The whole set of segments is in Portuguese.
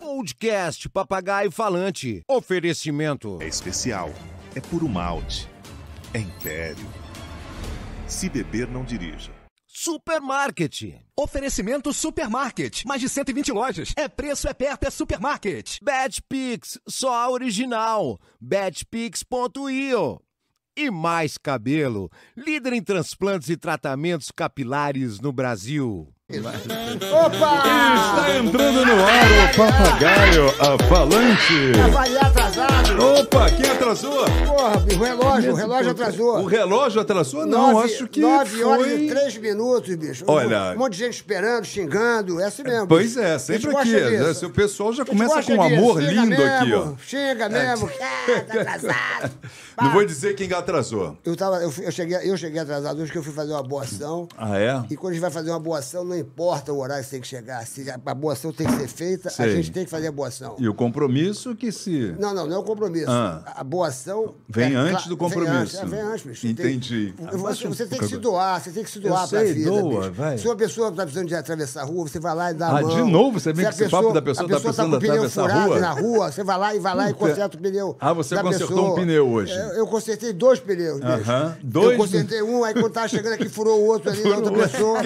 Podcast Papagaio Falante. Oferecimento. É especial, é puro malte, é império. Se beber, não dirija. Supermarket. Oferecimento Supermarket. Mais de 120 lojas. É preço, é perto, é supermarket. Betpix. Só a original. Betpix.io. E mais cabelo. Líder em transplantes e tratamentos capilares no Brasil. Está entrando no ar o papagaio a falante. Vai lá atrasado. Opa, quem atrasou? Porra, bicho, o relógio, o relógio atrasou. O relógio atrasou? Não, Nove- acho que Nove horas e foi... três minutos, bicho. Um- Olha- Um monte de gente esperando, xingando, é assim mesmo. Pois é, A gente sempre aqui. gosta né? disso. Se O pessoal já A gente começa gosta com um disso. amor Xinga lindo mesmo, aqui, ó. É. Xinga mesmo. Ah, tá atrasado. Não vou dizer quem atrasou. Eu, tava, eu, fui- eu cheguei, eu cheguei atrasado hoje que eu fui fazer uma boa ação. Ah, é? E quando a gente vai fazer uma boa ação, não importa o horário que tem que chegar. Se a a boa ação tem que ser feita, a Sei. gente tem que fazer a boa ação. E o compromisso que se... Não, não, não é um compromisso. Ah. A boa ação. Vem é antes cla- do Vem antes, compromisso. é, vem antes bicho. Tem- Entendi. Eu- Você, Abaixa um você tem pouco que se agora. doar, você tem que se doar pra sei, vida. doa, bicho. vai. Se uma pessoa tá precisando de atravessar a rua, você vai lá e dá a Ah, mão. de novo você vem Se com a esse papo da pessoa a tá pessoa tá com precisando o pneu atravessar a furado rua? na rua, você vai lá e vai lá e Puta. conserta o pneu. Ah, você da consertou pessoa. um pneu hoje. É, Eu consertei dois pneus, bicho. Aham. Dois? Eu consertei um, aí quando tava chegando aqui, furou o outro ali da outra pessoa.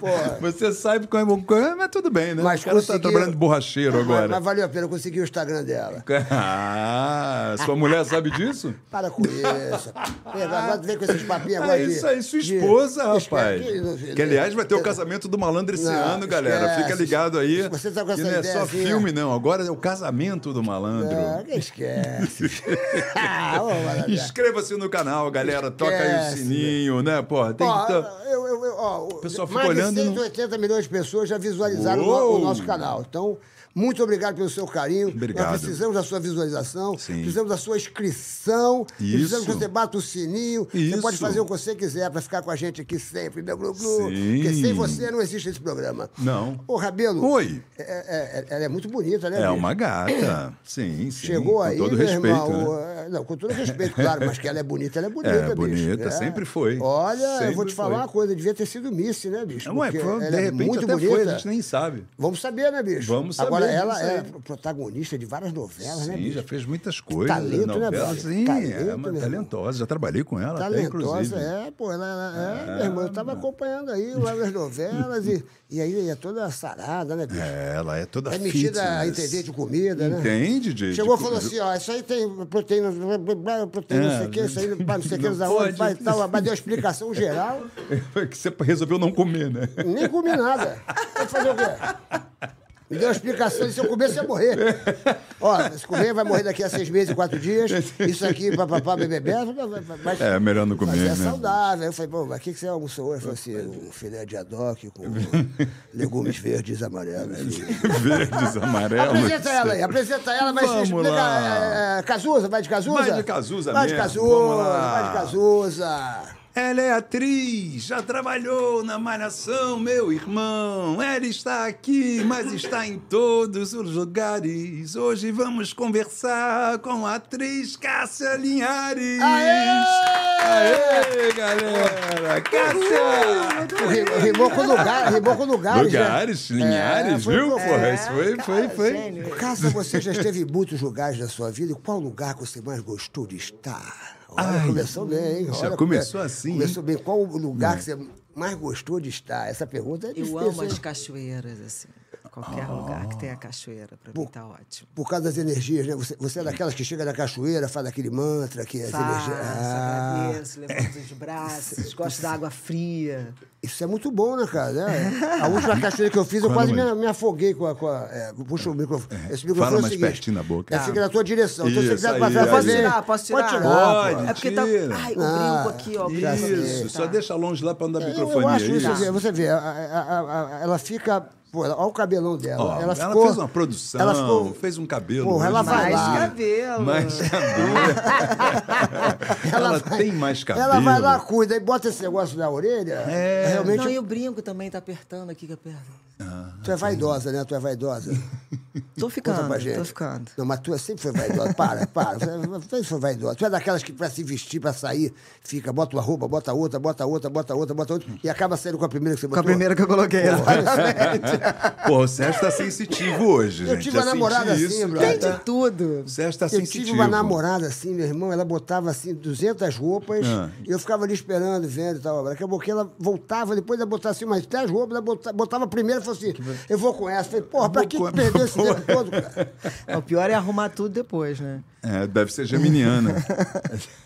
Porra. Você sabe qual é bom, qual é, mas tudo bem, né? Mas o cara tá conseguiu. trabalhando de borracheiro Mas, agora. mas valeu a pena, eu consegui o Instagram dela. Ah, sua mulher sabe disso? Para com isso. Vem, Agora vem com esses papinhos Ah, agora. de- isso aí, sua de- esposa, Esquece rapaz. que não- Que, aliás, vai ter o casamento do malandro esse Não, ano, galera. esquece. Fica ligado aí. Você tá com que essa não é só ideiazinha. filme, não. Agora é o casamento do malandro. Ah, que esquece. Ah, ô, maravilha. Inscreva-se no canal, galera. Toca aí o Esquece, sininho, né? Porra, tem Ó, que... tá- eu, eu, eu, ó, o pessoal fica mais olhando e de não- 180 milhões de pessoas já visualizaram o no- Uou! o nosso canal. Então, muito obrigado pelo seu carinho. Obrigado. Nós precisamos da sua visualização, Sim. precisamos da sua inscrição, precisamos que Isso. você bata o sininho. Isso. Você pode fazer o que você quiser para ficar com a gente aqui sempre, meu glu, glu. Sim. Porque sem você não existe esse programa. Não. Ô, Rabelo. Oi. é- é- é- ela é muito bonita, né? É bicho? uma gata. Sim, sim. Chegou com aí, todo meu respeito, irmão. né? é, Não, com todo respeito, claro, mas que ela é bonita, ela é bonita, É, bicho. bonita, sempre foi. Olha, eu vou Sempre te falar foi. uma coisa, devia ter sido Miss, né, bicho? Não, é, Porque foi- ela de é repente muito até bonita. foi, a gente nem sabe. Vamos saber, né, bicho? Vamos saber Agora, disso ela é aí. protagonista de várias novelas, né, Sim, bicho? já fez muitas coisas. Talento, né, novela, brother? Sim, é Talento, uma né? talentosa. Já trabalhei com ela até, Talentosa, inclusive. Ah, é, pô, ela, ela- é, meu irmão, eu tava acompanhando aí lá nas novelas e, e aí é toda sarada, né, bicho? É, Ela é toda É metida a fitness. entender de comida, né? Entende, de, Chegou e de- falou assim, ó, isso aí tem proteína, blá, blá, blá, proteína, não sei o que, isso aí não não sei o que, Ah, não não sei aonde, pode. faz tal, mas deu a explicação geral, É, que você resolveu não comer, né? nem comi nada. Vai fazer o quê? Me deu a explicação, se eu comer, você ia morrer. Ó, se comer, vai morrer daqui a seis meses, quatro dias, isso aqui, papapá, bebê, mas... É, melhor não Mas comer, é né? saudável. Eu falei, pô, mas o que, que você almoçou hoje? Eu falei assim, um filé de adoc com legumes verdes e amarelos. Verdes, amarelos. Apresenta ela aí, apresenta ela, mas é Vamos explica. lá. é, é, Cazuza, vai de Cazuza? Vai de Cazuza Vai de mesmo, vamos Cazuza, lá. vai de Cazuza. Ela é atriz, já trabalhou na Malhação, meu irmão. Ela está aqui, mas está em todos os lugares. Hoje vamos conversar com a atriz Cássia Linhares. Aê, galera! Cássia! Ri- Rimou com lugar, rimou com lugares. Lugares, Linhares, foi- viu, é, porra? Isso foi, foi, foi. Né? Caso você já esteve em muitos lugares da sua vida, qual lugar que você mais gostou de estar? Olha, Ai, começou bem, hein? já Olha, é, começou assim, É. Começou bem. Qual o lugar que você mais gostou de estar? Essa pergunta é difícil. Eu amo as hein? cachoeiras, assim. Qualquer Oh. lugar que tenha cachoeira, pra mim tá ótimo. Por causa das energias, né? Você, você é daquelas que chega na cachoeira, faz aquele mantra que as Faço, energias. Ah. agradeço, levanto os braços, gosto da água fria. Isso é muito bom, né, cara? É. A última cachoeira que eu fiz, eu Quando, quase me, mano? me afoguei com a. Com a- é, puxa o microfone. Esse microfone Fala é o mais seguinte, pertinho na boca. É, Tá. fica na tua direção. Então, se Isso você quiser aí, passar, aí. Posso fazer. tirar? Posso tirar? Pode tirar. Pode. pô. É porque tá. Mentira. Ai, o Ah, brinco aqui, ó. o brinco Isso, aqui, só tá. deixa longe lá pra não dar é, Eu, microfonia. eu acho é isso. isso. assim, Você vê, a- a- a- a- ela fica. Pô, olha o cabelão dela. Ó, ela ela, ficou. fez uma produção, ela ficou- fez um cabelo. Porra, ela hoje, vai Mais lá. cabelo. Mais cabelo. ela tem mais cabelo. Ela vai lá, cuida e bota esse negócio na orelha. É. Realmente. Não, e o brinco também tá apertando aqui que aperta. tu é vaidosa, né? Tu é vaidosa. Tô Conta pra ficando, gente. tô ficando. Não, mas tu é- sempre foi vaidosa. Para, para. Sempre foi vaidosa. Tu é daquelas que pra se vestir, pra sair, fica, bota uma roupa, bota outra, bota outra, bota outra, bota outra, e acaba saindo com a primeira que você Com a botou. é primeira que eu coloquei. Pô, o Sérgio tá sensitivo hoje, Eu gente. tive uma Já senti namorada assim, isso. brother. Tem de tudo. O Sérgio tá Eu sensitivo. tive uma namorada assim, meu irmão, ela botava assim 200 roupas, Ah. e eu ficava ali esperando, vendo e tal. Daqui a pouquinho ela voltava, depois ela botava assim umas 10 roupas, ela botava, botava a primeira e falou assim: eu vou com essa. Eu falei, porra, pra que com- perder esse tempo todo, cara? O pior é arrumar tudo depois, né? É, deve ser geminiana.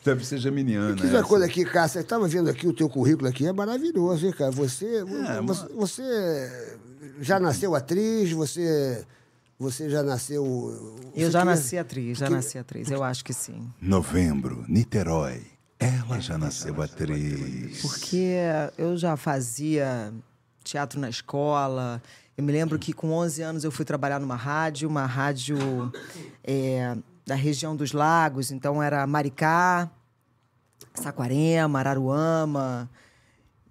deve ser geminiana. Diz uma essa. é coisa aqui, cara, você estava vendo aqui o teu currículo aqui, é maravilhoso, hein, cara? É, Você, você, você já nasceu atriz, você, você já nasceu. Eu você já queria- nasci atriz, já que- nasci atriz. Eu acho que sim. Novembro, Niterói. Ela já nasceu atriz. Porque eu já fazia teatro na escola. Eu me lembro que com 11 anos eu fui trabalhar numa rádio, uma rádio é, da região dos lagos. Então era Maricá, Saquarema, Araruama.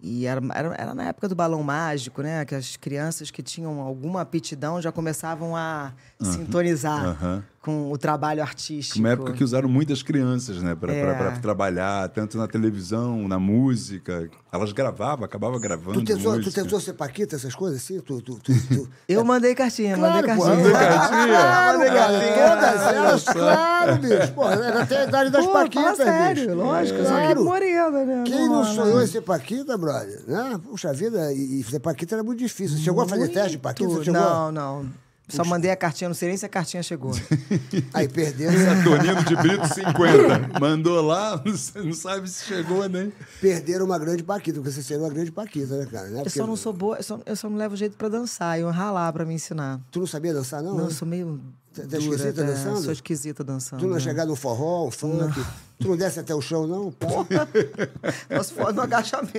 E era, era, era na época do balão mágico, né? Que as crianças que tinham alguma aptidão já começavam a sintonizar aham. com o trabalho artístico. Uma época que usaram muitas crianças, né, para É. trabalhar, tanto na televisão, na música. Elas gravavam, acabavam gravando. Tu tentou, tu música. tentou ser Paquita, essas coisas assim? Tu, tu, tu- tu- Eu mandei cartinha, mandei Claro, pô. cartinha. Claro, Mandei cara, cartinha. Todas elas, claro, bicho. Pô, é era até a idade das Pô, Paquitas, fala sério, bicho. lógico, eu sou aqui claro. morena, né? Quem não rola. sonhou em ser Paquita, brother? Né? Puxa vida, e, e ser Paquita era muito difícil. Você chegou a fazer teste de Paquita? Você Muito. chegou? Não, não. Só mandei a cartinha, não sei nem se a cartinha chegou. Aí perdeu, Tonino de Brito 50. Mandou lá, não sa- não sabe se chegou, né? perderam uma grande Paquita, porque você seria uma grande Paquita, né, cara? Né? Eu só não sou boa, eu só, eu só não levo jeito pra dançar, eu ralar pra me ensinar. Tu não sabia dançar, não? Não, né? eu sou meio Tá- tá dura, esquisita né? dançando? Sou esquisita dançando. Tu não né? ia chegar no forró, um funk? Ah. Tu não desce até o chão, não? Pô, Só se for no agachamento.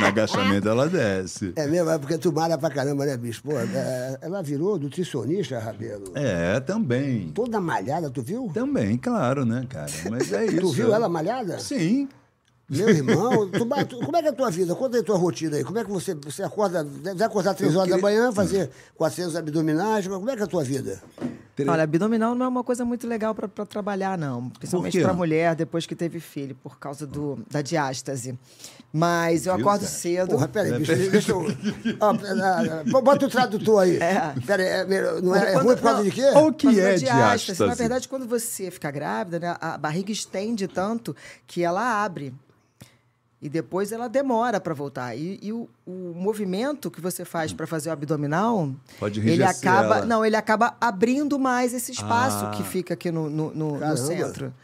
No agachamento ela desce. É mesmo, é porque tu malha pra caramba, né, bicho? Pô, é- ela virou nutricionista, Rabelo. É, também. Toda malhada, tu viu? Também, claro, né, cara? Mas é Tá isso. Tu viu ela malhada? Sim. Meu irmão, tu, ba- tu- como é que é a tua vida? Conta aí a tua rotina aí. Como é que você, você acorda, deve acordar três horas da manhã, fazer 400 abdominais, mas como é que é a tua vida? Tre- Olha, abdominal não é uma coisa muito legal pra- pra trabalhar, não. Principalmente quê? pra mulher, depois que teve filho, por causa do, da diástase. Mas eu Viu, acordo Zé? cedo. Porra, é peraí, bicho, deixa eu... Ó, pera- ah, bota o tradutor aí. É. Peraí, é, melhor- não é, é Quando- ruim por causa não, de quê? O que Quando é dá diástase, diástase? Na verdade, quando você fica grávida, né, a barriga estende tanto que ela abre. E depois ela demora para voltar. E, e o, o movimento que você faz para fazer o abdominal, Pode ele enrijecer acaba, ela. não, ele acaba abrindo mais esse espaço Ah. que fica aqui no, no- no- no Caramba. centro.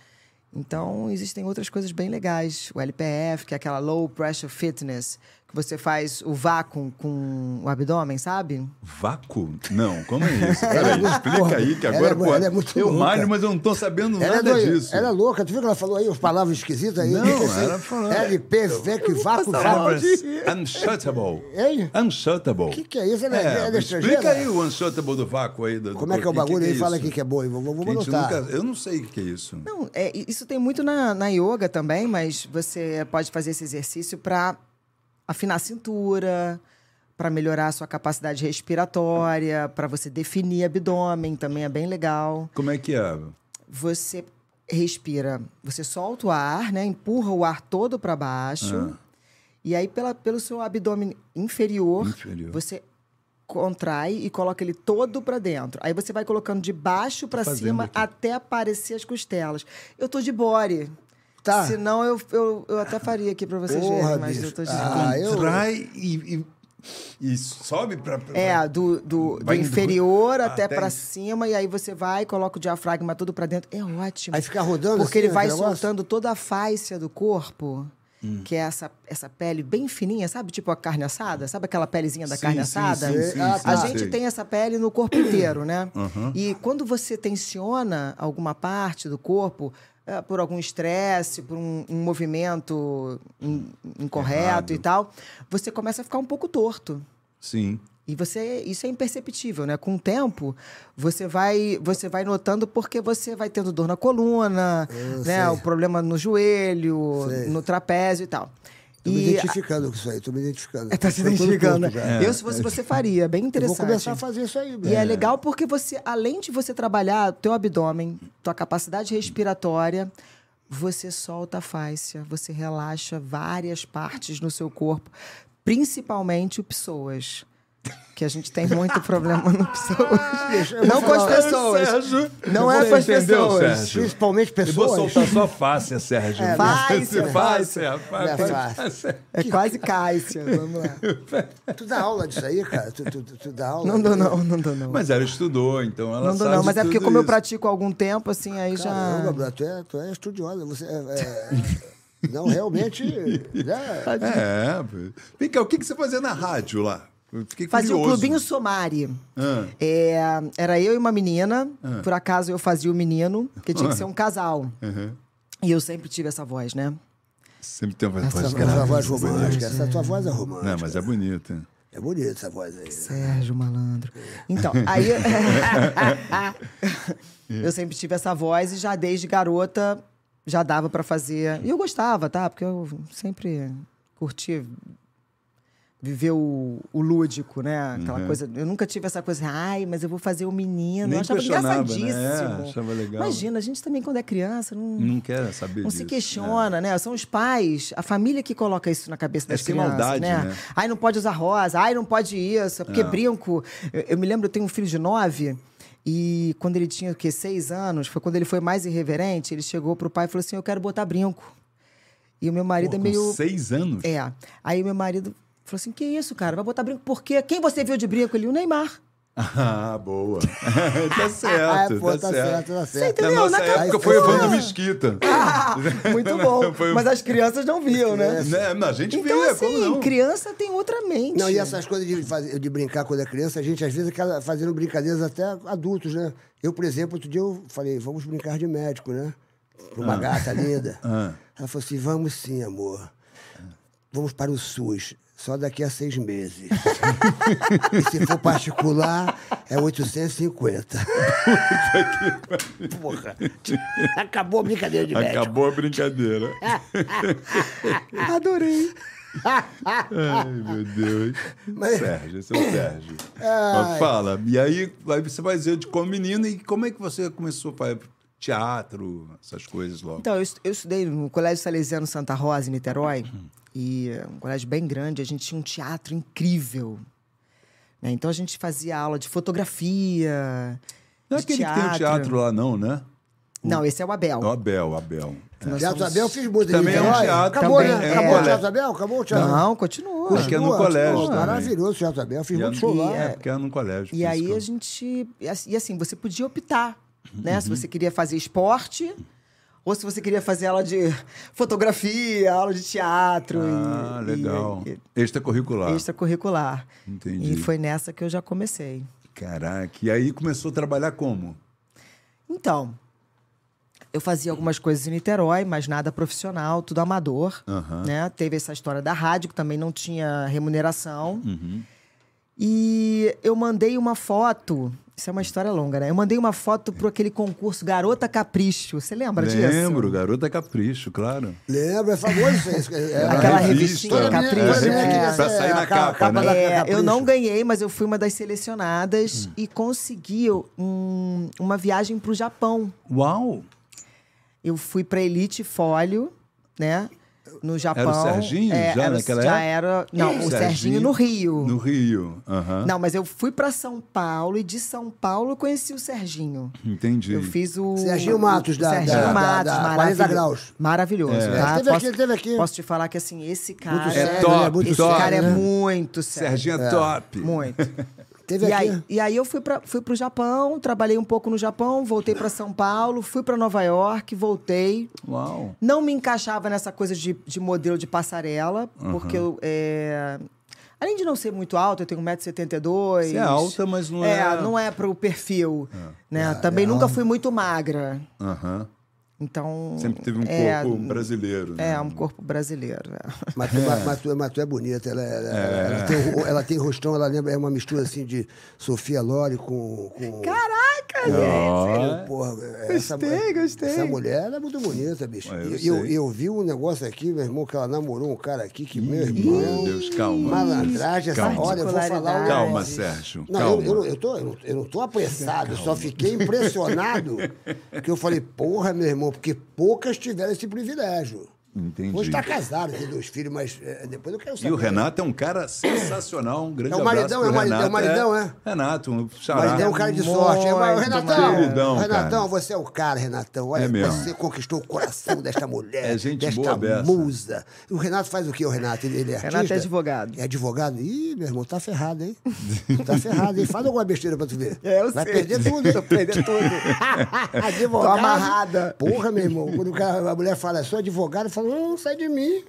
Então, existem outras coisas bem legais. O LPF, que é aquela low pressure fitness, que você faz o vácuo com o abdômen, sabe? Vácuo? Não, como é isso? Peraí, explica aí que Ela é agora, mu- pô, ela é muito eu louca. malho, mas eu não tô sabendo Ela é, nada doida, disso. ela é louca, tu viu que ela falou aí as palavras esquisitas aí? Não, Tipo assim, ela falou- LP, VEC, vácuo, vácuo. Palavras unshutable. Hein? Unshutable. Que que é isso? Ela é- ela é explica estrangeira? aí o unshutable do vácuo aí. Do, do Como é que é o corpo. bagulho aí? isso? Fala aqui que é bom, eu vou, vou Que a gente anotar. nunca- eu não sei o que que é isso. Não, é, i- isso tem muito na, na yoga também, mas você pode fazer esse exercício para afinar a cintura, para melhorar a sua capacidade respiratória, para você definir abdômen, também é bem legal. Como é que é? Ah, Você respira, você solta o ar, né? Empurra o ar todo para baixo. Ah. E aí pela, pelo seu abdômen inferior, Inferior. você contrai e coloca ele todo para dentro. Aí você vai colocando de baixo para fazendo cima aqui. até aparecer as costelas. Eu tô de body. Tá. Senão eu, eu, eu até faria aqui para vocês Porra, verem, mas bicho. eu tô de Ah, body. eu- Trai e, e- e sobe pra... pra- É, do, do, do né? Vai indo- Ah, inferior até até pra em- cima, e aí você vai, coloca o diafragma todo pra dentro. É ótimo. Aí fica rodando Porque assim, ele vai esse negócio? soltando toda a fáscia do corpo, Hum. que é essa, essa pele bem fininha, sabe? Tipo a carne assada, sabe aquela pelezinha da Sim, carne sim, assada? sim, sim, Ah, sim, tá. A gente sei. tem essa pele no corpo inteiro, né? E quando você tensiona alguma parte do corpo eh, por algum estresse, por um, um movimento in- incorreto e tal, você começa a ficar um pouco torto. Sim. E você, isso é imperceptível, né? Com o tempo, você vai, você vai notando porque você vai tendo dor na coluna, né? O problema no joelho, no trapézio e tal. Tô me E- identificando com isso aí, tô me identificando. É, tá se Tô todo identificando, né? torto já. Eu, se fosse você, faria. Bem É. Eu interessante. vou começar a fazer isso aí. E é legal porque você, além de você trabalhar teu abdômen, tua capacidade respiratória, você solta a fáscia, você relaxa várias partes no seu corpo, principalmente o psoas. Que a gente tem muito problema no psoas. eu vou Não com as falar- pessoas. Sérgio, Não é você com as entendeu, pessoas. Sérgio? Principalmente Eu vou pessoas. soltar só face, Sérgio. É, fácil, Você né? faz, Fácil. Sérgio, faz, Não é faz, fácil. faz, Sérgio. É quase Cássia. Vamos lá. Tu dá aula disso aí, cara? Tu, tu, tu- tu dá aula? Não dou, não, não dou, não. Mas ela estudou, então ela Não dou, sabe não. Mas é tudo porque, como eu isso. pratico há algum tempo, assim, aí já. Caramba, tu é, tu é estudiosa. Você é, é- não, realmente... né? É, pô. vem cá, o que, que você fazia na rádio lá? Eu fiquei Fazia o curioso. Clubinho Somari. Ah. É, era eu e uma menina. Por acaso eu fazia o menino, porque tinha que ser um casal. Uhum. E eu sempre tive essa voz, né? Sempre tem uma Essa, voz é tua grave. voz romântica, essa tua voz é romântica. Não, mas é bonita. É bonita essa voz aí. Sérgio Malandro. Então, aí. É. eu sempre tive essa voz e já desde garota já dava pra fazer. E eu gostava, tá? Porque eu sempre curti viver o, o lúdico, né? Aquela coisa. Eu nunca tive essa coisa, ai, mas eu vou fazer o menino. Uhum. Nem eu achava questionava, engraçadíssimo. né? É, achava legal. Imagina, a gente também, quando é criança, não. Não quero saber Não disso. se questiona, né? São os pais, a família que coloca isso na cabeça das sem crianças, maldade, né? né? Ai, não pode usar rosa, ai, não pode isso, é porque brinco. Eu, eu me lembro, eu tenho um filho de nove, e quando ele tinha, o quê, seis anos, foi quando ele foi mais irreverente, ele chegou pro pai e falou assim, eu quero botar brinco. E o meu marido Pô, é com meio... seis anos? É. Aí meu marido falou assim, que isso, cara? Vai botar brinco por quê? Quem você viu de brinco? Ele, o Neymar. Ah, boa. tá certo, Ah, pô, tá, certo. tá Você certo. entendeu? é Na nossa Na época cabeça. foi Evandro Mesquita. Ah, Muito bom. Ah! Foi- um Mas as crianças não viam, né? né? Mas A gente Então, vê, como assim, não? criança tem outra mente. Não, e essas coisas de, fazer- de brincar quando é criança, a gente às vezes acaba fazendo brincadeiras até adultos, né? Eu, por exemplo, outro dia eu falei, vamos brincar de médico, né? Pra Ah. uma gata linda. Ela falou assim, vamos sim, amor. Vamos para o SUS, só daqui a seis meses. e se for particular, é 850. Porra, acabou a brincadeira de médico. Acabou a brincadeira. Ah. Adorei. Ai, meu Deus. Mas- Sérgio, esse é o Sérgio. Mas fala, e aí, aí você vai dizer de como menino, e como é que você começou para teatro, essas coisas logo? Então, eu, estu- eu estudei no Colégio Salesiano Santa Rosa, em Niterói, Uhum. e é um colégio bem grande, a gente tinha um teatro incrível. né? Então, a gente fazia aula de fotografia. não é de aquele que tem o teatro lá, não, né? Não, esse é o Abel. É o Abel, Abel. É. Nós Teatro somos- Abel eu fiz muito. Também é um Olha, teatro, Acabou, também né? é Acabou o colégio. Teatro Abel? Acabou o Teatro Abel? Não, continua. Acho que é no Continua, colégio continua. também. Maravilhoso o Teatro Abel. Eu fiz E é muito no- show lá. É, porque era no colégio. E por isso aí que eu- a gente. E assim- e assim, você podia optar, né? Se Uhum. você queria fazer esporte, ou se você queria fazer aula de fotografia, aula de teatro. Ah, e- e- legal. e- Extracurricular. extracurricular. Entendi. E foi nessa que eu já comecei. Caraca, e aí começou a trabalhar como? Então, eu fazia algumas coisas em Niterói, mas nada profissional, tudo amador. Aham. Né? Teve essa história da rádio, que também não tinha remuneração. Uhum. E eu mandei uma foto. Isso é uma história longa, né? Eu mandei uma foto para aquele concurso Garota Capricho. Você lembra disso? Lembro, Garota Capricho, claro. Lembra? É famoso isso. aí. É, Aquela revistinha Toda menina- Capricho, toda menina né? queria ser Pra sair a na ca- capa, né? da- da É, eu Capricho. não ganhei, mas eu fui uma das selecionadas Hum. e consegui um- uma viagem para o Japão. Uau! Eu fui pra Elite Fólio, né? No Japão. Serginho É, já era, o- naquela Já época? era. Não, o Serginho, no Rio. No Rio, né? aham. Não, mas eu fui pra São Paulo e de São Paulo eu conheci o Serginho. Entendi. Eu fiz o. Serginho Matos, o da- Serginho da- da- Matos, da 40 maravilhoso. graus. Maravilhoso. É. Tá? Ele teve aqui, Posso- ele teve aqui. Posso te falar que assim, esse cara. sério, É top, ele muito esse top, cara é né? muito sério. Serginho é top. Muito. Teve e, aqui. aí, e aí eu fui para fui pro Japão, trabalhei um pouco no Japão, voltei pra São Paulo, fui pra Nova York, voltei. Uau! Não me encaixava nessa coisa de, de modelo de passarela, Uhum. porque eu. é, Além de não ser muito alta, eu tenho 1,72m. Você é alta, mas não é- Ah, não é pro perfil. Né? Também um- nunca fui muito magra. Aham. Então. Sempre teve um é, corpo brasileiro. né? É, um corpo brasileiro. é. Mas tu, mas- mas tu é- mas tu é bonita. Ela, ela, ela- ela tem, ro- ela tem rostão, ela lembra, é uma mistura assim de Sofia Lore com. com Caraca! É, Pô, Porra, é, essa, Gostei, mulher- gostei. Essa mulher ela é muito bonita, bicho. Ué, eu E eu, sei. eu vi um negócio aqui, meu irmão, que ela namorou um cara aqui que, meu Meu irmão. Deus, calma. Malandragem, essa. Calma. Olha, eu vou falar. um- Calma, Sérgio. Não, calma. Eu, eu, eu, tô, eu, não- eu não tô apressado, eu só fiquei impressionado que eu falei, porra, meu irmão, porque poucas tiveram esse privilégio. Entendi. Hoje tá casado, tem dois filhos, mas é, depois eu quero saber. E o Renato é um cara sensacional, um grande É o maridão, abraço pro é o mari- Renato. é o maridão, é? Renato, um xará. Mas é um cara de sorte. hein? Mas, Muito Renatão, Queridão, Renatão, cara. você é o cara, Renatão. Olha, É mesmo. você conquistou o coração desta mulher, É gente desta boa beça. musa. E o Renato faz o quê, o Renato? Ele, ele é Renato artista? é advogado. É advogado? Ih, meu irmão, tá ferrado, hein? tá ferrado, hein? Faz alguma besteira pra tu ver. É, eu Vai sei. perder tudo. Vou perder tudo. advogado. Tô amarrada. Porra, meu irmão. Quando o cara- a mulher fala, sou advogado, eu falo, não, sai de mim.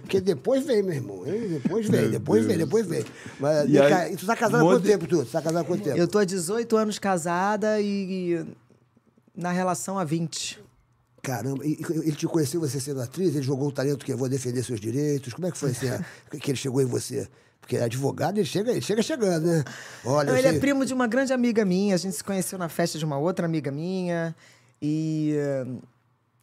Porque depois vem, meu irmão. hein? Depois vem, depois vem, depois vem. Mas, E vem aí, cá, e tu tá casado há um quanto monte- tempo, tu? Tu tá casado há quanto tempo? Eu tô há 18 anos casada e, e na relação há 20. Caramba, e- e ele te conheceu você sendo atriz, ele jogou o talento que eu vou defender seus direitos. Como é que foi assim, a- que ele chegou em você? Porque advogado, ele chega, ele chega chegando, né? Olha, Não, eu ele é sei- primo de uma grande amiga minha. A gente se conheceu na festa de uma outra amiga minha. E eh,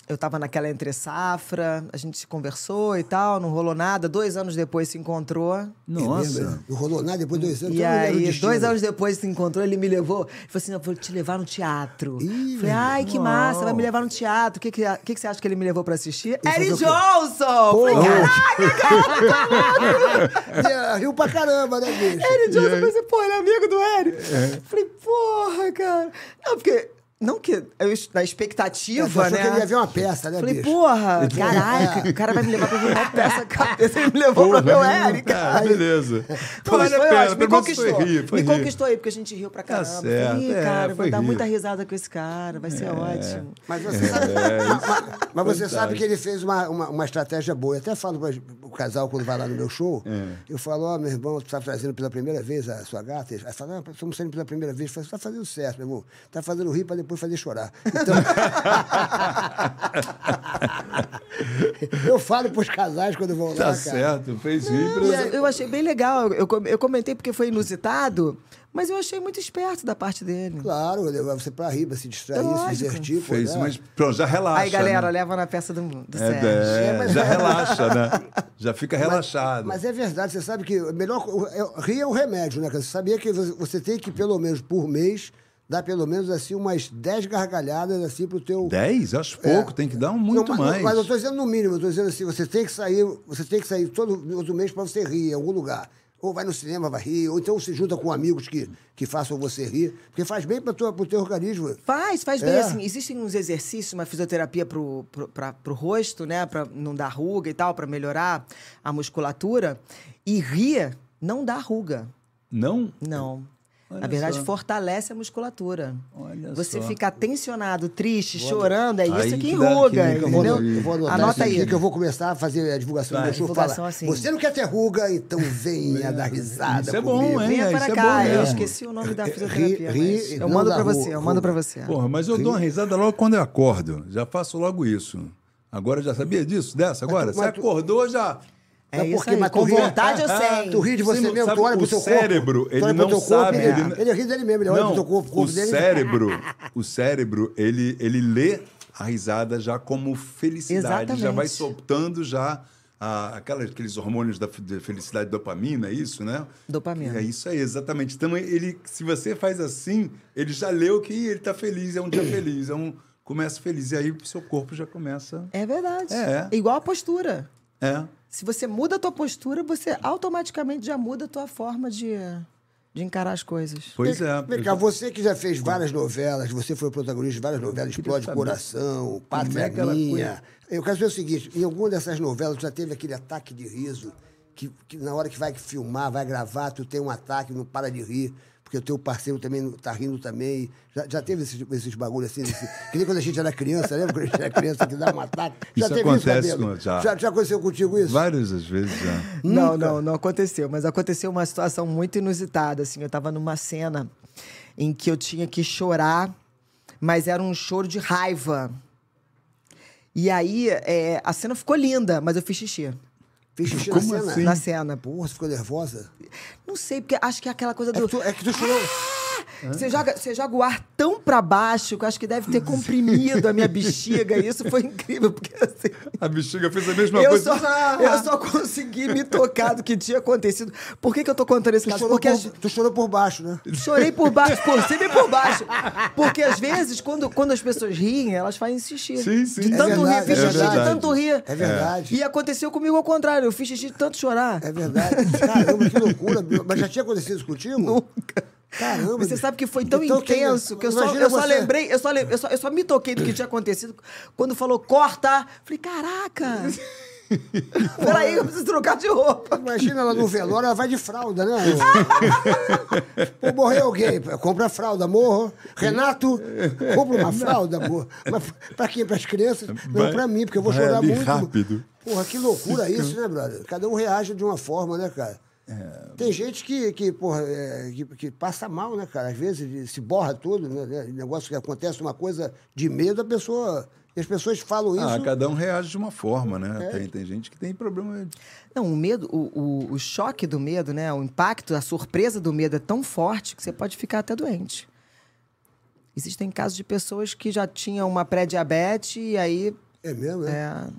eu tava naquela entre safra. A gente se conversou e tal, não rolou nada. Dois anos depois se encontrou. Nossa. não rolou nada depois de dois anos. E então não era o aí, destino. dois anos depois se encontrou, ele me levou. Ele falou assim: eu vou te levar no teatro. Ih, Falei, ai, que massa, vai me levar no teatro. O que, que, que, que você acha que ele me levou pra assistir? fazer Eric o quê? Johnson! Falei, caraca, É, Riu pra caramba, né, bicho? Eric Johnson, eu pensei, pô, ele é amigo do Eric. É. Falei, porra, cara. Não, porque. Não que. Eu, na Tu É, achou expectativa, né? que ele ia ver uma peça, né, Falei, bicho? porra, caraca, o cara vai me levar pra ver uma peça cabeça, ele me levou pra ver o Eric. Ah, beleza. Não, mas Vale a foi pena, pelo menos ótimo, me foi conquistou. rir, foi me rir. conquistou aí, porque a gente riu pra caramba. certo, Falei, Ih, é, cara, vou foi dar rir. É. muita risada com esse cara, vai ser ótimo. Mas você sabe, mas- mas- mas você sabe que ele fez uma, uma, uma estratégia boa. Eu até falo para o casal quando vai lá no meu show. É. Eu falo, ó, meu irmão, tu está trazendo pela primeira vez a sua gata. Aí fala, ah, estamos saindo pela primeira vez. Eu falo, você está fazendo certo, meu irmão. Está fazendo rir para depois fazer chorar. Então... eu falo para os casais quando vão lá, Tá cara. certo, fez rir. Não, eu, eu achei bem legal. Eu, com- eu comentei porque foi inusitado, mas eu achei muito esperto da parte dele. Claro, levar você para rir, para se distrair, Lógico. se divertir. pô, Fez, né? mas pronto, já relaxa. é. aí, galera, né? leva na peça do, É, do Sérgio. é, já relaxa, né? Já fica relaxado. Mas é verdade, você sabe que o melhor. o- é- Rir é o remédio, né? cara? Você sabia que vo- você tem que, pelo menos por mês, dar pelo menos assim umas 10 gargalhadas assim pro teu. 10? Acho pouco, É. tem que dar um Não, muito mas- mais. Mas eu tô dizendo no mínimo, eu tô dizendo assim, você tem que sair, você tem que sair todo outro mês para você rir em algum lugar. Ou vai no cinema, vai rir, ou então se junta com amigos que, que façam você rir, porque faz bem para o teu organismo. Faz, faz bem É. assim. Existem uns exercícios, uma fisioterapia pro, pro, pra- pro rosto, né? Pra não dar ruga e tal, pra melhorar a musculatura. E rir não dá ruga. Não? Não. Olha Na verdade, só. fortalece a musculatura. Olha Você só. fica tensionado, triste, chorando, é Aí isso que que dá- que enruga, fica entendeu? bom. Eu vou anotar isso Anota aqui aí. que eu vou começar a fazer a divulgação Vai. do meu show. Divulgação Fala, assim. você não quer ter ruga, então venha dar risada Isso é bom, comigo. hein? Venha É, para isso é cá, bom eu mesmo. esqueci o nome da Ri- fisioterapia. ri- mas eu não mando dá pra você, ru- eu mando pra ruga. você. Porra, mas eu dou uma risada logo quando eu acordo. Já faço logo isso. Agora já sabia disso, dessa agora? tu- Você mas tu- acordou já. É Mas isso porque- aí, mas tu com ri- vontade eu Ah, Tu sei. ri de você Você não mesmo, sabe, tu olha pro o teu corpo. cérebro, tu ele olha pro não teu corpo, sabe, Ele, ele- ele ri dele mesmo, ele olha pro teu corpo. o corpo dele- é cérebro, o cérebro, ele, ele lê a risada já como felicidade, já vai Exatamente. soltando já a- aquelas, aqueles hormônios da fe- de felicidade, dopamina, é isso, né? Dopamina. É isso aí, exatamente. Então, ele, se você faz assim, ele já leu que ele tá feliz, é um dia feliz, é um começa feliz, e aí o seu corpo já começa... É verdade. É. Igual a postura. É. Se você muda a tua postura, você automaticamente já muda a tua forma de, de encarar as coisas. Pois é. Vem eu cá, já- você que já fez várias novelas, você foi protagonista de várias novelas, Explode Coração, Pátria é aquela Minha. Eu quero saber o seguinte, em alguma dessas novelas tu já teve aquele ataque de riso, que, que na hora que vai filmar, vai gravar, tu tem um ataque, não para de rir, porque o teu parceiro também não- tá rindo também. Já, já teve esses, esses bagulhos assim? desse- que nem quando a gente era criança, lembra? Quando a gente era criança, que dá um ataque. Já Isso teve acontece isso, Cabelo? com- já. já. Já aconteceu contigo isso? Várias as vezes é. já. Não, não, não aconteceu. Mas aconteceu uma situação muito inusitada, assim. Eu tava numa cena em que eu tinha que chorar, mas era um choro de raiva. E aí, é, a cena ficou linda, mas eu fiz xixi Fez xixi Como na cena? assim? na cena. né? Porra, você ficou nervosa? Não sei, porque acho que é aquela coisa É do... que tu, é que tu chorou. Você joga, você joga o ar tão pra baixo que eu acho que deve ter comprimido a minha bexiga. E isso foi incrível, porque assim. A bexiga fez a mesma Eu coisa. só, assim. eu só consegui me tocar do que tinha acontecido. Por que, que eu tô contando esse Tu caso? chorou, Porque por, as, tu chorou por baixo, né? Chorei por baixo, por cima e por baixo. Porque às vezes, quando, quando as pessoas riem, elas fazem insistir. Sim, sim. De É tanto verdade, rir, fiz é xixi, de verdade. tanto rir. É verdade. E aconteceu comigo ao contrário, eu fiz xixi de tanto chorar. É verdade. Caramba, que loucura. Mas já tinha acontecido isso contigo? Nunca. Caramba. Você bicho. sabe que foi tão Então, quem- intenso que eu só, imagina eu só você- lembrei, eu só, lem- eu, só, eu só me toquei do que tinha acontecido. Quando falou corta, falei, caraca! Peraí, eu preciso trocar de roupa. Imagina ela no velório, ela vai de fralda, né? É. Pô, morreu alguém, compra fralda, morro. Renato, compra uma fralda, amor. Mas pra quem? Pras crianças? Não, Vai- pra mim, porque eu vou vai chorar ali muito. rápido. Porra, que loucura isso, né, brother? Cada um reage de uma forma, né, cara? É. Tem gente que, que, porra, é, que, que passa mal, né, cara? Às vezes ele se borra todo, né? Negócio que acontece uma coisa de medo, a pessoa. E as pessoas falam isso. Ah, cada um reage de uma forma, né? Tem, tem gente que tem problema. de- Não, o medo, o, o- o choque do medo, né? O impacto, a surpresa do medo é tão forte que você pode ficar até doente. Existem casos de pessoas que já tinham uma pré-diabetes e aí É mesmo, né? é,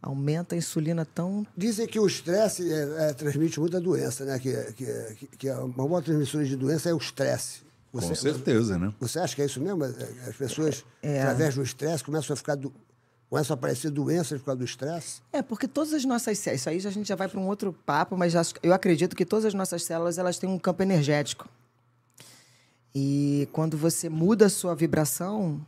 aumenta a insulina tão. Dizem que o estresse é, é, transmite muita doença, né? Que, que, que, que uma boa transmissora de doença é o estresse. Você, Com certeza, né? você acha que é isso mesmo? As pessoas, É, através do estresse, começam a ficar. Do, começam a aparecer doenças por causa do estresse? É, porque todas as nossas células. Isso aí a gente já vai para um outro papo, mas acho- eu acredito que todas as nossas células elas têm um campo energético. E quando você muda a sua vibração,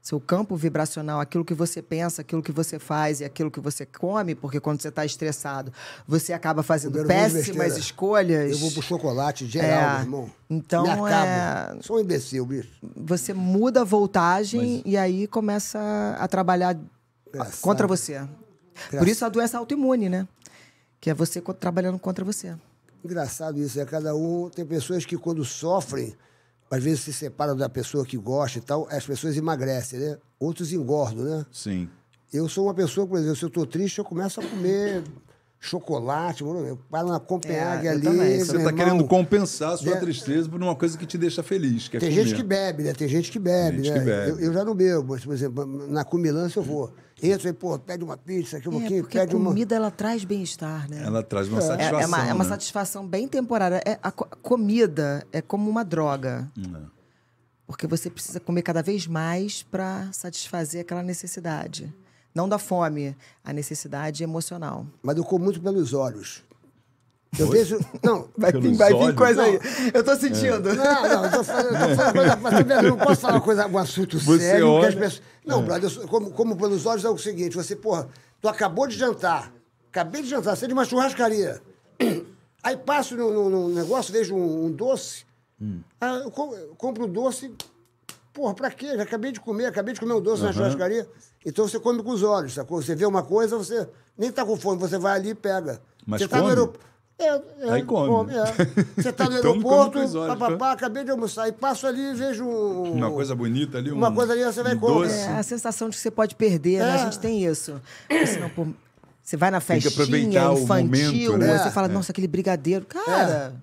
seu campo vibracional, aquilo que você pensa, aquilo que você faz e aquilo que você come, porque quando você está estressado, você acaba fazendo Comendo um monte de péssimas besteira. escolhas. Eu vou pro chocolate geral, É, meu irmão. então Me acabo. é- Sou um imbecil, bicho. Você muda a voltagem e aí começa a trabalhar Engraçado. contra você. Por isso a doença autoimune, né? Que é você co- trabalhando contra você. Engraçado isso, é cada um. Tem pessoas que quando sofrem, às vezes se separam da pessoa que gosta e tal, as pessoas emagrecem, né? Outros engordam, né? Sim. Eu sou uma pessoa, por exemplo, se eu tô triste, eu começo a comer chocolate, mano, eu paro na Copenhague É, eu ali. também, meu isso Você está irmão. querendo compensar a sua né? tristeza por uma coisa que te deixa feliz. Que é Tem comer. gente que bebe, né? Tem gente que bebe, Gente né? que bebe. Eu, eu já não bebo, mas, por exemplo, na cumilança eu vou. Entro e, pô, pede uma pizza, aquilo É, aqui, um porque a pede uma. comida ela traz bem-estar, né? Ela traz uma é, satisfação. é uma, é uma né? satisfação bem temporária. É, a co- comida é como uma droga. é. Porque você precisa comer cada vez mais para satisfazer aquela necessidade. Não da fome, a necessidade emocional. Mas eu como muito pelos olhos. Eu vejo. Não, Vai vir- Pelos vai vir olhos? coisa aí. Eu tô sentindo. Não, não, eu tô falando, eu tô falando coisa, mas também eu não posso falar uma coisa, um assunto Você sério. que as olha- É. pessoas- Não, brother, eu sou- como, como pelos olhos é o seguinte, você, porra, tu acabou de jantar, acabei de jantar, sei de uma churrascaria. Aí passo no, no- no negócio, vejo um, um doce, Hum. ah, eu com- eu compro o doce, porra, pra quê? Já acabei de comer, acabei de comer um doce na churrascaria. Então você come com os olhos, sacou? Você vê uma coisa, você nem tá com fome, você vai ali e pega. Mas você tá no come? aeroporto. É, é, Aí come. é. Você tá no Então come com aeroporto, os olhos, papapá, tá? ah, acabei de almoçar e passo ali e vejo um- Uma coisa bonita ali. Uma um- coisa ali, você vai um com- doce. É a sensação de que você pode perder, né? É. A gente tem isso. Porque senão, pô, você vai na Tem que festinha aproveitar o infantil, momento, né? você fala, nossa, aquele brigadeiro. Cara,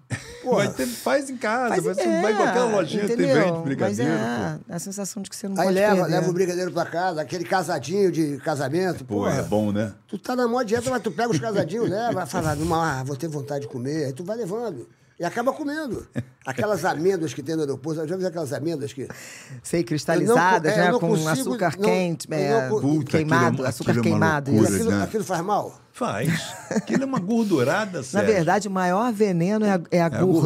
Porra. Mas tem- faz em casa. faz você ideia, vai em qualquer lojinha, tem entendeu? vende brigadeiro. pô. Mas é, a sensação de que você não Aí pode leva, perder. leva o brigadeiro pra casa, aquele casadinho de casamento. né? Pô, porra. é bom, né? Tu tá na maior dieta, mas tu pega os casadinhos, leva, fala, numa, ah, vou ter vontade de comer. Aí tu vai levando. E acaba comendo. Aquelas amêndoas que tem no aeroporto, já viu aquelas amêndoas que. Sei, Eu cristalizadas, não- é, eu né? não Com consigo- açúcar não- quente, eu é, não- Puta, queimado, aquilo é uma- açúcar aquilo é uma queimado. loucura. isso. Aquilo, né? aquilo faz mal? Faz. Aquilo é uma gordurada, Na Sérgio. verdade, o maior veneno é a, é a gordura,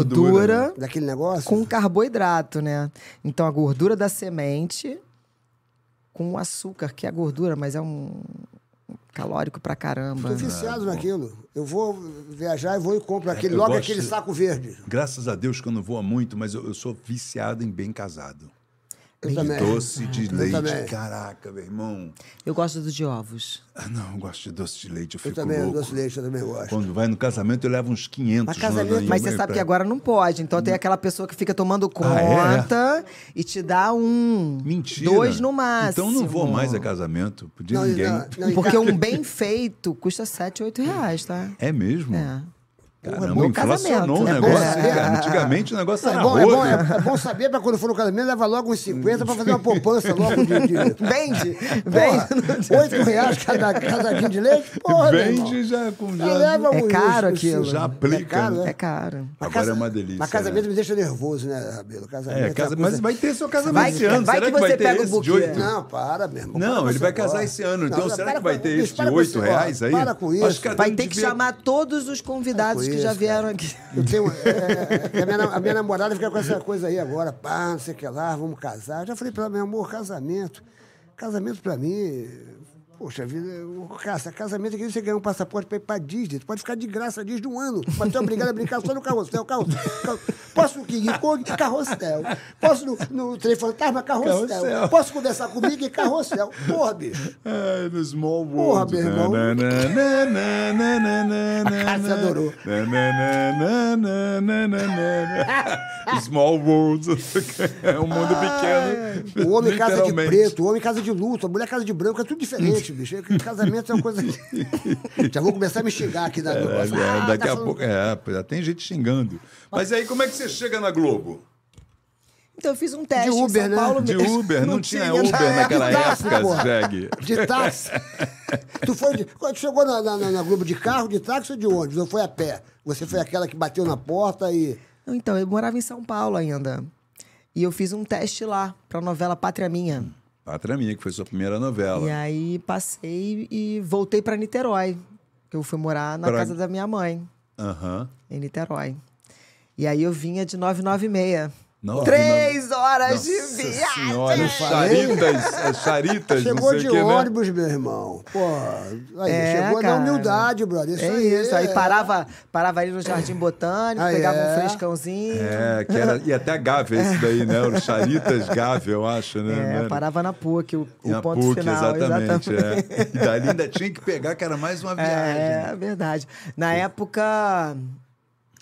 gordura Daquele negócio? com carboidrato, né? Então a gordura da semente com o açúcar, que é a gordura, mas é um calórico pra caramba. Tô né? viciado naquilo. Eu vou viajar e vou e compro Ah, aquele, É, eu logo gosto- aquele saco verde. Graças a Deus que eu não voa muito, mas eu, eu sou viciado em bem casado. Eu também. Doce de Né? Eu leite. também. Caraca, meu irmão. Eu gosto do de ovos. Ah, não, eu gosto de doce de leite, eu fico Eu também, louco. doce de leite, eu também gosto. Quando vai no casamento, eu levo uns 500. Mas casamento- no- no- Mas você sabe pra- que agora não pode. Então tem aquela pessoa que fica tomando Hum. é? conta e te dá um. Mentira. Dois no máximo. Então não vou mais a casamento de Não, ninguém. então. um não, não, e Porque ca- um bem feito custa 7, 8 reais, tá? É mesmo? É. Caramba, bom inflacionou o casamento, né? negócio, né, É. cara? Antigamente o negócio É era bom, é, bom, rodo. é, é bom saber pra quando for no casamento, leva logo uns 50 pra fazer uma poupança logo de. de... Vende, Porra, vende. 8 reais cada casadinho de leite? Porra, meu irmão. Vende já com já. Já leva um É uns- caro uns- aquilo. uns- Já aplica, É caro, né? né? É caro. Mas Agora é uma delícia, Mas casamento né? me deixa nervoso, né, Rabelo? Casamento É, casa- uma mas coisa- vai ter seu casamento Vai- esse ano. vai será que que vai você ter pega o esse de buquê. oito? Não, para, meu irmão. Não, para com ele vai esse casar negócio. esse ano, então Não, será para que vai com- ter bicho, esse de para com oito esse- ó, reais aí? Para com Acho isso. que a- Vai Eu ter que devia- chamar todos os convidados Foi que isso, já cara. vieram aqui. Eu tenho, é, é, a, minha, na- a minha namorada fica com essa coisa aí agora, pá, não sei o que lá, vamos casar. Eu já falei pra ela, meu amor, casamento. Casamento pra mim, poxa vida, eu- caça, casamento é que você ganhar um passaporte pra ir pra Disney. Tu pode ficar de graça a Disney um ano. Tu pode ser obrigado a brincar só no carrossel. carrossel, carro- Posso no King Kong? Carrossel. Posso no, no Trem Fantasma? Carrossel. Carrossel. Posso conversar comigo? Carrossel. Porra, bicho. É, no Small World. Porra, meu irmão. Na, na, na, na, na, na, na, na, A Cássia na. adorou. Na, na, na, na, na, na, na, na. Small World. É um mundo pequeno. O homem casa de literalmente. preto, o homem casa de luto, a mulher casa de branco, é tudo diferente, bicho. É que Casamento é uma coisa. que- Já vou começar a me xingar aqui da É, negócio. é, Ah, daqui tá a falando- pouco. É, já tem gente xingando. Mas aí, como é que você chega na Globo? Então eu fiz um teste De Uber, em São né? Paulo. De mesmo. Uber? Não, tinha Uber né? É, naquela de táxi, época, porra. Jeg. De táxi. tu foi de. Quando tu chegou na, na, na- na Globo de carro, de táxi ou de ônibus? Ou foi a pé? Você foi aquela que bateu na porta e. Então, eu morava em São Paulo ainda. E eu fiz um teste lá, pra novela Pátria Minha. Pátria Minha, que foi sua primeira novela. E aí passei e voltei pra Niterói. Eu fui morar na Pra- casa da minha mãe, Aham. em Niterói. E aí eu vinha de 996. Nove, Três horas Nossa de viagem! senhora, os charitas, as charitas, não Chegou sei de o que, né? ônibus, meu irmão. Pô, aí, É, chegou cara. na humildade, brother. Isso é aí. isso, aí é. parava, parava ali no Jardim Botânico, Ah, pegava um é? frescãozinho. É, que era, e até a Gávea esse daí, né? O Charitas Gávea, eu acho, né? É, Não era? parava na PUC, o, o Na ponto PUC, final. exatamente. É. E dali ainda tinha que pegar, que era mais uma viagem. É, verdade. Na época.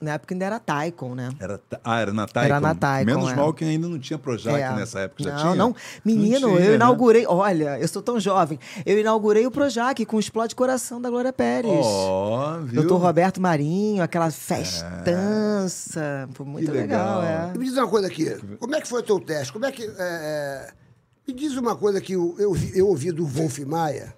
Na época ainda era Taikon, né? Era, ta- ah, era na Taikon. Era na Taikon, Menos é. mal que ainda não tinha Projac É. nessa época, já não, tinha? Não, Menino, tinha, eu né? inaugurei. Olha, eu sou tão jovem. Eu inaugurei o Projac com o Explode Coração da Glória Pérez. Ó, viu? É. Doutor Roberto Marinho, aquela festança. Foi muito Que legal, legal. E Me diz uma coisa aqui. Como é que foi o teu teste? Como é que. é, é, Me diz uma coisa que eu, eu, vi- eu ouvi do Wolf Maia.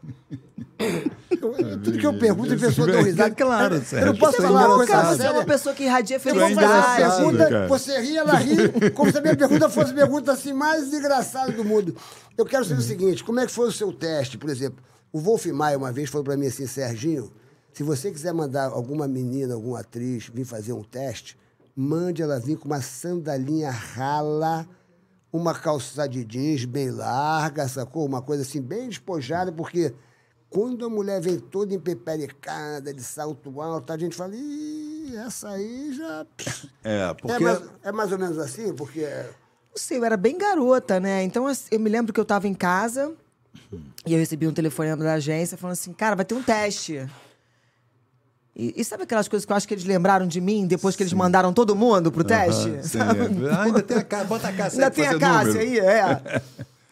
Eu- tudo que eu pergunto, a pessoa dá um risada. Claro, eu, eu não Sérgio, posso isso é falar uma é. coisa Cara, você é séria. uma pessoa que irradia Eu vou é fazer uma engraçado, felicidade. pergunta, cara. você ri, ela ri, como se a minha pergunta fosse a pergunta assim, mais engraçada do mundo. Eu quero saber o seguinte, como é que foi o seu teste, por exemplo? O Wolf Maia uma vez falou pra mim assim, Serginho, se você quiser mandar alguma menina, alguma atriz vir fazer um teste, mande ela vir com uma sandalinha rala, uma calça de jeans bem larga, sacou? Uma coisa assim, bem despojada, porque... Quando a mulher vem toda empepericada, de salto alto, a gente fala, Ih, essa aí já É, porque... é, mais, é mais ou menos assim, porque. Não sei, eu era bem garota, né? Então assim, eu me lembro que eu tava em casa e eu recebi um telefonema da agência falando assim: cara, vai ter um teste. E, e sabe aquelas coisas que eu acho que eles lembraram de mim depois que eles mandaram todo mundo pro teste? Sim, é. Ah, ainda tem a Cássia, bota a Cássia Ainda aí pra tem a fazer Cássia número. aí, é.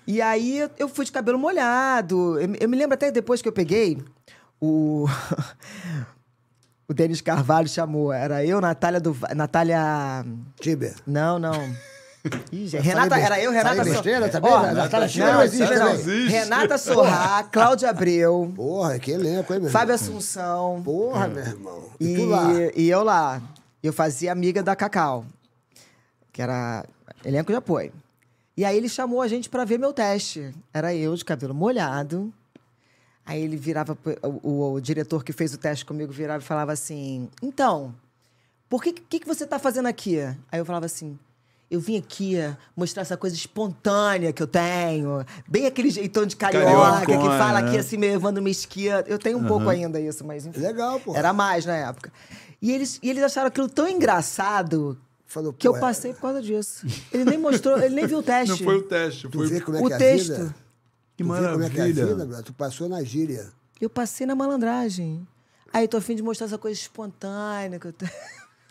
E aí eu fui de cabelo molhado. Eu, eu me lembro até depois que eu peguei, o. o Denis Carvalho chamou. Era eu, Natália do. Natália. Tiber. Não, não. Ih, gente, Renata, Falei bes- era eu, Renata falei Sor- besteira, tá vendo? Ó, A Natália Schiller não existe, não. né? Existe. Renata Sorrá, Cláudia Abreu, Porra, que elenco, hein, meu Fábio irmão? Assunção. Porra, meu irmão. E, E, tu lá? e eu lá. Eu fazia amiga da Cacau, que era elenco de apoio. E aí ele chamou a gente pra ver meu teste. Era eu, de cabelo molhado. Aí ele virava, pro- o, o- o diretor que fez o teste comigo virava e falava assim: Então, por que, que, que você tá fazendo aqui? Aí eu falava assim. Eu vim aqui mostrar essa coisa espontânea que eu tenho. Bem aquele jeitão de carioca, que Cariocona, fala né? aqui assim, meio Evandro Mesquita. Eu tenho um pouco ainda isso, mas enfim. Legal, pô. Era mais na época. E eles, e eles acharam aquilo tão engraçado Falou, que eu pô, é- passei por causa disso. Ele nem mostrou, ele nem viu o teste. Não foi o teste, Tu vê foi... como é o que é a texto. vida? Que Tu vê como é que é a maravilha. né? vida, brother? Tu passou na gíria. Eu passei na malandragem. Aí tô afim de mostrar essa coisa espontânea que eu tenho.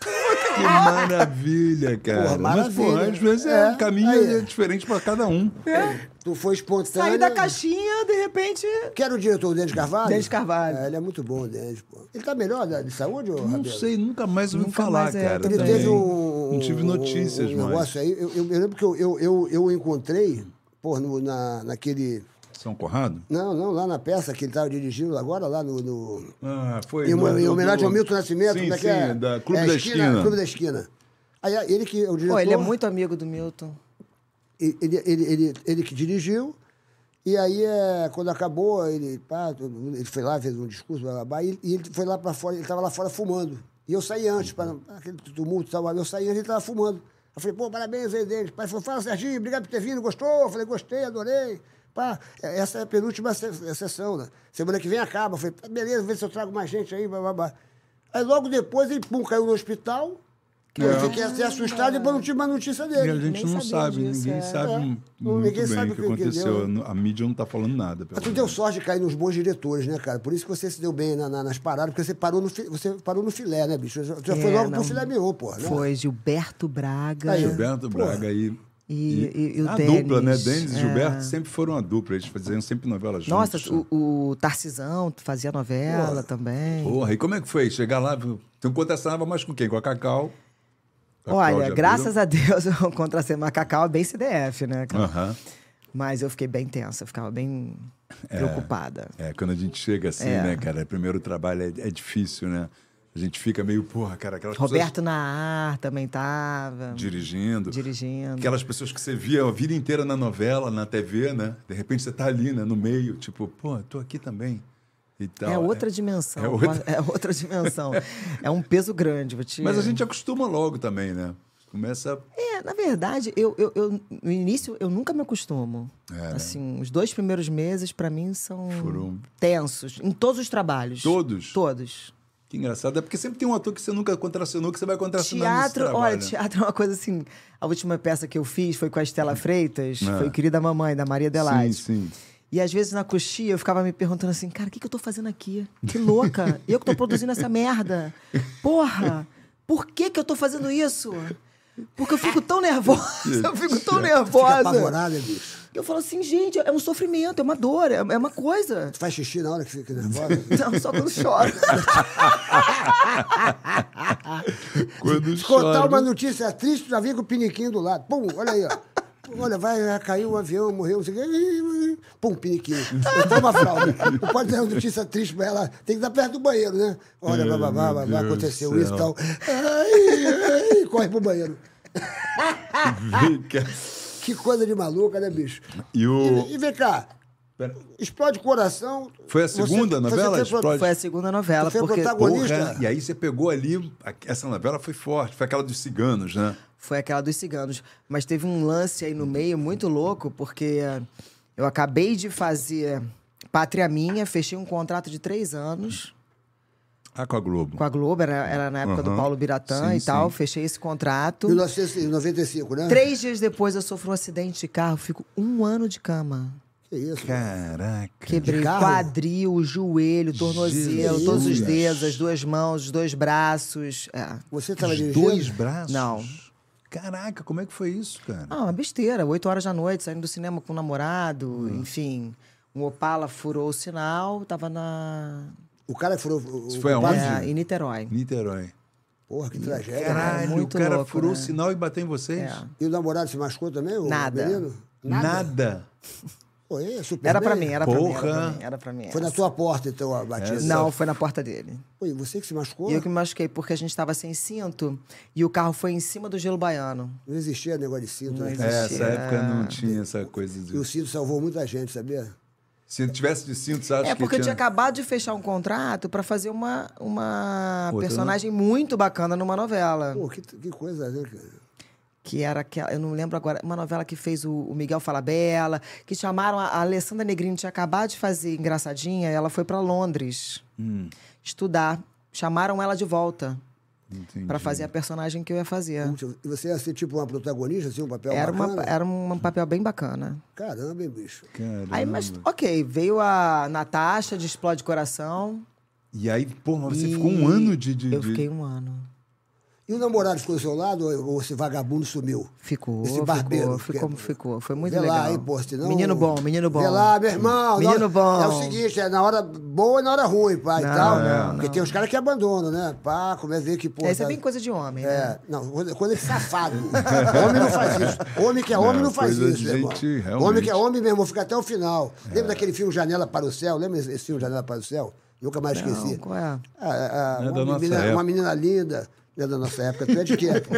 Que maravilha, cara. Porra, Mas, porra, maravilha. às vezes é, um É, caminho aí. é diferente pra cada um. É. Tu foi espontâneo. Saí da caixinha, de repente. Quer o diretor, o Denis Carvalho? Denis Carvalho. É, ele é muito bom, o Denis, pô. Ele tá melhor da- de saúde, ô Não Rabelo? sei, nunca mais ouvi Nunca falar, mais é, cara. Ele também. teve um. Não tive um- notícias um mais. negócio aí. Eu, eu- eu lembro que eu, eu, eu, eu o encontrei, pô, no- na, naquele. São Corrado? Não, não, lá na peça que ele tava dirigindo agora, lá no. no- Ah, foi. em, do- em do- homenagem ao do- Milton Nascimento, sim, como é que sim, é? da Clube É, da Esquina. Clube da Esquina. Aí é ele que é o diretor. Pô, ele é muito amigo do Milton. ele, ele, ele, ele- ele que dirigiu. E aí, é, quando acabou, ele, pá, todo mundo- ele foi lá, fez um discurso, blá, blá, blá, e, e ele foi lá para fora, ele estava lá fora fumando. E eu saí antes, para aquele tumulto, tal, eu saí antes, ele estava fumando. Eu falei, pô, parabéns aí deles. Pai falou, fala, Serginho, obrigado por ter vindo, gostou? Eu falei, gostei, adorei. Pá, é- essa é a penúltima se- é a sessão, né? Semana que vem acaba. Eu falei, "Tá, beleza, vê se eu trago mais gente aí, blá, blá, blá. Aí logo depois ele, pum, caiu no hospital, que eu fiquei assim, assustado e depois não tive mais notícia é. E dele. a gente Nem não sabia sabe, disso, ninguém é. sabe É. muito Ninguém bem sabe o que o que aconteceu. deu, A mídia não tá falando nada. pelo Mas tu menos. deu sorte de cair nos bons diretores, né, cara? Por isso que você se deu bem na- na- nas paradas, porque você parou no, fi- você parou no filé, né, bicho? Você já foi É, logo pro não. filé mignon, porra. Né? Foi Gilberto Braga. Aí, Gilberto Braga aí. E- e- e o a Denis, dupla, né? Denis e é. Gilberto sempre foram a dupla, eles faziam sempre novela juntos. Nossa, o, o Tarcisão fazia novela também. Porra, e como é que foi? Chegar lá, viu? tu contracenava mais com quem? Com a Cacau? Com a Olha, Cláudia graças a Deus, eu contra ser Macacau é bem CDF, né? cara? Aham. Mas eu fiquei bem tensa, eu ficava bem preocupada. É, quando a gente chega assim, É. né, cara? Primeiro trabalho é, é difícil, né? A gente fica meio, porra, cara, aquelas Roberto Naar também tava. pessoas É. dirigindo. Dirigindo. Aquelas pessoas que você via a vida inteira na novela, na TV, né? De repente você tá ali, né? No meio, tipo, pô, eu tô aqui também. E tal. É outra dimensão. é É outra- outra, dimensão. é um peso grande, vou te Mas a gente acostuma logo também, né? Começa. É, na verdade, eu, eu, eu- no início eu nunca me acostumo. É, né? Assim, os dois primeiros meses pra mim são Foram- tensos em todos os trabalhos. Todos? Todos. Que engraçado. É porque sempre tem um ator que você nunca contracionou, que você vai contracionar nesse Teatro, trabalho. né? olha, teatro é uma coisa assim. A última peça que eu fiz foi com a Estela Freitas, foi Querida Mamãe, da Maria Adelaide. Hum. É. Sim, sim. E às vezes na coxia eu ficava me perguntando assim, cara, o que, que eu tô fazendo aqui? Que louca! eu que tô produzindo essa merda. Porra! Por que, que eu tô fazendo isso? Porque eu fico tão nervosa, eu fico tão Fica nervosa. apavorado, né, bicho? Eu falo assim, gente, é um sofrimento, é uma dor, é é uma coisa. Tu faz xixi na hora que fica nervosa. Não, só quando chora. Quando Se contar chora, uma notícia triste, já vem com o piniquinho do lado. Pum, olha aí, ó. Olha, vai, já caiu um avião, morreu, não sei o quê. Pum, piniquinho. Eu tenho uma fralda. Não pode dar uma notícia triste pra ela. Tem que estar perto do banheiro, né? Olha, blá, blá, blá, blá, blá, aconteceu isso e tal. Ai, ai, corre pro banheiro. fica. Que coisa de maluca, né, bicho? E o. E, e vem cá, Pera- explode o coração. Foi a Você- segunda novela? Você foi pro- Explode? Foi a segunda novela, Tu foi porque protagonista. Porra, e aí você pegou ali. a- Essa novela foi forte, foi aquela dos ciganos, né? foi aquela dos ciganos. Mas teve um lance aí no meio muito louco, porque eh, eu acabei de fazer Pátria Minha, fechei um contrato de três anos. Ah, com a Globo. com a Globo, era, era na época Aham. do Paulo Biratã Sim, e tal. sim. Fechei esse contrato. 1995, né? Três dias depois eu sofro um acidente de carro, fico um ano de cama. Que isso? Caraca. Quebrei De o carro? quadril, o joelho, o tornozelo, Jesus. todos os dedos, as duas mãos, os dois braços. É. Você estava Os dirigindo? dois braços? Não. Caraca, como é que foi isso, cara? Ah, uma besteira. Oito horas da noite, saindo do cinema com o namorado, enfim. Um Opala furou o sinal, tava na. O cara furou... o- Isso o- foi o- aonde? É, em Niterói. Niterói. Porra, que tragédia. né? Caralho, o É, muito cara louco, furou o né? sinal e bateu em vocês? É. E o namorado se machucou também? O Nada. menino? Nada. Pô, é, super Era bem. pra mim, era pra mim, era pra Porra. mim. Era pra mim Foi na essa. tua porta, então, a É, batida? Não, foi na porta dele. Pô, e você que se machucou? E eu que me machuquei, porque a gente tava sem cinto e o carro foi em cima do gelo baiano. Não existia negócio de cinto. Não né? existia. É, essa época não tinha essa coisa E o de. cinto salvou muita gente, sabia? Se tivesse de cinto, você acha é, porque que eu tinha... tinha acabado de fechar um contrato pra fazer uma, uma Outra personagem muito bacana numa novela. Pô, que, que coisa, né, cara? Que era aquela, eu não lembro agora, uma novela que fez o, o Miguel Falabella, que chamaram a, a Alessandra Negrini, tinha acabado de fazer Engraçadinha, ela foi pra Londres Hum. estudar. Chamaram ela de volta Entendi. pra fazer a personagem que eu ia fazer. Puxa, E você ia ser tipo uma protagonista, assim, um papel Era, uma, bacana? era um papel bem bacana. Caramba, hein, bicho? Caramba. Aí, mas, ok, veio a Natasha de Explode Coração. E aí, pô, mas você e ficou um ano de. de- Eu de- fiquei um ano. E o namorado ficou do seu lado ou ou esse vagabundo sumiu? Ficou, Esse barbeiro. ficou, ficou como ficou. Foi muito Vê lá, legal. hein, pô, senão- Menino bom, menino bom. Vê lá, meu irmão. Menino na- bom. É o seguinte, é na hora boa e na hora ruim, pai, e Não, tal. né? não, Porque não. tem uns caras que abandonam, né? Pá, começa a ver que, pô... Essa é tá- bem coisa de homem, né? É, não, quando é safado. homem não faz isso. Homem que é homem não, faz coisa isso, de meu irmão. gente, realmente. É. homem que é homem, meu irmão, fica até o final. Lembra daquele filme Janela para o Céu? Lembra esse esse filme Janela para o Céu? Nunca mais Não, esqueci. qual é? Ah, ah, Não é da uma, nossa menina, época. uma menina linda, não é da nossa época. Tu é de quê, pô?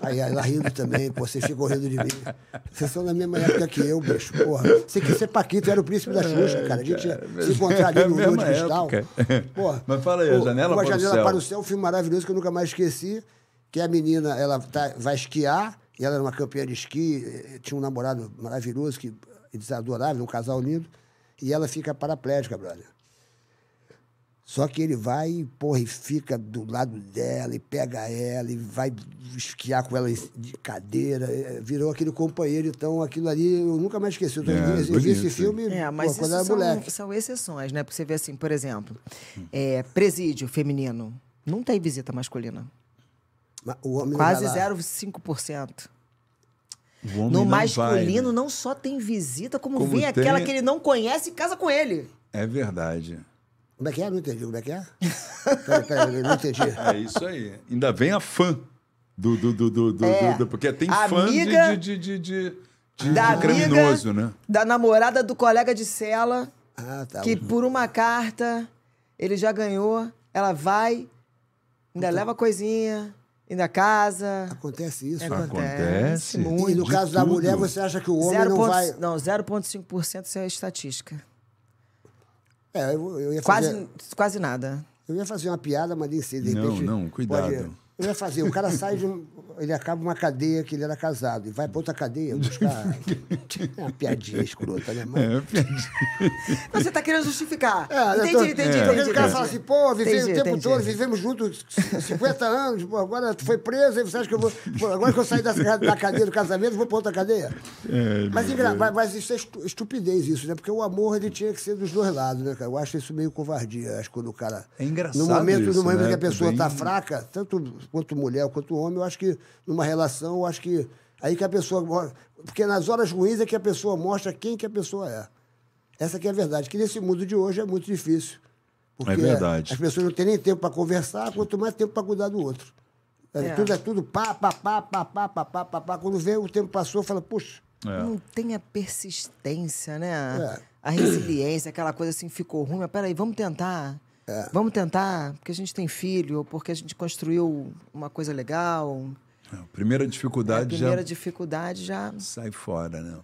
Aí ela rindo também, pô, vocês ficam rindo de mim. Vocês são da mesma época que eu, bicho, porra. Você quis ser Paquito, era o príncipe É, da Xuxa, cara. A gente ia se encontrar ali no Lua de Mesma Cristal. época. Porra, Mas fala aí, a o- Janela uma para o janela Céu. para o céu, um filme maravilhoso que eu nunca mais esqueci, que a menina, ela tá- vai esquiar, e ela era uma campeã de esqui, eh, tinha um namorado maravilhoso, que eles adoravam, um casal lindo, e ela fica paraplégica, brother. Só que ele vai, e, porra, e fica do lado dela, e pega ela, e vai esquiar com ela de cadeira. eh, Virou aquele companheiro, então aquilo ali eu nunca mais esqueci. Eu, tô- É, eu vi esse bonito. filme É, mas pô, quando isso era são, moleque. são exceções, né? Porque você vê assim, por exemplo, é, presídio feminino. Não tem visita masculina. Mas o homem não Quase vai lá. 0,5%. O homem No não vai, masculino, né? não só tem visita, como, Como vem tem- aquela que ele não conhece e casa com ele. É verdade. Como é que é? Não entendi. Como é que é? peraí, peraí, não entendi. É isso aí. Ainda vem a fã do. do, do, do, do- É. do- porque tem A fã de- amiga de, de, de, de, de- da de amiga- criminoso, né? Da namorada do colega de cela, Ah, tá. que por uma carta ele já ganhou, ela vai, Então- ainda leva coisinha, ainda casa. Acontece isso. Acontece. Acontece muito. E no de caso da tudo. mulher, você acha que o homem Zero não ponto- vai. Não, 0,5% isso é estatística. É, eu, eu ia fazer, Quase, quase nada. eu ia fazer uma piada, mas nem sei. De Não, repente, não, cuidado. eu ia fazer. O cara sai de um. Ele acaba uma cadeia que ele era casado e vai pra outra cadeia buscar. é uma piadinha escrota, né, mano? É, Mas Você tá querendo justificar. É, eu entendi, tô- entendi, tô entendi, vendo O cara entendi. fala assim, pô, vivemos o Entendi, tempo entendi. todo, vivemos juntos 50 anos, pô, agora tu foi preso, aí você acha que eu vou. pô, agora que eu saí da, da cadeia do casamento, eu vou pra outra cadeia. mas, engra- mas, mas isso é estu- estupidez, isso, né? Porque o amor ele tinha que ser dos dois lados, né, cara? Eu acho isso meio covardia. Acho que quando o cara. É engraçado No momento, isso, no momento né? que a pessoa tá Bem- fraca, tanto quanto mulher quanto homem, eu acho que numa relação, eu acho que. Aí que a pessoa. mo- Porque nas horas ruins é que a pessoa mostra quem que a pessoa é. Essa que é a verdade, que nesse mundo de hoje é muito difícil. Porque É verdade. as pessoas não têm nem tempo para conversar, quanto mais tempo para cuidar do outro. É, É. Tudo é tudo pá, pá, pá, pá, pá, pá, pá, pá, pá. Quando vê, o tempo passou, fala, puxa, É. Não tem a persistência, né? É. A resiliência, aquela coisa assim, ficou ruim, mas peraí, vamos tentar. É. Vamos tentar, porque a gente tem filho, ou porque a gente construiu uma coisa legal. É, a Primeira É, A dificuldade primeira já dificuldade já. sai fora, né?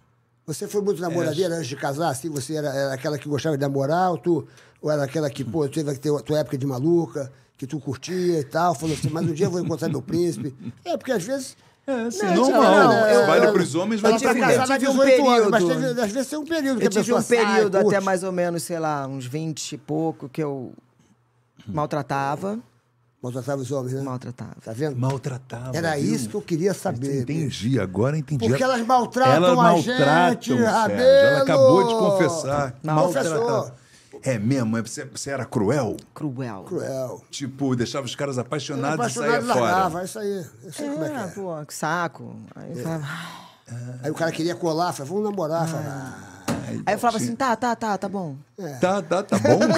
você foi muito namoradeira É. antes de casar, assim? Você era, era aquela que gostava de namorar, ou, tu, ou era aquela que, pô, teve que ter a tua época de maluca, que tu curtia e tal, falou assim, mas um dia eu vou encontrar meu prínspe. É, porque às vezes. né, É, assim, tipo, Não, eu normal. tinha- não, eu- vale é, eu- para os homens, Ela vale para pra tive- eu casar mulheres. vai tive um 18 horas, mas período. teve- às vezes tem um período que Eu a tive pessoa um período sai, até curte. mais ou menos, sei lá, uns 20 e pouco, que eu Hum. maltratava. Maltratava os homens, né? Maltratava. Tá vendo? Maltratava. Era viu? isso que eu queria saber. bicho. Entendi, agora entendi. Porque elas maltratam Elas a maltratam, gente, Sérgio. Rabelo. Ela acabou de confessar. Não, Maltratava. confessou. É mesmo? É- Você, você era cruel? Cruel. Cruel. Tipo, deixava os caras apaixonados Apaixonado e saía fora. largava, é isso aí. Eu sei como é que É, é. pô, que saco. Aí É. eu falava, "Ah." Aí o cara queria colar, falava, vamos namorar. "Ah". Falava, Aí eu falava assim, tá, tá, tá, tá bom. é. Tá, tá, tá bom.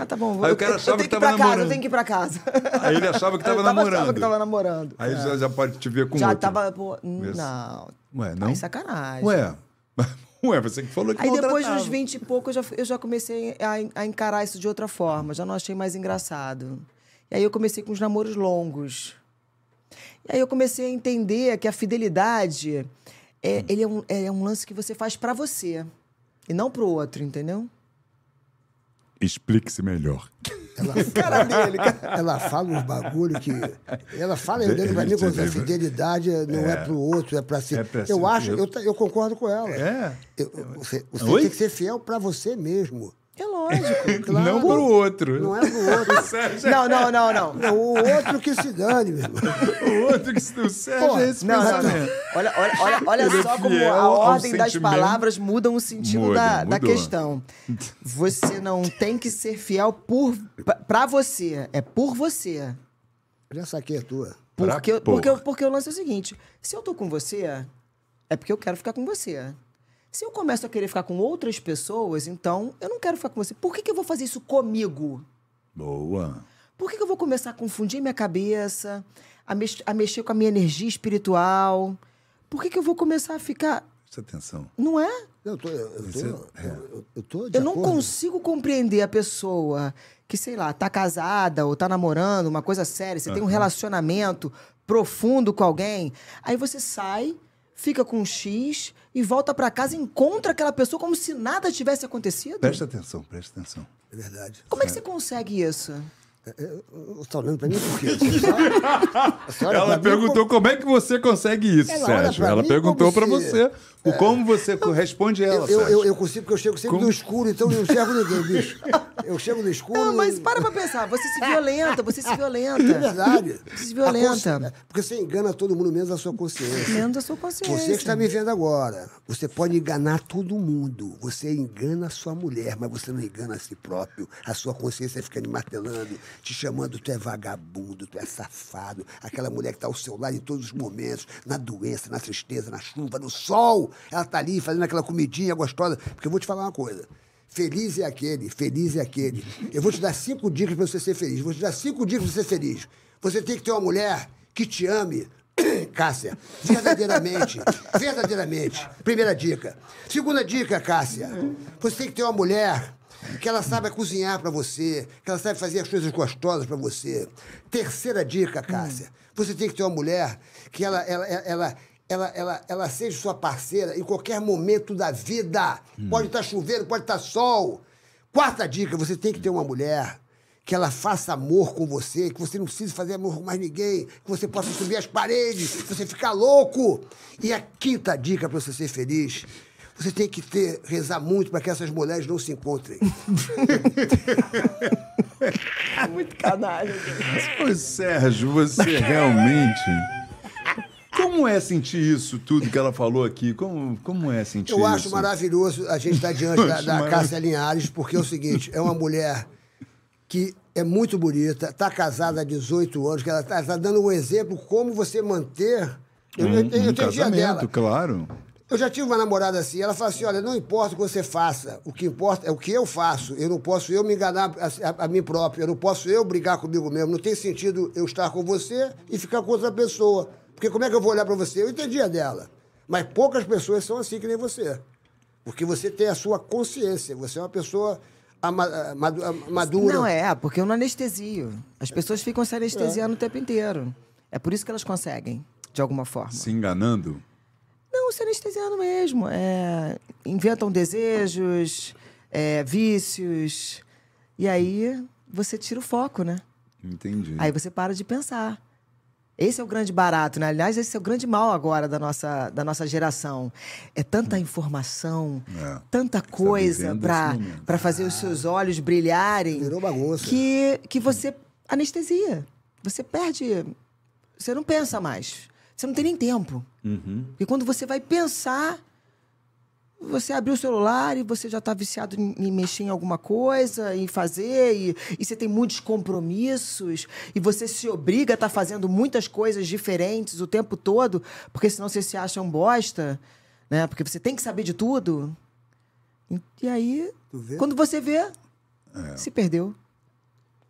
Ah, tá bom. vou- Aí o eu cara te- achava eu tenho que tava ir pra casa, namorando. eu tenho que ir pra casa. Aí ele achava que Eu tava Achava namorando. que tava namorando. Aí já, já pode te ver com Já outro. tava, pô, hum, Vê se- não. Ué, Tá não? em sacanagem. Ué. Ué, você que falou que Aí depois maltratava. dos 20 e pouco, eu já, eu já comecei a, en- a encarar isso de outra forma. Já não achei mais engraçado. E aí eu comecei com os namoros longos. E aí eu comecei a entender que a fidelidade é, ele é, um, é um lance que você faz pra você. E não pro outro, entendeu? Explique-se melhor. Cara dele, cara. ela fala uns bagulho que. Ela fala, eu lembro pra mim, quando a fidelidade não é, pro outro, é pra si. É pra si eu acho, mesmo. eu, ta- eu concordo com ela. É. Eu- eu- você você Oi? tem que ser fiel pra você mesmo. É lógico. Claro. Não pro outro. Não é pro outro. Não, não, não, não. Não, o outro que se dane, meu irmão. O outro que se- o Sérgio Pô, é esse Não, não, não. pensamento. Olha, olha, olha, olha Ele só é como fiel a ao ordem das sentimento. palavras mudam o sentido Muda, da, da mudou. questão. Você não tem que ser fiel por pra- pra você, é por você. Já saquei a tua. Porque, Pra eu- porque, eu- porra. porque o lance é o seguinte: se eu tô com você, é porque eu quero ficar com você. Se eu começo a querer ficar com outras pessoas, então eu não quero ficar com você. Por que, que eu vou fazer isso comigo? Boa. Por que, que eu vou começar a confundir minha cabeça, a, mex- a mexer com a minha energia espiritual? Por que, que eu vou começar a ficar. Presta atenção. Não é? Eu tô, eu, eu tô, Você- eu, eu- eu tô de Eu não acordo. consigo compreender a pessoa que, sei lá, tá casada ou tá namorando, uma coisa séria, você tem um relacionamento profundo com alguém, aí você sai, fica com um X e volta pra casa e encontra aquela pessoa como se nada tivesse acontecido. Presta atenção, presta atenção. É verdade. Como é que você consegue isso? Eu tô olhando pra mim por quê? tá- A senhora pra Ela mim, perguntou como é que você consegue isso, Ela olha Sérgio. pra Ela mim perguntou pra como se- É. você. O como você corresponde a Eu, ela, eu, Sérgio? eu, eu consigo, porque eu chego sempre no escuro, então eu não enxergo ninguém, bicho. Eu chego no escuro. Não, Ah, mas eu- para pra pensar, você se violenta, você se É violenta. verdade. Se A violenta. consci- é, Porque você engana todo mundo, menos a sua consciência. Menos a sua consciência. Você que está me vendo agora, você pode enganar todo mundo. Você engana a sua mulher, mas você não engana a si próprio. A sua consciência fica lhe martelando, te chamando, tu é vagabundo, tu é safado. Aquela mulher que está ao seu lado em todos os momentos, na doença, na tristeza, na chuva, no sol. Ela está ali fazendo aquela comidinha gostosa. Porque eu vou te falar uma coisa. Feliz é aquele, feliz é aquele. Eu vou te dar cinco dicas para você ser feliz. Vou te dar cinco dicas para você ser feliz. Você tem que ter uma mulher que te ame, Cássia, verdadeiramente, verdadeiramente. Primeira dica. Segunda dica, Cássia. Você tem que ter uma mulher que ela saiba cozinhar pra você, que ela sabe fazer as coisas gostosas pra você. Terceira dica, Cássia. Você tem que ter uma mulher que ela, ela, ela, ela, ela, ela- ela seja sua parceira em qualquer momento da vida. Pode estar chovendo, pode estar sol. Quarta dica, você tem que ter uma mulher que ela faça amor com você, que você não precise fazer amor com mais ninguém, que você possa subir as paredes, que você ficar louco. E a quinta dica para você ser feliz, você tem que ter, rezar muito para que essas mulheres não se encontrem. Ô, Sérgio, você realmente. Como é sentir isso tudo que ela falou aqui? Como, como é sentir Eu isso? acho maravilhoso a gente estar diante da, Acho da maravilhoso. Cássia Linhares, porque é o seguinte, é uma mulher que é muito bonita, está casada há 18 anos, que ela está dando um exemplo como você manter... Eu, Um, eu, eu, um tenho dia dela. casamento, claro. Eu já tive uma namorada assim, ela fala assim: olha, não importa o que você faça, o que importa é o que eu faço. Eu não posso eu me enganar a, a- a mim próprio, eu não posso eu brigar comigo mesmo. Não tem sentido eu estar com você e ficar com outra pessoa. Porque como é que eu vou olhar pra você? Eu entendi a dela. Mas poucas pessoas são assim que nem você. Porque você tem a sua consciência, você é uma pessoa ama- amadu- am- madura. Não, é, porque eu não anestesio. As pessoas ficam se anestesiando o tempo inteiro. É por isso que elas conseguem, de alguma forma. Se enganando. Não, se anestesiando mesmo. É, inventam desejos, é, vícios. E aí você tira o foco, né? Entendi. Aí você para de pensar. Esse é o grande barato, né? Aliás, esse é o grande mal agora da nossa, da nossa geração. É tanta informação, Hum. É. tanta coisa vivendo pra esse momento. para fazer os seus olhos brilharem Virou bagunça. que, que você anestesia. Você perde. Você não pensa mais. Você não tem nem tempo. Uhum. E quando você vai pensar, você abriu o celular e você já está viciado em, em mexer em alguma coisa, em fazer, e, e você tem muitos compromissos, e você se obriga a estar fazendo muitas coisas diferentes o tempo todo, porque senão você se acha um bosta, né? Porque você tem que saber de tudo. E, e aí, Tu vê? É. quando você vê, se perdeu.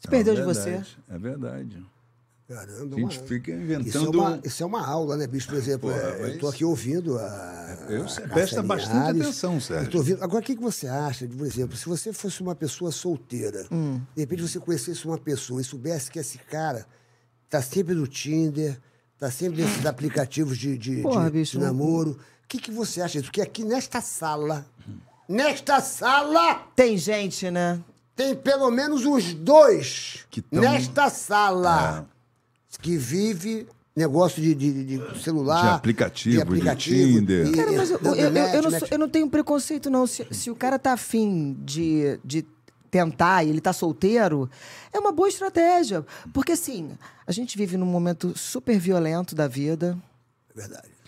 Se perdeu de você. É verdade. Caramba, A gente uma- fica Isso é, inventando. uma, isso é uma aula, né, bicho? Por exemplo, Porra, é, eu tô mas- aqui ouvindo a. Eu- a você Cássia presta bastante Linhares. atenção, Sérgio. Eu tô ouvindo. Agora, o que, que você acha, de, por exemplo, se você fosse uma pessoa solteira, Hum. de repente você conhecesse uma pessoa e soubesse que esse cara tá sempre no Tinder, tá sempre nesses aplicativos de, de, Porra, de- de bicho, namoro. O que, que você acha disso? Porque aqui nesta sala, nesta sala, Tem gente, né? tem pelo menos uns dois Que tão- É. nesta sala que vive negócio de, de- de celular. De aplicativo, de Tinder. e- Cara, mas eu, da- né, eu, tipo da eu- eu net, não net. sou- eu não tenho preconceito, não. Se, se o cara tá afim de, de tentar e ele tá solteiro, é uma boa estratégia. Porque, assim, a gente vive num momento super violento da vida. Verdade. né? né?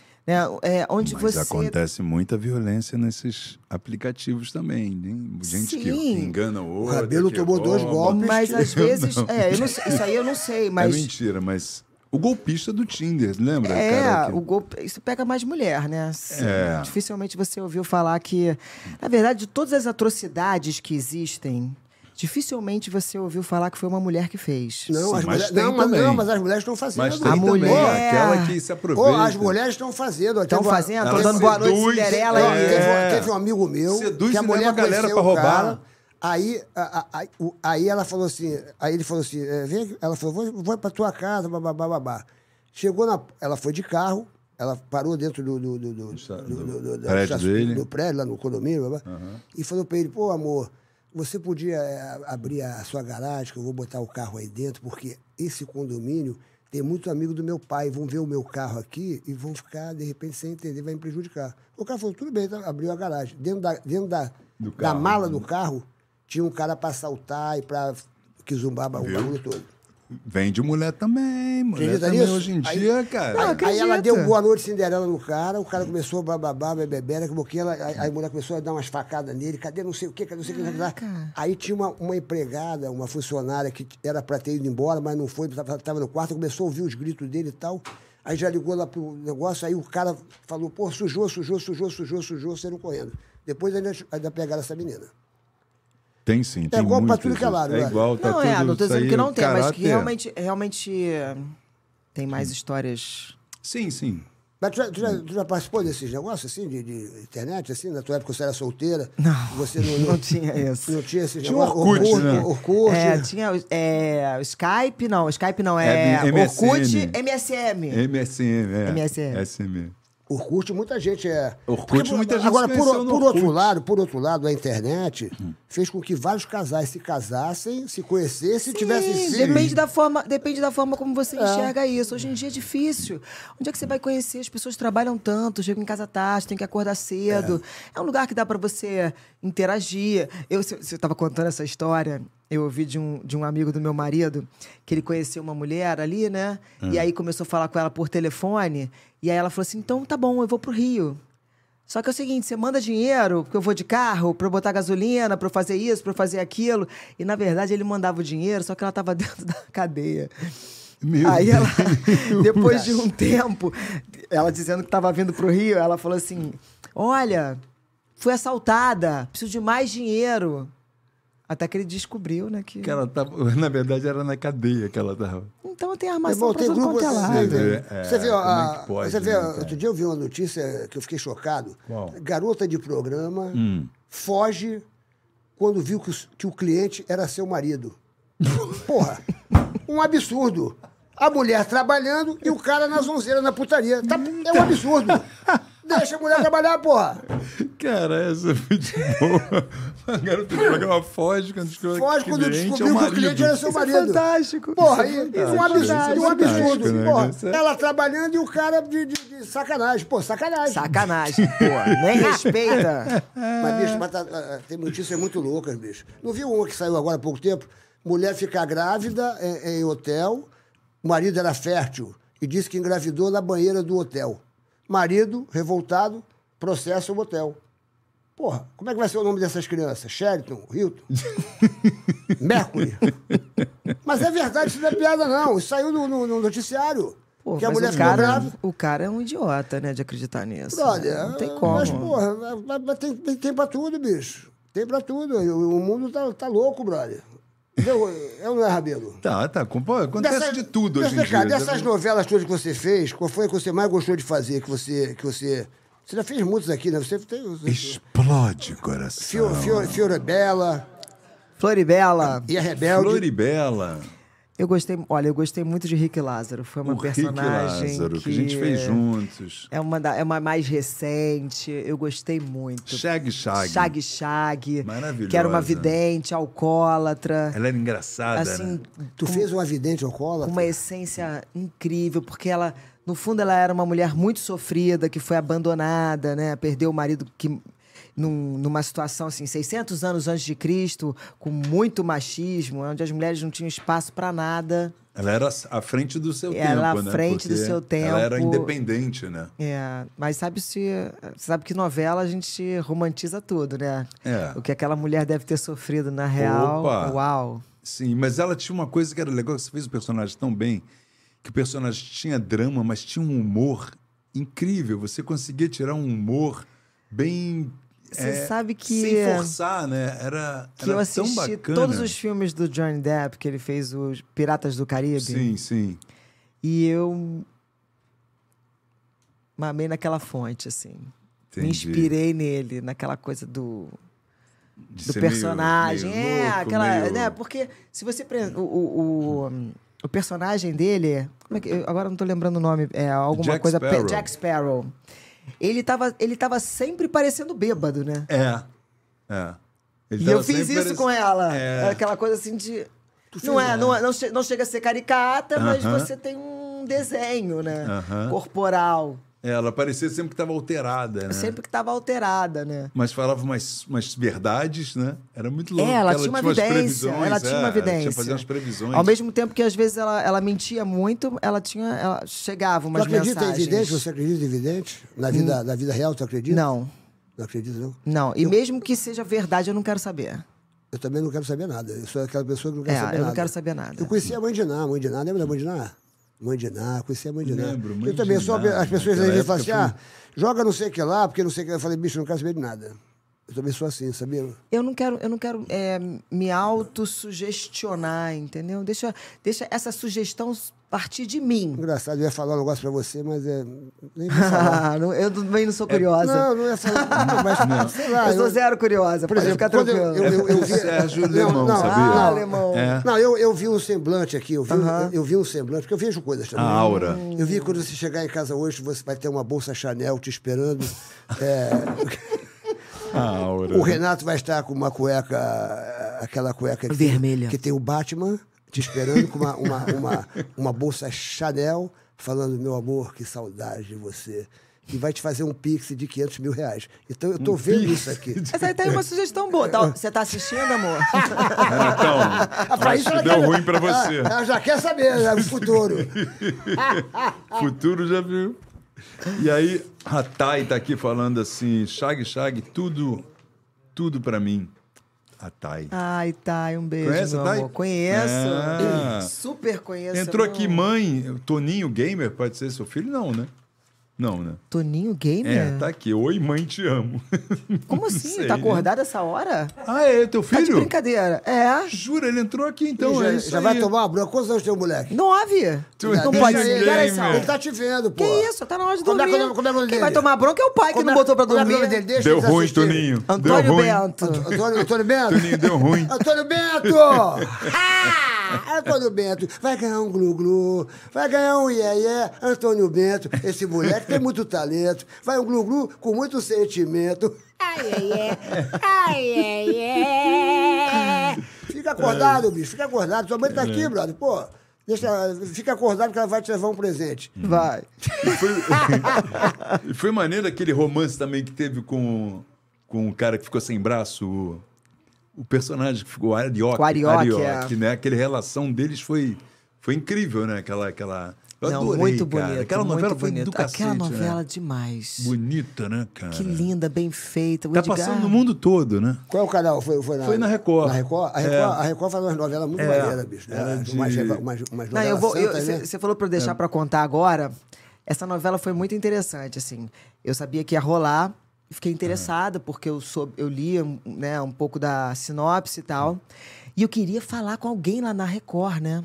É, onde Mas você. acontece muita violência nesses aplicativos também, né? Gente que Sim. engana o outro. Rabelo que é tomou dois rouba. golpes. Mas às Eu vezes. não- é, eu não sei- isso aí eu não sei, É mas. mentira, mas o golpista do Tinder, lembra? É, cara, que- o golpe, isso pega mais mulher, né? Sim, É. Dificilmente você ouviu falar que, na verdade, de todas as atrocidades que existem, dificilmente você ouviu falar que foi uma mulher que fez. Não, Sim, as mas mulheres, tem não, mas, não, também. mas as mulheres estão fazendo. Mas tem A também mulher- aquela que se Ou aproveita. as mulheres estão fazendo. Estão Teve uma- fazendo? Estão Ela dando boa noite, seduz, Cinderela. Não, ela e... teve, um- É. teve um amigo meu Seduz que a e mulher leva a galera conheceu pra o roubar. né? cara, aí, a- a- a- o- aí ela falou assim, aí ele falou assim, é, vem, aqui. ela falou, vou, vou pra tua casa, babá, babá. Chegou na, ela foi de carro, ela parou dentro do, do, do, do- do- do- do- da prédio estação- dele. do prédio lá no condomínio, babá, e falou pra ele, pô, amor, você podia é, abrir a sua garagem, que eu vou botar o carro aí dentro, porque esse condomínio tem muito amigo do meu pai, vão ver o meu carro aqui e vão ficar, de repente, sem entender, vai me prejudicar. O cara falou, tudo bem, então, abriu a garagem. Dentro da, dentro da, Do da carro, né? mala do carro, tinha um cara pra assaltar e pra que zumbava o bagulho todo. Vende mulher também, mulher Acredita também nisso? hoje em Aí- Ah, dia, cara. Não, Aí ela acredita. deu boa noite Cinderela no cara, o cara começou a bababá, bebebera, como que ela, aí a mulher começou a dar umas facadas nele, cadê não sei o quê, cadê não sei o quê, não sei o que lá. Aí tinha uma, uma empregada, uma funcionária que era pra ter ido embora, mas não foi, estava no quarto, começou a ouvir os gritos dele e tal. Aí já ligou lá pro negócio, aí o cara falou, pô, sujou, sujou, sujou, sujou, sujou, saíram correndo. Depois ainda, ainda pegaram essa menina. Tem sim, É tem igual pra muito tudo que é isso. lado, É né? igual, tá não, tudo é, não tô isso dizendo aí, que não tem, mas que caráter. realmente, realmente eh, tem mais histórias. Sim, sim. Mas tu já, tu já- tu já participou desses negócios assim, de, de internet, assim? Na tua época você era solteira? Não. Você não, não, Não tinha isso. não tinha esse Tinha negócio? Orkut, né? Orkut. É, tinha é, o Skype, não, o Skype não, é, É, MSN. Orkut, MSM. MSM, é. MSM. SM. Orkut, muita gente é. Orkut, Porque, muita gente Agora, se por, conheceu o- no por outro Orkut. Hum. lado, por outro lado, a internet fez com que vários casais se casassem, se conhecessem, tivessem Sim, filhos. depende da forma Depende da forma como você enxerga isso. Hoje em dia é difícil. Onde é que você vai conhecer? As pessoas trabalham tanto, chegam em casa tarde, tem que acordar cedo. É, um lugar que dá pra você interagir. Eu, se- se eu tava contando essa história, eu ouvi de um, de um amigo do meu marido que ele conheceu uma mulher ali, né? E aí começou a falar com ela por telefone. E aí ela falou assim: então tá bom, eu vou pro Rio. Só que é o seguinte, você manda dinheiro, porque eu vou de carro, pra eu botar gasolina, pra eu fazer isso, pra eu fazer aquilo. E na verdade ele mandava o dinheiro, só que ela tava dentro da cadeia. Meu Aí ela, depois de um tempo, ela dizendo que tava vindo pro Rio, ela falou assim: Olha, fui assaltada, preciso de mais dinheiro. Até que ele descobriu, né? Que... Que ela tava, na verdade, era na cadeia que ela tava. Então tem Mas armação bom, pra tem tudo grupo quanto é assim. lado. né? É, Você vê, como é a- que pode, você vê né, cara? outro dia eu vi uma notícia que eu fiquei chocado. Qual? Hum. Garota de programa foge quando viu que, os- que o cliente era seu marido. Porra, um absurdo. A mulher trabalhando e o cara na zonzeira, na putaria. Tá- é Então. um absurdo. Deixa a mulher trabalhar, porra. Cara, essa foi de boa. A garota do programa foge quando descobre Foge que quando cliente descobriu é o que o marido. cliente era seu Isso é marido. fantástico. Porra, Isso é aí, um fantástico. absurdo, Isso um é fantástico, absurdo. né? Porra, Isso é- ela trabalhando e o cara de, de- de sacanagem. Pô, sacanagem. Sacanagem, pô. Nem respeita. Mas, bicho, mas tá- ah, tem notícias muito loucas, bicho. Não viu uma que saiu agora há pouco tempo? Mulher ficar grávida em, em hotel, o marido era fértil e disse que engravidou na banheira do hotel. Marido, revoltado, processa o motel. Porra, como é que vai ser o nome dessas crianças? Sheraton, Hilton, Mercury. Mas é verdade, isso não é piada, não. Isso saiu no, no- no noticiário. Pô, que a mas mulher o, ficou cara, grávida. o cara é um idiota, né, de acreditar nisso. Brother, né? Não é, tem como. Mas, porra, mas- mas, mas tem, tem, tem pra tudo, bicho. Tem pra tudo. O, o mundo tá, tá louco, brother. Entendeu? É ou não é, Rabelo? Tá, tá. com- pô, acontece Dessas- de tudo hoje em dessas- dia. né? cara, dessas novelas todas que você fez, qual foi a que você mais gostou de fazer? Que você. Que você, você já fez muitos aqui, né? Você tem. Explode, coração. Fio, Fio, Fiorabella Floribela. É, e a Rebelde. Floribela. Eu gostei, olha, eu gostei muito de Rick Lázaro. Foi uma o Rick personagem Lázaro, que... que, a gente fez juntos. É uma da- é uma mais recente. Eu gostei muito. Shag Shag. Shag Shag. Maravilhosa. Que era uma vidente, alcoólatra. Ela era engraçada, né? assim, Tu fez um avidente alcoólatra? com uma essência incrível, porque ela, no fundo, ela era uma mulher muito sofrida, que foi abandonada, né? Perdeu o marido que num- numa situação assim, 600 anos antes de Cristo, com muito machismo, onde as mulheres não tinham espaço para nada. Ela era à frente do seu tempo, Ela à né? frente do Porque seu tempo. Ela era independente, né? É, mas sabe se sabe que novela a gente romantiza tudo, né? É. O que aquela mulher deve ter sofrido na real. Opa! Uau. Sim, mas ela tinha uma coisa que era legal, que você fez o personagem tão bem, que o personagem tinha drama, mas tinha um humor incrível. Você conseguia tirar um humor bem... é, Você sabe que é Sem forçar, né? Era, que era eu tão assisti bacana. todos os filmes do Johnny Depp que ele fez os Piratas do Caribe Sim, sim. e eu mamei naquela fonte assim. Entendi. Me inspirei nele, naquela coisa do De do ser meio- personagem. meio é, louco, aquela. meio- Né, porque se você. Pre... O, o, o, o personagem dele. Como é que, eu agora não tô lembrando o nome. É alguma Jack coisa. Sparrow. Jack Sparrow. Ele tava, ele tava sempre parecendo bêbado, né? É. É. Ele E tava eu fiz sempre isso parec- com ela. É. Aquela coisa assim de. Não é, não, é- não, che- não chega a ser caricata, mas Aham. você tem um desenho, né? Aham. Corporal. É, Ela parecia sempre que estava alterada, né? Sempre que tava alterada, né? Mas falava umas, umas verdades, né? Era muito louco. É, ela, porque tinha uma umas vidência. previsões, Ela tinha é, uma vidência. Tinha que fazer umas previsões. Ao mesmo tempo que às vezes ela, ela mentia muito, ela tinha. Ela chegava Tu umas acredita em mensagens. Hum. evidente? Você acredita em evidente? Na vida, na vida real, tu acredita? Não, Não acredito, não. não. E mesmo que seja verdade, eu não quero saber. Eu também não quero saber nada. Eu sou aquela pessoa que não quero É, saber eu nada. não quero saber nada. Eu conheci a mãe de Ná, a mãe de Ná. Lembra da mãe de Ná? Mãe de Ná, conheci a mãe de Ná. Lembro, mãe eu também de sou. Ná, né? As pessoas às naquela vezes falam assim: época ah, joga não sei o que lá, porque não sei o que. Eu falei, bicho, eu não quero saber de nada. Eu também sou assim, sabia? Eu não quero, eu não quero é, me autossugestionar, entendeu? Deixa, deixa essa sugestão partir de mim. Engraçado, eu ia falar um negócio pra você, mas é. Nem vou falar. Ah, não- eu também não sou curiosa. não, não ia falar. Não, mas, sei lá. eu sou zero curiosa, Por pode exemplo, ficar quando eu- eu- tranquilo. eu vi- Sérgio Não, Lemão, não. sabia? Ah, não. Lemão. É. Não, eu, eu vi um semblante aqui, eu vi, um- Aham. eu vi um semblante, porque eu vejo coisas também. A aura. Eu vi quando você chegar em casa hoje, você vai ter uma bolsa Chanel te esperando. A aura. O Renato vai estar com uma cueca, eh, aquela cueca que Tem, Vermelha. que tem o Batman te esperando com uma, uma, uma, uma bolsa Chanel, falando: meu amor, que saudade de você. E vai te fazer um pix de 500 mil reais. Então eu Um tô vendo isso aqui. Essa aí tá aí uma sugestão boa. Tá, você tá assistindo, amor? Ah, pra Mas isso ela Então, que deu quer- ruim pra ela- você. Ela já quer saber, né, o futuro. Futuro já viu. E aí, a Thay tá aqui falando assim, Chag, Chag, tudo, tudo pra mim. A Thay. Ai, Thay, um beijo, Conhece, meu Thay? amor. Conheço. Ah. Super conheço. Entrou não. aqui mãe, Toninho Gamer, pode ser seu filho? Não, né? Não, né? Toninho Gamer? É, tá aqui. Oi, mãe, te amo. Como assim? sei, tá né? acordado essa hora? Ah, é teu Tá de filho? brincadeira. É. Jura, ele entrou aqui então. já é isso já aí. vai tomar uma bronca. Quantos anos tem o moleque? Nove. Tu- não Deixa pode ele, ser. Que horas hein, são? meu? Ele tá te vendo, pô. Que isso? Tá na hora de Como é dormir. que é o nome- como é que é o nome Quem dele? vai tomar bronca é o pai que não botou pra Como é que dormir. é o nome dele? Deixa Deu eles ruim, assistirem. Toninho. Antônio deu ruim. Bento. Antônio, Antônio Bento? Toninho, deu ruim. Antônio Bento! Ah! Antônio Bento, vai ganhar um glu-glu, vai ganhar um iê-iê. Antônio Bento, esse moleque tem muito talento, vai um glu-glu com muito sentimento. Fica É. acordado, bicho, fica acordado. Sua mãe tá aqui, brother, pô. Deixa, ela- fica acordado que ela vai te levar um presente. Vai. E foi maneiro aquele romance também que teve com, com o cara que ficou sem braço, o, o personagem que ficou, o Arioque. O Arioque, é. né? Aquela relação deles foi, foi incrível, né? Aquela... aquela... Eu não, adorei, muito cara. bonito. Aquela muito novela foi bonito. do cacete, Aquela novela né? demais. Bonita, né, cara? Que linda, bem feita. O Tá Edgar- passando no mundo todo, né? Qual é o canal? Foi, foi, na, Foi na Record. É. Na Record? A Record, a Record faz umas novelas muito maneiras, bicho. Era Umas- de- umas, umas, umas Não, eu novelas vou. santas, né? Você falou pra eu deixar pra contar agora. Essa novela foi muito interessante, assim. Eu sabia que ia rolar, fiquei interessada, porque eu, soube, eu li né, um pouco da sinopse e tal. E eu queria falar com alguém lá na Record, né?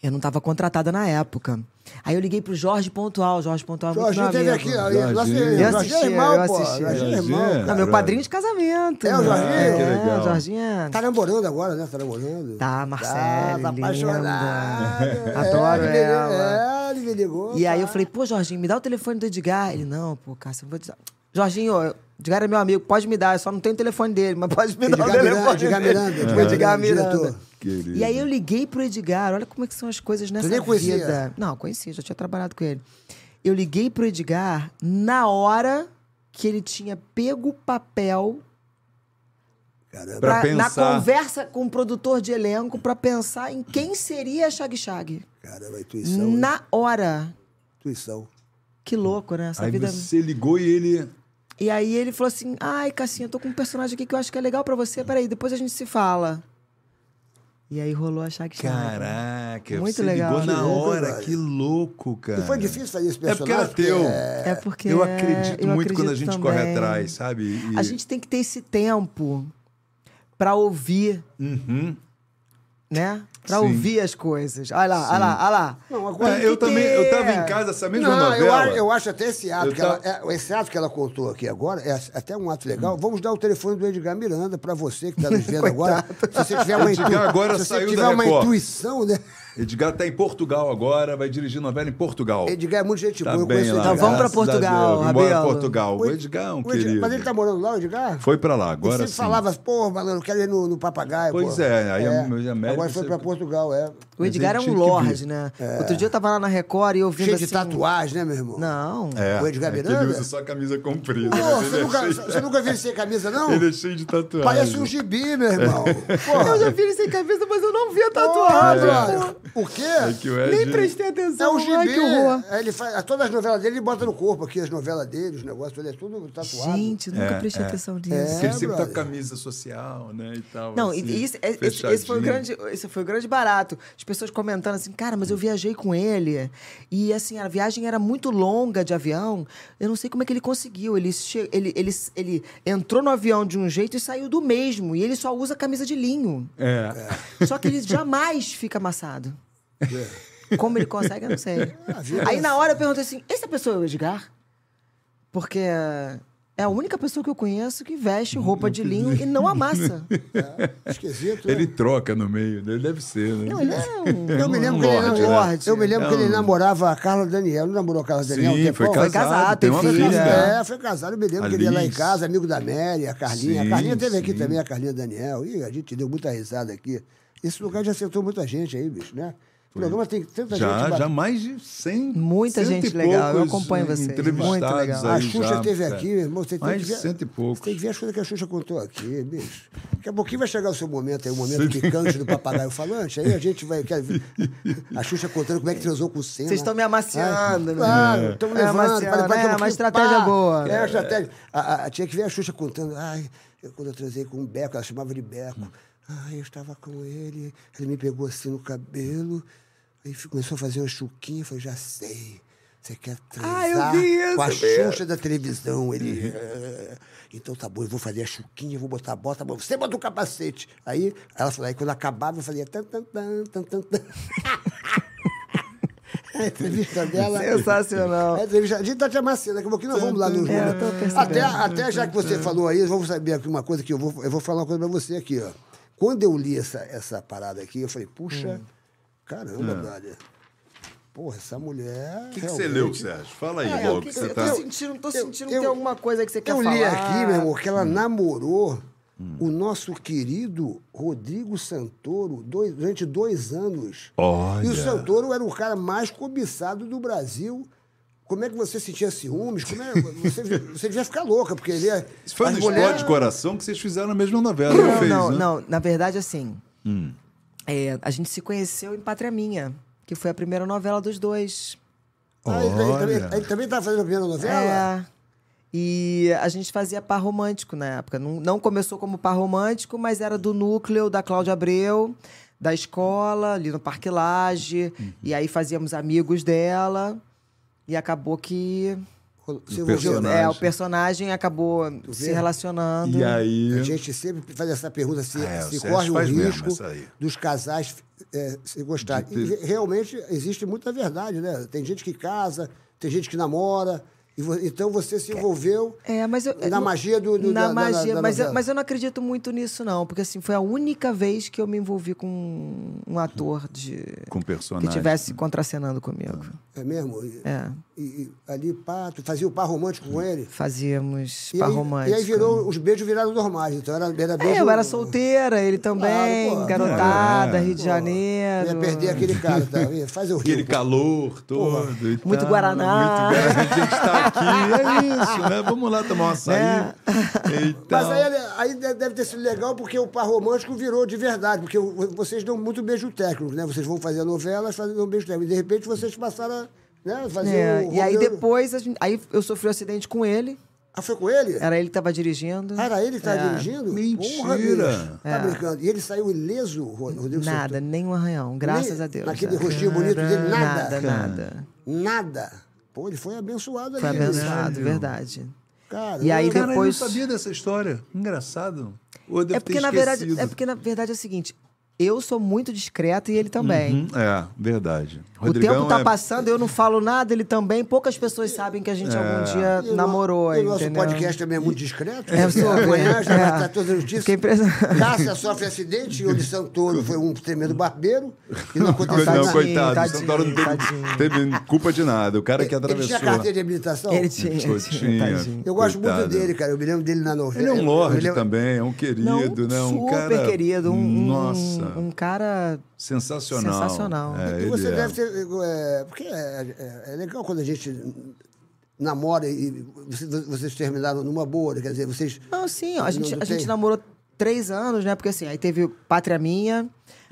Eu não estava contratada na época. Aí eu liguei pro Jorge Pontual. Jorge Pontual é muito Jorginho meu teve amigo. né? aqui, ó. Jorginho. Jorginho Eu Jorginho é assistia, irmão, eu pô. assistia. Jorginho é Jorginho. irmão. Não, meu Caralho. padrinho de casamento. É, o Jorginho? É, Que legal. o Jorginho é... Tá namorando agora, né? Tá namorando. Tá, Tá, Marcelo, tá apaixonado. linda. Adoro é, ele me- ela. É, ele me ligou. E aí pá. eu falei, pô, Jorginho, me dá o telefone do Edgar. Ele, não, pô, Cássio, eu não vou te dar. Jorginho, ó, Edgar é meu amigo, pode me dar, eu só não tenho o telefone dele, mas pode me dar o Edgar é é Miranda, telefone Edgar dele. Miranda, O Edgar Edgar Miranda, é. Miranda. diretor. Querido. E aí eu liguei pro Edgar, olha como é que são as coisas nessa nem conhecia? vida. Não, conheci, já tinha trabalhado com ele. Eu liguei pro Edgar na hora que ele tinha pego papel Caramba. Pra pra- na pensar. conversa com o produtor de elenco pra pensar em quem seria a Shag Shag. Caramba, é intuição. hein? Na hora. Intuição. Que louco, né? Essa um Aí vida. você ligou e ele. E aí ele falou assim: ai, Cassinha, eu tô com um personagem aqui que eu acho que é legal pra você. Peraí, depois a gente se fala. E aí rolou a Shag Shag. Caraca, Muito você legal, ligou na né? hora, que louco, cara. E foi difícil fazer esse É porque personagem. era teu. É porque. eu acredito eu muito quando a acredito gente corre também. atrás, sabe? E- A gente tem que ter esse tempo pra ouvir, Uhum. né? Pra Sim. ouvir as coisas. Olha lá, olha lá, olha lá. Não, agora... É, eu que também, ter. eu tava em casa essa mesma Não, eu, novela. a- eu acho até esse ato, Eu que tava- Hum. ela, é, esse ato que ela contou aqui agora, é até um ato legal. Vamos dar o telefone do Edgar Miranda para você que está nos vendo agora. Se você tiver uma, Edgar agora se você saiu tiver da uma Record. intuição, né? Edgar tá em Portugal agora, vai dirigir novela em Portugal. Edgar é muito gente tá boa, eu bem conheço o lá. Edgar. Então vamos pra graças Portugal, a Deus. Vamos embora Rabelo. Portugal. O Edgar é um O Edgar- querido. Mas ele tá morando lá, o Edgar? Foi pra lá, agora Ele sim. sempre falava, pô, malandro, eu quero ir no, no papagaio. Pois pô. é, aí a- a América Agora foi você- pra Portugal, é. O Mas Edgar ele é um tinha que É. vir. lorde, né? Outro dia eu tava lá na Record e ouvindo Cheio assim... de tatuagem, né, meu irmão? Não. É, O Edgar é que Miranda? ele usa só a camisa comprida. Pô, né? Ele você, é nunca, cheio- você nunca viu ele sem camisa, não? Ele é cheio de tatuagem. Parece um gibi, meu irmão. Pô, Eu já vi ele sem camisa, mas eu não vi a tatuagem. tatuagem. O quê? É que o Ed... Nem prestei É atenção. um Ai, gibi. que horror. É, Ele faz, todas as novelas dele, ele bota no corpo aqui, as novelas dele, os negócios, ele é tudo tatuado. Gente, eu nunca prestei atenção nisso. Porque É. ele sempre tá brother. com camisa social, né, e tal. Não, assim, e isso, é- esse, esse foi o fechadinho. grande, esse foi o grande barato. As pessoas comentando assim, cara, mas eu viajei com ele. E assim, a viagem era muito longa de avião. Eu não sei como é que ele conseguiu. Ele, che- ele, ele, ele entrou no avião de um jeito e saiu do mesmo. E ele só usa camisa de linho. É. Só que ele jamais fica amassado. É. Como ele consegue, eu não sei. Ah, Aí na hora eu perguntei assim: essa pessoa é o Edgar? Porque é a única pessoa que eu conheço que veste roupa de linho e não amassa. Esquisito, né? Ele troca no meio, né? Deve ser, né? Não, ele é um. Eu me lembro, Um que, ele, lorde, eu- eu né? me lembro que ele Não. namorava a Carla Daniel. Não namorou a Carla Daniel? um Sim, foi tempão? casado, casado, tem tem uma filho, filha. É, foi casado, eu me lembro A que ele ia lá em Liz. casa, amigo da Mary, a Carlinha. Sim, a Carlinha teve aqui sim. também, a Carlinha Daniel. Ih, a gente deu muita risada aqui. Esse lugar já sentou muita gente aí, bicho, né? O programa tem tanta Já, gente. já mais de 100. Muita cento gente e legal, eu poucos né, acompanho vocês, entrevistados muito legal. aí A Xuxa já, teve cara. aqui, meu irmão. Você tem Mais que de ver, cento Você e tem poucos. que ver as coisas que a Xuxa contou aqui, bicho. Daqui a pouquinho vai chegar o seu momento aí, o momento picante do papagaio falante. Aí a gente vai. quer ver A Xuxa contando como é que transou com o Senna. Vocês estão me amaciando, Ah, né? Claro, estamos É, levando. amaciando, para depois é, ter um uma pouquinho, estratégia pá. boa. né? É, uma estratégia. A- a- a- tinha que ver a Xuxa contando. Ai, eu, quando eu transei com o Beco, ela chamava de Beco. Ai, eu estava com ele, ele me pegou assim no cabelo, aí fi- começou a fazer uma chuquinha. Eu falei, já sei. Você quer transar Ah, eu vi isso com a mesmo. Xuxa da televisão? Ele. "É, Então tá bom, eu vou fazer a chuquinha, eu vou botar a bota, mas você bota o capacete. Aí ela falou, aí quando acabava, eu fazia tan tan tan tan tan tan. A entrevista dela. Sensacional. É, teve já- A gente tá te amassando, daqui a pouquinho nós vamos lá no né? É, eu tô percebendo. É. até, até já que você falou aí, vamos saber aqui uma coisa que eu vou, eu vou falar uma coisa pra você aqui, ó. Quando eu li essa, essa parada aqui, eu falei, Hum. puxa, caramba, brother. Porra, essa mulher. O Hum. que, que você leu, Sérgio? Fala aí É, o logo. que que- você eu tá... tô sentindo, tô sentindo que eu- tem alguma coisa aí que você quer Eu falar. li aqui, meu irmão, que ela Hum. namorou o nosso querido Rodrigo Santoro dois- durante dois anos. Olha. E o Santoro era o cara mais cobiçado do Brasil. Como é que você sentia ciúmes? Como é- você, você devia ficar louca, porque ele é. Isso foi as no mulheres- Explode Coração que vocês fizeram a mesma novela. Não, não fez, não, né? Hum. não. Na verdade, assim, é, a gente se conheceu em Pátria Minha, que foi a primeira novela dos dois. Ah, ele, ele também- Olha. ele também estava fazendo a primeira novela? É. E a gente fazia par romântico na época. Não, não começou como par romântico, mas era do núcleo da Cláudia Abreu, da escola, ali no Parque Lage. Uhum. E aí fazíamos amigos dela. E acabou que. Você personagem. É, o personagem acabou se vê? relacionando. E aí. A gente sempre faz essa pergunta se, Ah, é, o se Sérgio corre o faz mesmo risco essa aí. dos casais é, se gostarem. De ter- E ve- realmente existe muita verdade, né? Tem gente que casa, tem gente que namora. e vo- então você se envolveu É, mas eu, na eu- magia do. do- na da- da- magia, da- da mas, eu, novela. mas eu não acredito muito nisso não, porque assim foi a única vez que eu me envolvi com um ator de Com que personagem. tivesse contracenando comigo. É mesmo? E, É. e- e ali, pá, tu fazia o par romântico com ele. Fazíamos E par aí, romântico. e aí virou, um os beijos viraram normais. Então era, era beijo. É, eu era solteira, ele também, pô. garotada, É. Rio de Eu Janeiro. Ia perder aquele cara, tá? Ia- Faz eu rir. Aquele calor todo. e Muito tal, Guaraná. Muito Guaraná. A gente tá aqui. É isso, né? Vamos lá tomar um açaí. É. Então... Mas aí, ele- aí de- deve ter sido legal porque o par romântico virou de verdade, porque o- vocês dão muito beijo técnico, né? Vocês vão fazer novelas, fazendo um beijo técnico. E de repente vocês passaram a né, fazer É, o e aí Romeu- depois, a gente- aí eu sofri um acidente com ele. Ah, foi com ele? Era ele que tava dirigindo. Ah, era ele que estava É. dirigindo? Mentira! Porra, bicho. Tá brincando. E ele saiu ileso, Ro- Rodrigo Nada, Santoro? nem um arranhão, graças Nem- a Deus. naquele né? rostinho bonito dele, nada. Nada, nada. Nada. Pô, ele foi abençoado ali. né? Foi bicho. abençoado, verdade. Cara, E aí eu- Cara, depois- eu não sabia dessa história. Engraçado. Ou eu devo É porque, ter na verdade, esquecido. é porque, na verdade, é o seguinte: eu sou muito discreto e ele também. Hum, é, verdade. O tempo tá é- passando, eu não falo nada, ele também. Poucas pessoas sabem que a É. gente algum dia e o no- namorou, E o nosso entendeu? podcast também é muito discreto. É, eu sou, né? Amanhã já vai É. estar todas as notícias. Fiquei impressionado. Cássia sofre acidente e o de Santoro foi um tremendo barbeiro e não aconteceu Não, nada. Tadinho, coitado. tadinho, o Santoro não teve, tadinho. teve culpa de nada. O cara que Ele atravessou. tinha carteira de habilitação? Ele tinha, Pô, ele tinha, tinha. tadinho. Eu gosto muito Coitado. dele, cara. Eu me lembro dele na novela. Ele é um Eu me lorde lembro- também, é um Não, querido, né? Um super cara, querido, um- um, Nossa, um, um cara sensacional. sensacional. É, E ele você é. deve ter. é, porque é, é- é legal quando a gente namora e vocês, vocês terminaram numa boa, quer dizer, vocês. Não, sim, ó, a Não- gente, não a gente tem? namorou três anos, né? Porque assim, aí teve Pátria Minha,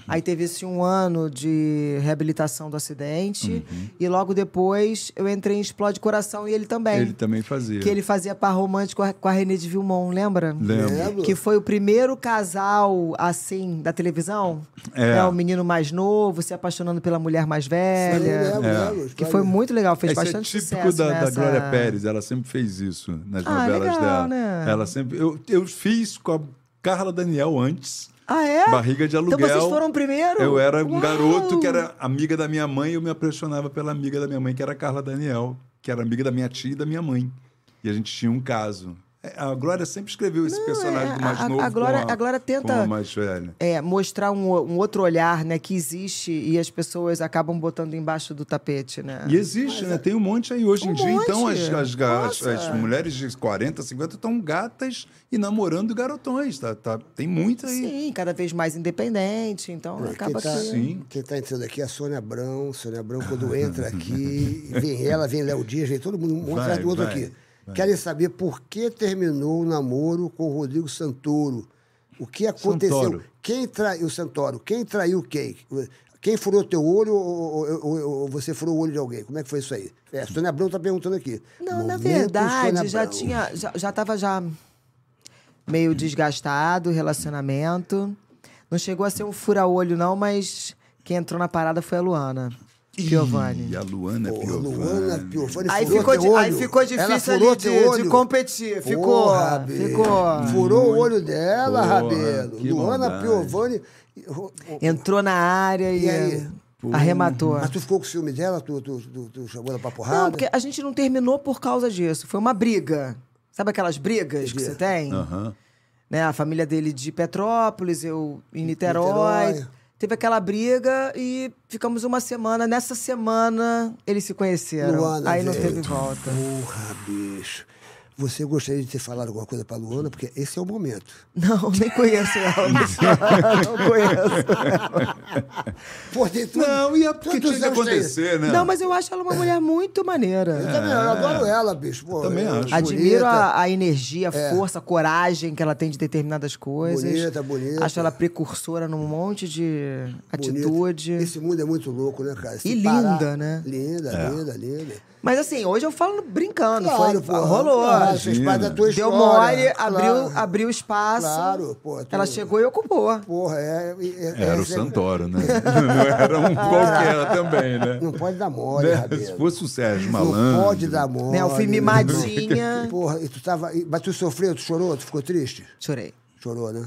aí teve esse um ano de reabilitação do acidente, Uhum. e logo depois eu entrei em Explode Coração e ele também. Ele também fazia. Que ele fazia par romântico com a- com a René de Vilmon, lembra? Lembro. Lembro. Que foi o primeiro casal, assim, da televisão. É. o menino mais novo se apaixonando pela mulher mais Eu velha. lembro, É. lembro, É, Que sabe? foi muito legal, fez Esse bastante é típico sucesso da, da nessa... Glória Pérez, ela sempre fez isso nas Ah, novelas legal, dela. né? Ela sempre. Eu, eu fiz com a Carla Daniel antes. Ah, é? Barriga de aluguel. Então vocês foram primeiro? Eu era um Uau! garoto que era amiga da minha mãe e eu me apaixonava pela amiga da minha mãe, que era a Carla Daniel, que era amiga da minha tia e da minha mãe. E a gente tinha um caso. É, A Glória sempre escreveu esse personagem é, do mais a- a- novo. a Glória- com a, a Glória tenta- com a mais velha. é, mostrar um, o- um outro olhar, né, que existe e as pessoas acabam botando embaixo do tapete, né? E existe, é né? Tem um monte aí hoje em Um dia. Então, as, monte. as, ga- as- as Nossa. mulheres de 40, 50 estão gatas e namorando garotões. Tá, tá- tem muita aí. Sim, cada vez mais independente, então acaba tá- que... Sim. Ah. Quem tá entrando aqui é a Sônia Abrão. Sônia Abrão, quando entra aqui, vem ela, vem Léo Dias, vem todo mundo, um Vai, atrás do outro vai, aqui. Querem saber por que terminou o namoro com o Rodrigo Santoro? O que aconteceu? Santoro. Quem traiu o Santoro? Quem traiu quem? Quem furou teu olho ou, ou- ou- ou você furou o olho de alguém? Como é que foi isso aí? É, a Sônia Abrão tá perguntando aqui. Não, na Momento, né, verdade, Sônia já Abrão. tinha. Já, já tava já meio desgastado o relacionamento. Não chegou a ser um fura-olho, não, mas quem entrou na parada foi a Luana. Giovanni. E a Luana é né? Pô, Piovani. Luana Piovani Aí furou ficou, teu di- aí olho. ficou Ela difícil furou ali teu de, de olho. competir. Ficou. Porra, Bê. ficou. Furou o olho dela, Porra, Rabelo. que Luana maldade. Piovani. Ro- Entrou na área e, E aí? arrematou. Mas tu ficou com ciúme dela? Tu, tu, tu, tu chamou ela pra porrada? Não, porque a gente não terminou por causa disso. Foi uma briga. Sabe aquelas brigas que você tem? Aham. né? A família dele de Petrópolis, eu em Niterói. Niterói. Teve aquela briga e ficamos uma semana. Nessa semana eles se conheceram. Luana Aí não veio. teve volta. Porra, bicho. Você gostaria de ter falado alguma coisa pra Luana? Porque esse é o momento. Não, nem conheço ela. não conheço. Pô, tem tudo- Não, e é porque tantos tinha que anos tem. acontecer, né? Não, mas eu acho ela uma mulher muito Eu maneira. também, eu adoro ela, bicho. Pô, também ela é acho. Admiro bonita. É. a, a energia, a força, a coragem que ela tem de determinadas coisas. Bonita, bonita. Acho ela precursora num monte de Bonita. atitude. Esse mundo é muito louco, né, cara? Se E linda, né? Linda, É. linda, linda. Mas assim, hoje eu falo brincando. Claro, foi, pô. rolou. Claro, fez parte da é tua Deu história. mole, claro. abriu, abriu espaço. Claro, pô, tu- Ela chegou e ocupou. Porra, é... é- é- Era é- é, o Santoro, né? Não era um qualquer também, né? Ah, Não pode dar mole, Né? Rabelo. Se fosse o Sérgio Malandro. Não pode dar mole. Né, eu fui mimadinha. Porra, e tu tava... e- Mas tu sofreu, tu chorou, tu ficou triste? Chorei. Chorou, né?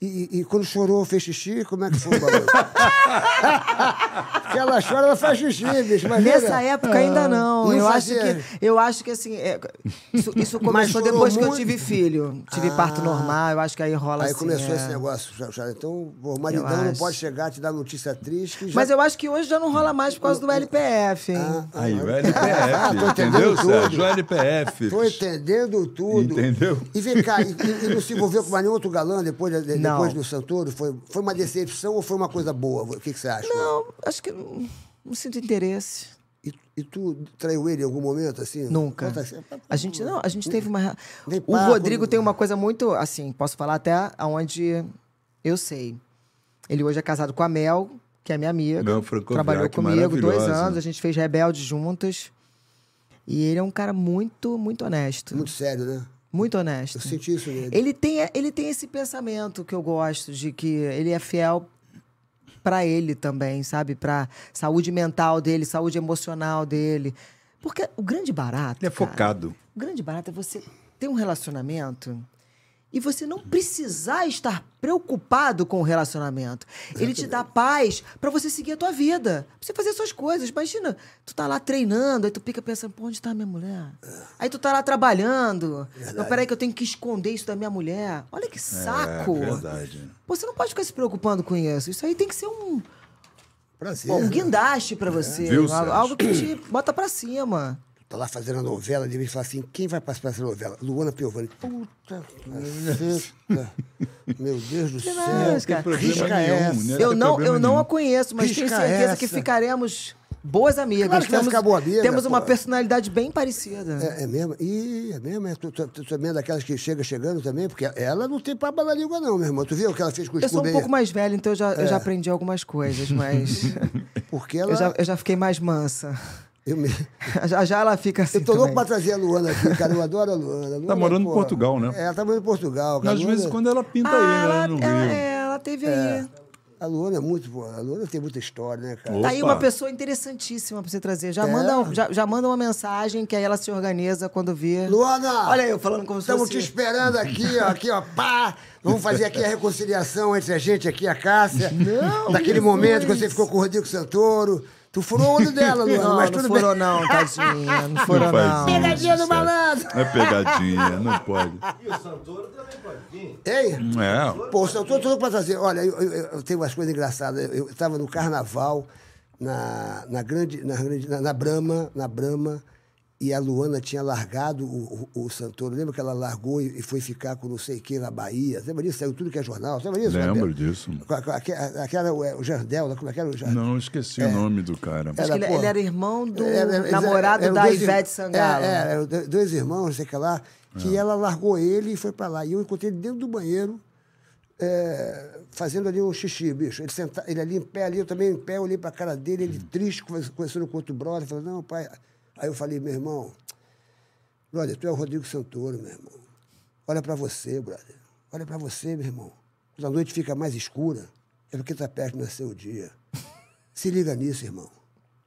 E, e- e quando chorou, fez xixi? Como é que foi o bagulho? Se ela chora, ela faz xixi, bicho. Mas Nessa época ainda É. não. não eu, acho fazia. que, eu acho que assim. é, isso, isso Mas começou chorou depois que eu muito? tive filho. Tive Ah. parto normal, eu acho que aí rola Aí assim, começou é. esse negócio, Chá- Chá. Então, o maridão Eu não acho. pode chegar, te dar notícia triste. que já- Mas eu acho que hoje já não rola mais por causa do LPF, hein? Aí, o Ah, tô LPF. entendendo entendeu, tudo. Sérgio? O LPF. Tô entendendo tudo. Entendeu? E vem cá, e, e- e não se envolveu com mais nenhum outro galã depois, de- de- Não. depois do Santoro? Foi, foi uma decepção ou foi uma coisa boa? O que, que você acha? Não, acho que não, não sinto interesse. E, e tu traiu ele em algum momento, assim? Nunca. Conta assim. A gente não, a gente teve uma. Nem papo, O né? Rodrigo não- tem uma coisa muito, assim, posso falar até aonde eu sei. Ele hoje é casado com a Mel, que é minha amiga. Mel Francoviac, trabalhou comigo dois maravilhosa. anos, a gente fez Rebelde juntas. E ele é um cara muito, muito honesto. Muito sério, né? Muito honesto. Eu senti isso nele. Ele tem, ele tem esse pensamento que eu gosto, de que ele é fiel pra ele também, sabe? Pra saúde mental dele, saúde emocional dele. Porque o grande barato. Ele é cara, focado. o grande barato é você ter um relacionamento e você não precisar estar preocupado com o relacionamento. Ele te dá paz pra você seguir a tua vida, pra você fazer suas coisas. Imagina, tu tá lá treinando, aí tu fica pensando, pô, onde tá minha mulher? É. Aí tu tá lá trabalhando. Não, peraí que eu tenho que esconder isso da minha mulher. Olha que saco. É verdade. Pô, você não pode ficar se preocupando com isso. Isso aí tem que ser um, Prazer. pô, um guindaste pra você. Viu, algo, Sérgio? algo que te bota pra cima. Tá lá fazendo a novela, de repente fala assim, quem vai participar dessa novela? Luana Piovani. Puta caceta. Meu Deus do céu. mais, Não tem cara? problema Risca nenhum, essa. né? Eu tem não, problema eu não nenhum. a conheço, mas tenho Risca certeza essa. que ficaremos boas amigas. Claro que vai temos ficar boa amiga, temos uma pô. personalidade bem parecida. É, é mesmo? Ih, é mesmo? É, tu, tu- tu também é daquelas que chega chegando também? Porque ela não tem papo na língua, não, meu irmão. Tu viu o que ela fez com o eu sou Scooby? um pouco mais velha, então eu já, eu já aprendi algumas coisas, mas Porque É. ela. eu, já, eu já fiquei mais mansa. Eu, me... Já, já ela fica assim. eu tô louco pra também. trazer a Luana aqui, cara. Eu adoro a Luana. A Luana Tá morando em pô, Portugal, né? É, ela tá morando em Portugal. cara. Às A vezes Luana- quando ela pinta tá Ah, aí, né? ela, no ela, Rio. é, ela teve aí. A Luana é muito, pô. A Luana tem muita história, né, cara? Ô. Tá aí Opa. uma pessoa interessantíssima pra você trazer. Já, É. manda, um- já, já manda uma mensagem que aí ela se organiza quando vê. Luana! Olha eu falando como se Estamos fosse- te esperando aqui, ó, aqui, ó, pá! Vamos fazer aqui a reconciliação entre a gente aqui, a Cássia. Não, Daquele Jesus. momento que você ficou com o Rodrigo Santoro. Tu furou o olho dela, Luana, Não, mas não tudo furou bem. não, tadinha. Não furou faz não. isso, Pegadinha do Sérgio. malandro. É pegadinha, não pode. E o Santoro também pode vir. Ei! É. Pô, eu tô todo pra trazer. Olha, eu, eu- eu tenho umas coisas engraçadas. Eu estava no carnaval, na, na grande. Na, grande na, na Brahma, na Brahma, e a Luana tinha largado o, o, o Santoro. Lembra que ela largou e, e foi ficar com não sei quem na Bahia? Lembra disso? Saiu tudo que é jornal. Lembra disso? Lembro Gabriel? disso. Com a- com aque- a- Aquela, ué, o Jardel, né? como é que era o Jardel? Não, eu esqueci É. o nome do cara. Acho que ele, é- pô, é, ele era irmão do Era- era- namorado eram da é, dois ir- Ivete Sangalo. É, é, eram do- dois irmãos, não sei o que lá, que ela largou ele e foi pra lá. E eu encontrei ele dentro do banheiro, é, fazendo ali um xixi, bicho. Ele, senta, ele ali em pé, ali, eu também em pé, olhei pra cara dele, ele triste, conversa- conversando com outro brother, falou, não, pai. Aí eu falei, meu irmão, brother, tu é o Rodrigo Santoro, meu irmão. Olha pra você, brother. Olha pra você, meu irmão. Quando a noite fica mais escura, é porque tá perto de nascer o dia. Se liga nisso, irmão.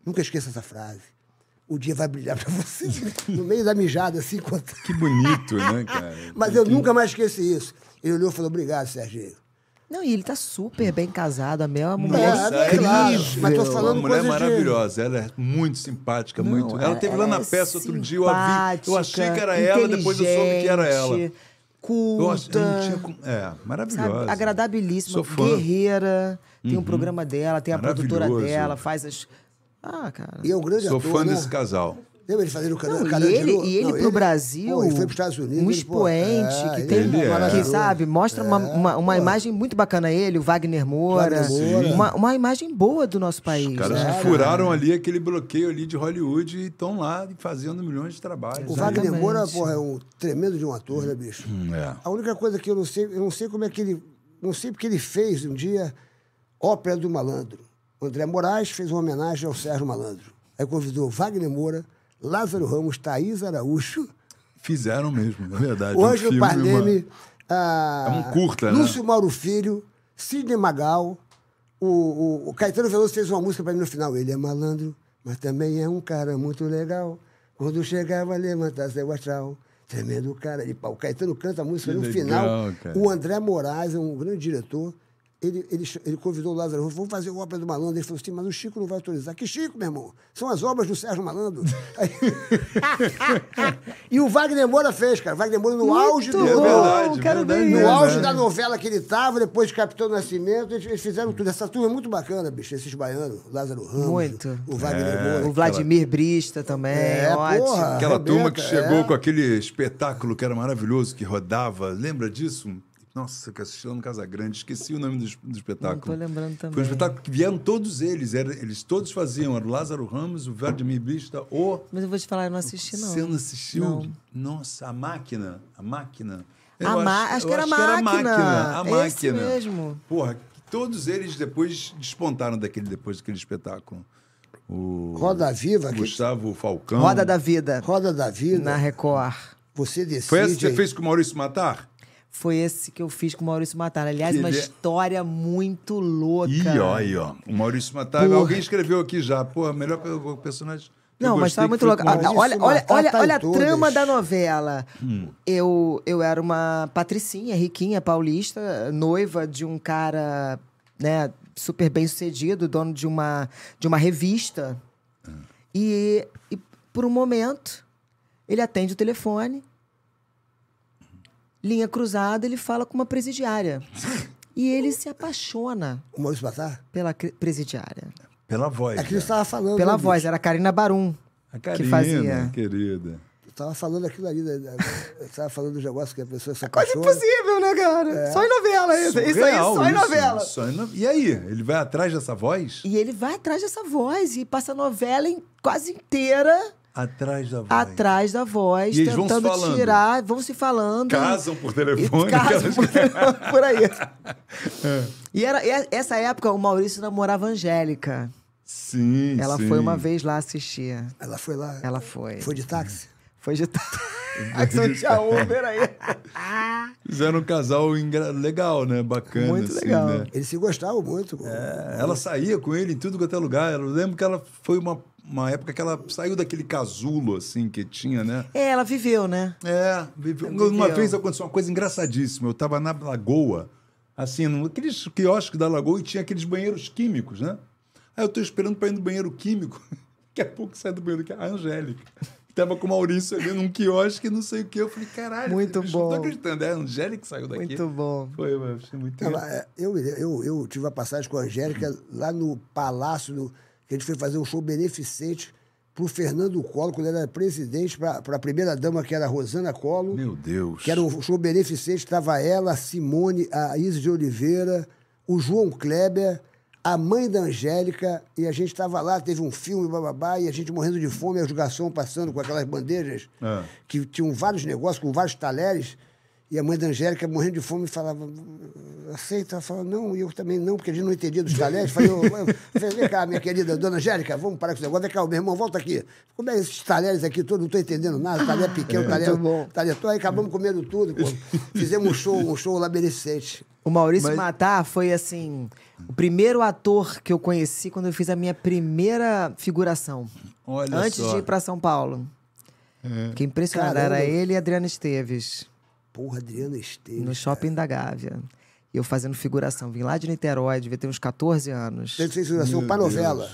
Nunca esqueça essa frase. O dia vai brilhar pra você. No meio da mijada, assim, conta. Que bonito, né, cara? Mas eu nunca mais esqueci isso. Ele olhou e falou, obrigado, Serginho. Não, e ele tá super bem casado. A Mel é uma mulher. Nossa, é claro. Mas tô falando Uma mulher coisas de- maravilhosa, ela é muito simpática, muito. Ela Ela teve lá na é peça outro dia, eu a vi. Eu achei que era simpática, ela, depois eu soube que era ela. inteligente, Eu ach- Culta, eu não tinha como- É, maravilhosa. sabe, agradabilíssima, Sou fã. Uhum. guerreira. Tem um programa dela, tem a produtora Maravilhoso. dela, faz as. Ah, cara. E é um grande Sou ator, fã né? desse casal. Lembra ele fazendo o canal? Não, Canal e de ele, Lua? e ele Não, pro Brasil, Pô, ele foi pros Estados Unidos. um ele, pô, expoente, é, que ele- tem, um Ele é. que maravilhoso. sabe, mostra uma, uma, uma pô. imagem muito bacana ele, o Wagner Moura, Wagner Moura. Uma, uma imagem boa do nosso país. Caras né? é. que furaram ali aquele bloqueio ali de Hollywood e estão lá fazendo milhões de trabalhos. O Wagner Exatamente. Moura, porra, é um tremendo de um ator, né, bicho? É. A única coisa que eu não sei, eu não sei como é que ele. Não sei porque ele fez um dia Ópera do Malandro. O André Moraes fez uma homenagem ao Sérgio Malandro. Aí convidou Wagner Moura, Lázaro Ramos, Thaís Araújo, Fizeram mesmo, é verdade. o Ângelo filme, Parleme, É um curta, né? Lúcio Mauro Filho, Sidney Magal. O, o- o Caetano Veloso fez uma música pra mim no final. Ele é malandro, mas também é um cara muito legal. Quando chegava, levantar seu astral. Tremendo cara de pau. O Caetano canta a música Que no legal, final. cara. O André Moraes é um grande diretor. Ele, ele, ch- ele convidou o Lázaro Ramos, vamos fazer o Ópera do Malandro. Ele falou assim, mas o Chico não vai autorizar. Que Chico, meu irmão? São as obras do Sérgio Malandro. Aí- e o Wagner Moura fez, cara. O Wagner Moura no auge do... bom, É verdade, quero verdade. ver No isso. auge da novela que ele estava, depois de Capitão Nascimento, eles, eles fizeram tudo. Essa turma é muito bacana, bicho. Esses baianos, Lázaro Ramos, Muito. o Wagner É, Moura. O Vladimir Brista também, É, ótimo. porra. Aquela turma Rebeca, que chegou é. com aquele espetáculo que era maravilhoso, que rodava. Lembra disso? Nossa, que assisti lá no Casagrande, esqueci o nome do, es- do espetáculo. Não tô lembrando também. Foi um espetáculo que vieram todos eles, era- eles todos faziam, era o Lázaro Ramos, o Vladimir Bista, o... Mas eu vou te falar, eu não assisti, não. Você não assistiu? Não. Nossa, a máquina, a máquina. A ma- acho eu que era a Máquina, a máquina. esse mesmo. Porra, que todos eles depois despontaram daquele, depois daquele espetáculo. O Roda Viva, que- Gustavo Falcão. Roda da Vida, Roda da Vida, na Record. você decide. Foi essa que você hein? fez com o Maurício Matar? Foi esse que eu fiz com o Maurício Matar. Aliás, Que uma ele é- história muito louca. Ih, ó, aí, ó. O Maurício Matar. Porra. Alguém escreveu aqui já. Porra, melhor pe- o personagem. que eu Não, mas gostei estava que muito foi louca. com o Ah, Maurício- Olha, Maurício Matar olha, olha, tá em olha a todas. trama da novela. Hum. Eu, eu era uma patricinha, riquinha, paulista, noiva de um cara né, super bem sucedido, dono de uma, de uma revista. E, e por um momento, ele atende o telefone, linha cruzada, ele fala com uma presidiária. e ele se apaixona O Maurício Matar? pela cre- presidiária. Pela voz. É Aquilo que você cara. estava falando. Pela né, voz, era a Karina Barum. A que Karina, fazia. querida. bicho? Eu tava falando aquilo ali, né? Eu tava falando dos negócios que a pessoa se É Coisa apaixona. impossível, né, cara? Só em novela. Isso, isso aí, É. Surreal só em isso, novela. só em no- E aí? Ele vai atrás dessa voz? E ele vai atrás dessa voz e passa a novela em- quase inteira Atrás da voz. atrás da voz, E eles vão se tentando falando. tirar, vão se falando. Casam por telefone. E casam casam- por, telefone, por aí. É. E era e essa época o Maurício namorava a Angélica. Sim, Ela sim. foi uma vez lá assistir. Ela foi lá. Ela foi. Foi de táxi? Foi de. Aqui não tinha um, Uber aí. Fizeram um casal engra- legal, né? Bacana. Muito assim, legal. né? Eles se gostavam muito. pô. É, Ela saía com ele em tudo quanto é lugar. Eu lembro que ela foi uma, uma época que ela saiu daquele casulo, assim, que tinha, né? É, ela viveu, né? É, viveu. Viveu. Uma vez aconteceu uma coisa engraçadíssima. Eu tava na Lagoa, assim, naqueles quiosques da Lagoa e tinha aqueles banheiros químicos, né? Aí eu tô esperando pra ir no banheiro químico. Daqui a pouco sai do banheiro químico. A Angélica. Tava com o Maurício ali num quiosque, não sei o quê. Eu falei, caralho, Muito bicho, não tô bom. acreditando. É a Angélica que saiu daqui. Muito bom. Então, Foi, eu achei muito Ela, é, eu, eu, eu tive uma passagem com a Angélica lá no Palácio, do, que a gente foi fazer um show beneficente pro Fernando Collor, quando ele era presidente, para a primeira dama, que era a Rosana Collor. Meu Deus. que era um show beneficente, estava ela, a Simone, a Isa de Oliveira, o João Kleber, a mãe da Angélica, e a gente estava lá, teve um filme, bababá, e a gente morrendo de fome, a jogação passando com aquelas bandejas, É. que tinham vários negócios, com vários talheres, e a mãe da Angélica morrendo de fome falava, aceita? Ela falava, não, e eu também não, porque a gente não entendia dos talheres. Falei, eu, eu, eu falei, vem cá, minha querida dona Angélica, vamos parar com esse negócio. Vem cá, meu irmão, volta aqui. Como é esses talheres aqui todos? Não estou entendendo nada. Talher é É, pequeno, talher, talher todo. Aí acabamos comendo tudo. Pô. Fizemos um show, um show lá beneficente. O Maurício Mas- Matar foi, assim, o primeiro ator que eu conheci quando eu fiz a minha primeira figuração. Olha antes só. de ir pra São Paulo. Fiquei impressionada. Caramba. Era ele e Adriana Esteves, Porra, Adriana Esteves. no shopping da Gávea. E eu fazendo figuração. Vim lá de Niterói, devia ter uns 14 anos. Você fez figuração para novela.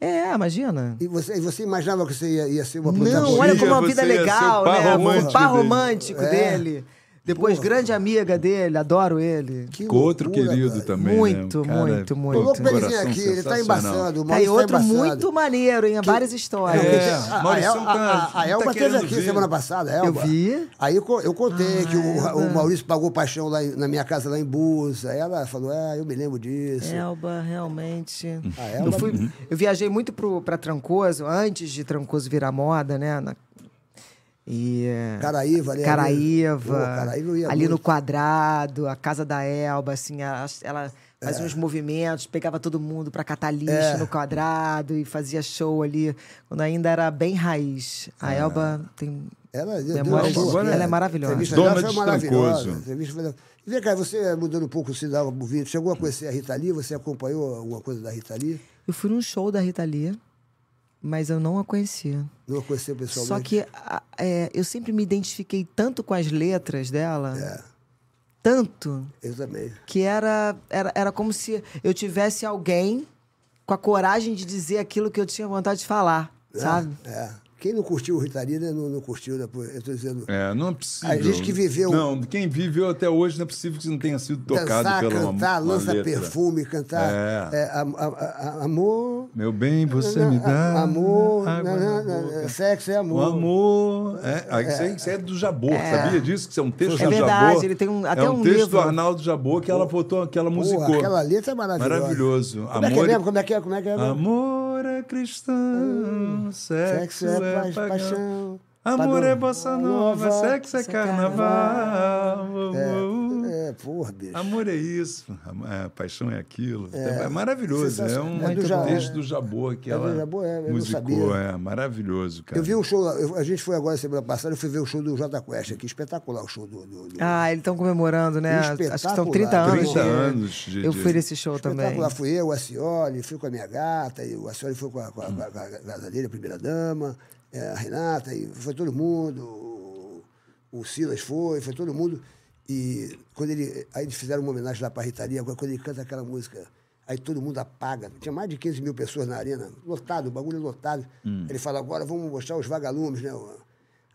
É, imagina. assim, E você, e você imaginava que você ia, ia ser uma Não, protagonista? olha como a vida é você ia ser o legal, par né? romântico o par dele. romântico dele. Depois, grande amiga dele, adoro ele. Que Com outro loucura, querido cara. também. Muito, né? Um cara- muito, muito. Tô louco pra ele vir Coração aqui, ele tá sensacional. embaçando. O Tá Maurício aí tá outro embaçado. muito maneiro, hein? Várias histórias. É, Porque tem- a- Maurício a, El- a, tá- a- a tá Elba teve querendo aqui vir. Ah, semana passada, a Elba. Eu vi. Aí eu, co- eu contei que Elba. o, o Maurício pagou paixão lá em- na minha casa, lá em Busa. Ela falou, ah, eu me lembro disso. É. Elba, realmente. Ah, Elba- Eu, fui- eu viajei muito pro, pra Trancoso, antes de Trancoso virar moda, né? na- e, é, Caraíva, né? Pô, Caraíva, Caraíva eu ia ali no muito. quadrado, a casa da Elba, assim, a- ela fazia É. uns movimentos, pegava todo mundo pra catar lixo no quadrado e fazia show ali, quando ainda era bem raiz. A É. Elba tem. Ela, deu- Memórias deu uma de- boa- ela é maravilhosa. A entrevista um né? Dona dela foi de maravilhosa, Trancoso. a entrevista foi- E vem cá, você mudando um pouco o sinal do vídeo, chegou a conhecer a Rita Lee? Você acompanhou alguma coisa da Rita Lee? Eu fui num show da Rita Lee, mas eu não a conhecia. Não a conheceu pessoalmente? Só que a- é, eu sempre me identifiquei tanto com as letras dela, É. tanto, Eu também. que era, era, era como se eu tivesse alguém com a coragem de dizer aquilo que eu tinha vontade de falar, sabe? É. Quem não curtiu o Rita Lee, né, não, não curtiu, né? pô, Eu tô dizendo... É, não é possível. A gente que viveu- Não, quem viveu até hoje não é possível que você não tenha sido tocado dançar, pela cantar, uma- uma tá, lança letra. perfume, cantar É. é, am- am- am- amor. Meu bem, você me dá. Amor, água não, na não, não, boca. sexo é O amor. amor. É, aí isso, é, isso é do Jabor. Sabia disso? Que isso é um texto É do Jabor. verdade, ele tem um- até é um, um texto do livro. Arnaldo Jabor que ela botou, que ela musicou. Porra, aquela letra é maravilhosa. Maravilhoso. Como é que é Amor e- mesmo? Como é que é? Como é que é? mesmo? Amor é cristão, sexo, Hum, Sexo é, é pa- pagão. paixão. Amor padrão. é bossa nova, sexo é carnaval. Uh, uh. É, porra, bicho. Amor é isso, am- é, paixão é aquilo. É, maravilhoso. É Sensacional. um É do Ja- texto do Jabor que É do ela Jabor, é, eu não musicou. sabia. É maravilhoso, cara. Eu vi um show, eu- a gente foi agora semana passada, eu fui ver o show do Jota Quest aqui, espetacular o show do. do- do- Ah, eles estão comemorando, né? Acho que são Espetacular. 30 anos. 30 de- anos de- Eu de- fui nesse show também. espetacular. Fui eu, a Cioli, fui com a minha gata, e o Cioli foi com a, com a, com a, com a gata dele, a primeira dama, é, a Renata, e foi todo mundo. O, o Silas foi, foi todo mundo. E quando ele. Aí eles fizeram uma homenagem lá para a Ritaria, quando ele canta aquela música. Aí todo mundo apaga. Tinha mais de 15 mil pessoas na arena, lotado, o bagulho é lotado. Ele fala, agora vamos mostrar os vagalumes, né? o-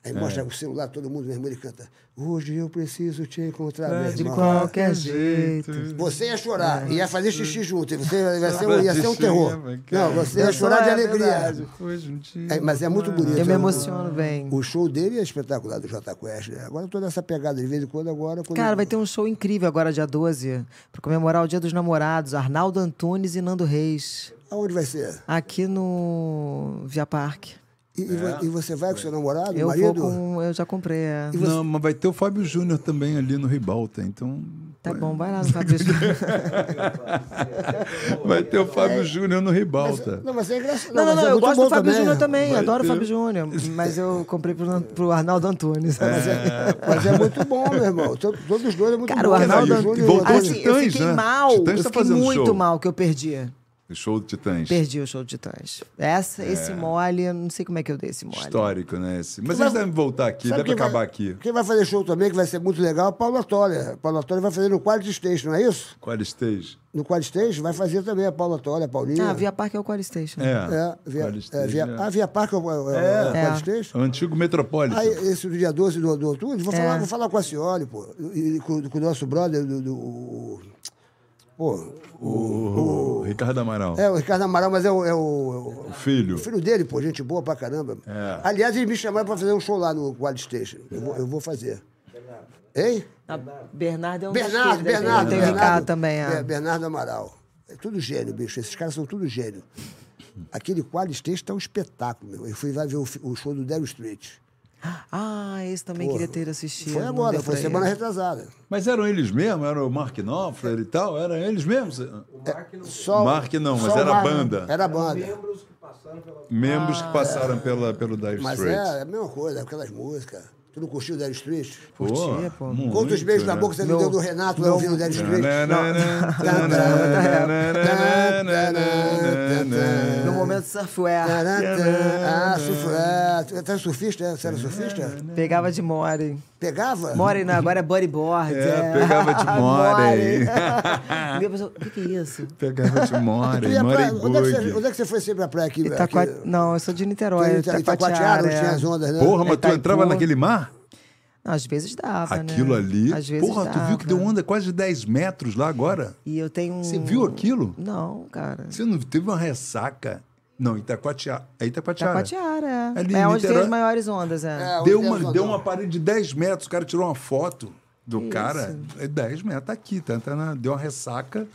Aí mostra o celular, todo mundo, meu irmão, ele canta. Hoje eu preciso te encontrar, meu É, De irmão." É, qualquer jeito. Você ia chorar, ia fazer xixi junto, e você ia ser, um- ia ser um Xixi, terror. é, cara. Não, você Eu ia sou, chorar de é alegria. verdade. Hoje um dia. É, mas é muito bonito. Eu me né? emociono bem. O show dele é espetacular, do Jota Quest. né? Agora eu tô nessa pegada de vez em quando, agora... Quando Cara, vai ter um show incrível agora, dia 12, pra comemorar o Dia dos Namorados. Arnaldo Antunes e Nando Reis. Aonde vai ser? Aqui no Via Parque. E, É. e vo- e você vai com seu namorado, Eu marido? vou com. Eu já comprei. é. Não, mas vai ter o Fábio Júnior também ali no Ribalta, então. Tá bom, vai lá, Fabrício. Vai ter o Fábio Júnior no Ribalta. Não, É. mas é engraçado. Não, mas não, não, é eu muito gosto bom do Fábio Júnior também, Vai adoro o ter. Fábio Júnior, mas eu comprei pro, Nan- pro Arnaldo Antunes. Mas é, mas é muito bom, meu irmão. To- Todos os dois é muito Cara, bom. o Arnaldo Júnior e o voltou Antônio. Assim, eu Titãs, fiquei né? mal, Titãs eu tá fiquei fazendo muito show. mal que eu perdi. Show do Titãs. Perdi o show de Titãs. Essa, Esse mole, não sei como é que eu dei esse mole. Histórico, né? Esse. Mas Vai- eles devem voltar aqui, Sabe devem quem vai- acabar aqui. Quem vai fazer show também, que vai ser muito legal, é o Paulo Autória. Paulo Autória vai fazer no Quad Station, não é isso? Qual esteja? No Quad Station vai fazer também a Paulo Autória, a Paulinha. Ah, Via Parque é o Core Station. É, via, Qual é, via, esteja. ah, via Parque é o, é, o- é o É. Quad Station? O antigo Metropolitan. Aí, esse do dia 12 do, do outubro, vou, É. falar, vou falar com a Cioli, pô. E, e com, com o nosso brother, do. do- o- pô, o, Ricardo Amaral. é o Ricardo Amaral, mas é o. é o- é o o- filho. o filho dele, pô, gente boa pra caramba. É. Aliás, eles me chamaram pra fazer um show lá no Quad Station. Eu vou, eu vou fazer. Hein? Ah, Bernardo é um Bernardo, esquerda, né? Bernardo. Tem o Bernardo, Ricardo também. é. Be- Bernardo Amaral. É tudo gênio, bicho. Esses caras são tudo gênio. Aquele quadro texto é um espetáculo, meu. Eu fui lá ver o, fi- o show do Daryl Street. Ah, esse também queria ter assistido. Foi não agora, deu foi pra semana ir. retrasada. Mas eram eles mesmo? Era o Mark Knopfler e tal? Eram eles mesmos? Só, Mark não, mas só o era Mark. banda. Era banda. Membros que passaram pela, pelo Dive Ah. Mas Straits. é, é a mesma coisa, aquelas músicas. Tu não curtiu o Daryl Street? Pô, Curtia, pô. muito, Quantos beijos na né? boca você me deu do Renato lá ouvindo o Daryl Street? Não. É. No momento É, surfwear, né? Tarantã. Ah, surf, ah, tu- tu era surfista? é? Você era surfista? pegava de More. Pegava? More não, agora é bodyboard. É, pegava de More. E a pessoa, o que, que é isso? Pegava de Tu More, ia pra- onde, é que você, Moregood. onde é que você foi sempre pra praia aqui? Itacua... é- aqui? tá Não, eu sou de Niterói. tá Ita- Itacoatiara, onde é. tinha as ondas, né? Porra, mas tu Itaipu. entrava naquele mar? Não, às vezes dava, né? Aquilo ali. Às vezes Porra, tu viu que dava. deu onda quase de 10 metros lá agora? E eu tenho um... Você viu aquilo? Não, cara. Você não teve uma ressaca? Não, Itacoatiara. É Itacoatiara. Itacoatiara, é. Ali em é onde tem Niterói. as maiores ondas, é. É, Deu onde é uma, as deu ondas? uma parede de 10 metros, o cara tirou uma foto do cara. É 10 metros, tá aqui, tá, tá na- deu uma ressaca.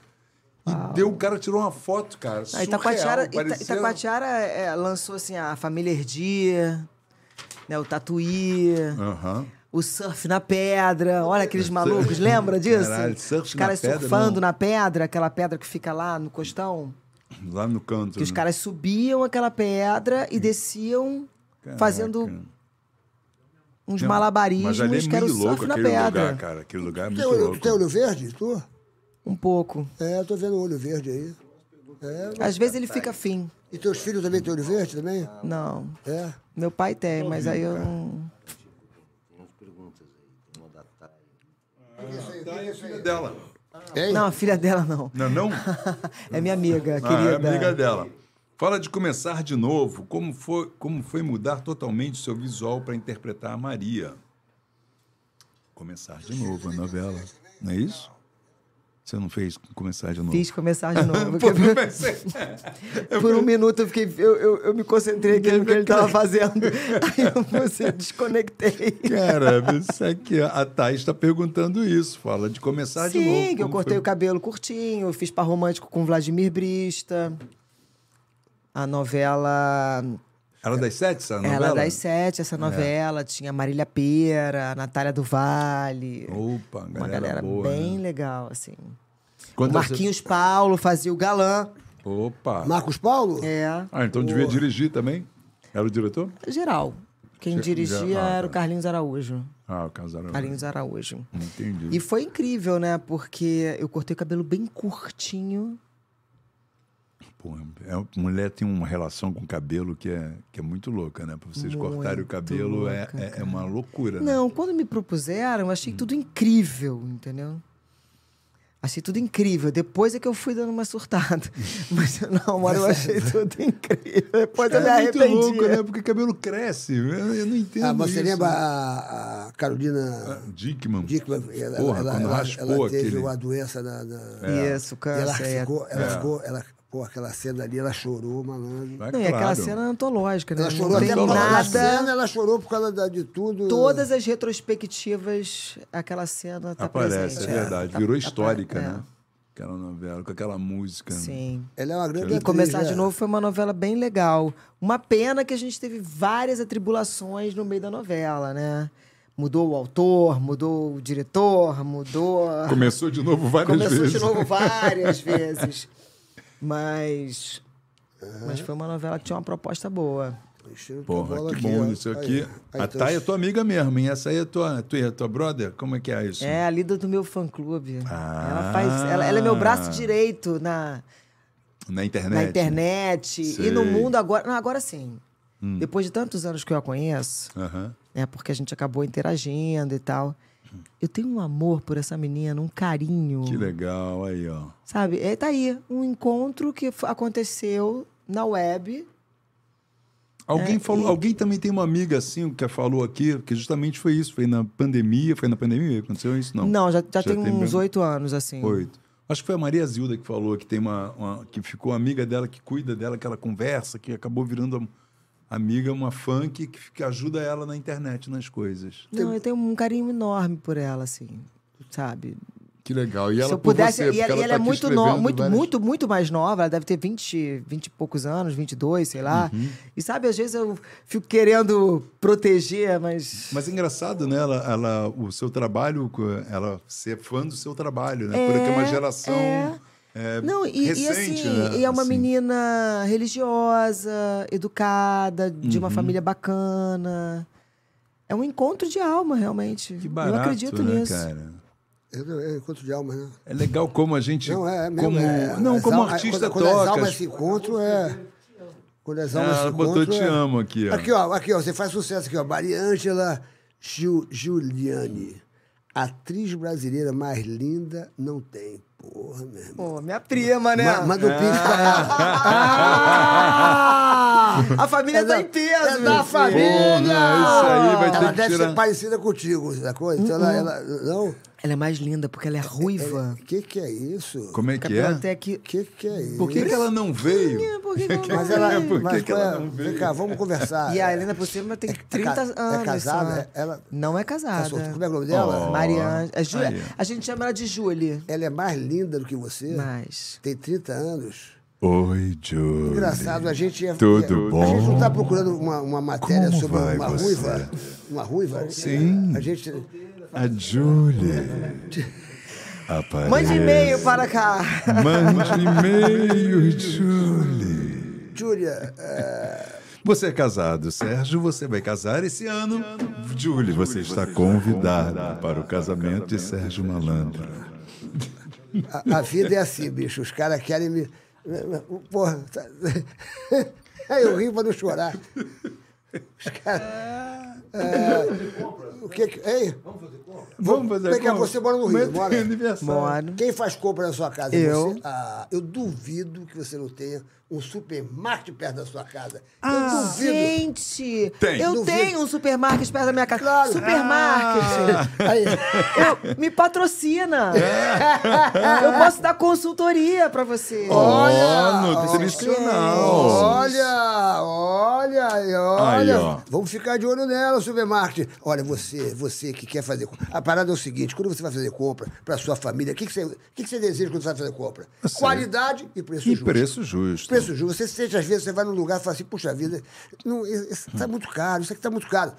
E deu, o cara tirou uma foto, cara. Ah, Surreal, Itacoatiara, Ita- parecia- Itacoatiara, é, lançou assim a família Herdia, né, o Tatuí, Aham. o surf na pedra. Olha aqueles malucos, lembra disso? Caralho, surf Os na caras pedra, surfando não. na pedra, aquela pedra que fica lá no costão. Lá no canto. Que os né? caras subiam aquela pedra e desciam Caraca. fazendo uns Não, malabarismos Mas ali é que era o muito surf louco na aquele pedra. lugar, cara. Aquele lugar é Tu tem muito olho- tu tem louco. olho verde, tu? Um pouco. É, eu tô vendo o olho verde aí. É. Às vezes ele fica fim. E teus filhos também têm olho verde também? Não. É. Meu pai tem, mas aí eu não. Dela. Hein? Não, a filha dela não. Não, é não? É minha amiga, Ah, é querida. amiga dela. Fala de começar de novo. Como foi, como foi mudar totalmente seu visual para interpretar a Maria? Começar de novo a novela, não é isso? Você não fez começar de novo? Fiz começar de novo. Pô, porque- pensei. Por um minuto eu fiquei. Eu, eu, eu me concentrei aqui no que ele estava fazendo. Aí eu você desconectei. Cara, isso aqui, a Thaís está perguntando isso. Fala de começar de novo. Sim, que eu como cortei foi? o cabelo curtinho, eu fiz par romântico com Vladimir Brista. A novela Era é das sete, essa novela? É. Ela é das Sete, essa novela, tinha Marília Pera, Natália do Vale. Opa, uma galera galera boa, bem né? legal, assim. Quantas- Marquinhos Paulo fazia o galã. Opa. Marcos Paulo? É. Ah, então devia dirigir também? Era o diretor? Geral. Quem Ge- dirigia geral, era o tá. Carlinhos Araújo. Ah, o Casarão. Carlinhos Araújo. Entendi. E foi incrível, né? Porque eu cortei o cabelo bem curtinho. Pô, é, mulher tem uma relação com o cabelo que é, que é muito louca, né? Pra vocês cortarem o Muito cabelo é, louca, é- é uma loucura, né? Não, quando me propuseram, eu achei Hum. tudo incrível, entendeu? Achei tudo incrível. Depois é que eu fui dando uma surtada. Mas na hora eu achei tudo incrível. Depois eu me é muito arrependi. louco, né? Porque o cabelo cresce. Eu, eu não entendo Ah, mas você é isso. lembra a, a Carolina Dickman. Dickman? Ela, Ah, Porra, ela, quando ela, raspou ela teve aquele- uma doença na. na... Isso, E ela câncer. é. ficou, ela ficou, ela, pô, aquela cena ali, ela chorou, malandro. É Não, e aquela claro. cena antológica, né? Ela Não chorou tem até por causa da cena, nada. ela chorou por causa da- de tudo. Todas as retrospectivas, aquela cena tá Aparece, presente. é verdade. Tá- Virou tá- histórica, é. né? Aquela novela, com aquela música. né? Sim. Ela é uma grande E atriz, Começar né? de Novo foi uma novela bem legal. Uma pena que a gente teve várias atribulações no meio da novela, né? Mudou o autor, mudou o diretor, mudou. Começou de novo várias Começou vezes. de novo várias vezes. Mas. É. Mas foi uma novela que tinha uma proposta boa. Ixi, eu tô bola Porra, que aqui, bom ó. isso Aí, aqui. aí, a então, Thay é tua amiga mesmo, hein? Essa aí é tua, tu é tua brother? Como é que é isso? É a líder do meu fã-clube. Ah. Ela faz. Ela, ela é meu braço direito na, Na internet? na internet e Sei. no Hum. mundo agora. Não, agora sim. Depois de tantos anos que eu a conheço, Aham. né? Porque a gente acabou interagindo e tal. Eu tenho um amor por essa menina, um carinho. Que legal, aí, ó. Sabe? É, tá aí, um encontro que f- aconteceu na web. É, Alguém, falou, alguém também tem uma amiga assim que falou aqui, que justamente foi isso, foi na pandemia, foi na pandemia, aconteceu isso? Não, Não, já, já, tem, uns bem- oito anos, assim. Oito. Acho que foi a Maria Zilda que falou que tem uma, uma- que ficou amiga dela, que cuida dela, que ela conversa, que acabou virando am- amiga, uma fã que, que ajuda ela na internet, nas coisas. Não, eu tenho um carinho enorme por ela, assim. Sabe? Que legal. E ela Se eu por pudesse. você, e porque ela, e ela tá é aqui muito, no, escrevendo muito, várias- muito, muito mais nova. Ela deve ter 20, 20 e poucos anos, 22, sei lá. E sabe, às vezes eu fico querendo proteger, mas. Mas é engraçado, né? Ela, ela- o seu trabalho, ela ser fã do seu trabalho, né? É, Porque é uma geração é. é, Não, e, e recente, assim, né? e é uma Assim. menina religiosa, educada, de Uhum. uma família bacana. É um encontro de alma, realmente. Que barato, Eu acredito né, nisso. cara? eu- eu é, encontro de almas, né? É legal como a gente. Não, é, é mesmo, como, é- não, as como almas- artista quando, Quando as toca. tipo- almas se encontram, é... Quando as almas Ah, se ela encontram... botou te é- amo aqui, ó. Aqui, ó, aqui, ó, você faz sucesso aqui, ó. Maria Ângela Gil- Giuliani. Atriz brasileira mais linda não tem. Porra, meu irmão. Pô, minha prima, né? Ma- Manda É. um pix pra ela. Ah! a É família da- tá em peso. é meu da filho. família. Pô, é não, né, isso aí vai Ela ter que deve tirar. ser parecida contigo, sacou? Então ela, ela. Não? Ela é mais linda porque ela é ruiva. O que, que é isso? Como é O que cabelo é? até aqui. O que, que é isso? Por que, que ela não veio? Por que que ela Mas não ela. veio? por que mas que ela foi- não Vem cá, vamos conversar. E a Helena por cima tem É- é 30 ca- é anos. casada? né? Ela- Não é casada. solteira. Como é o nome dela? Ó. Mariana. A, Ju- Aí. a gente chama ela de Julie. Ela é mais linda do que você. Mas. Tem 30 anos. Oi, Joe. Engraçado, a gente ia. é. Tudo a, bom? gente não está procurando uma, uma matéria Como sobre vai uma você? ruiva. Uma ruiva? Sim. A gente. A Julie. Aparece. Mande e-mail para cá. Mande e-mail, Julie. Júlia, é, Você é casado, Sérgio, você vai casar esse ano. Julie, você está convidado para o casamento de Sérgio Malandro. a, a vida é assim, bicho. Os caras querem me. Porra. tá- Aí eu ri pra não chorar. Os caras. É, o que que. Ei? Vamos fazer compra? Vamos fazer Daqui a como? pouco você mora no Mas Rio, tem mora? aniversário. Moro. Quem faz compra na sua casa? é Eu. Você? Ah, eu duvido que você não tenha um supermarket perto da sua casa. eu Ah, duvido. Gente, Tem. eu Duvido. tenho um supermarket perto da minha casa. Claro. Ah. Supermarket. Aí, Eu- me patrocina. É. Eu posso dar consultoria pra você. Ó, olha, nutricional. Olha, olha, Aí, olha. ó. Vamos ficar de olho nela, supermarket. Olha, você, você que quer fazer. compra. A parada é o seguinte: quando você vai fazer compra para sua família, o que, que, você, o que, que você deseja quando você vai fazer compra? Qualidade e preço Assim. E justo. preço justo. Preço justo. Você sente, às vezes, você vai num lugar e fala assim, puxa vida, não, isso Hum. tá muito caro, isso aqui tá muito caro.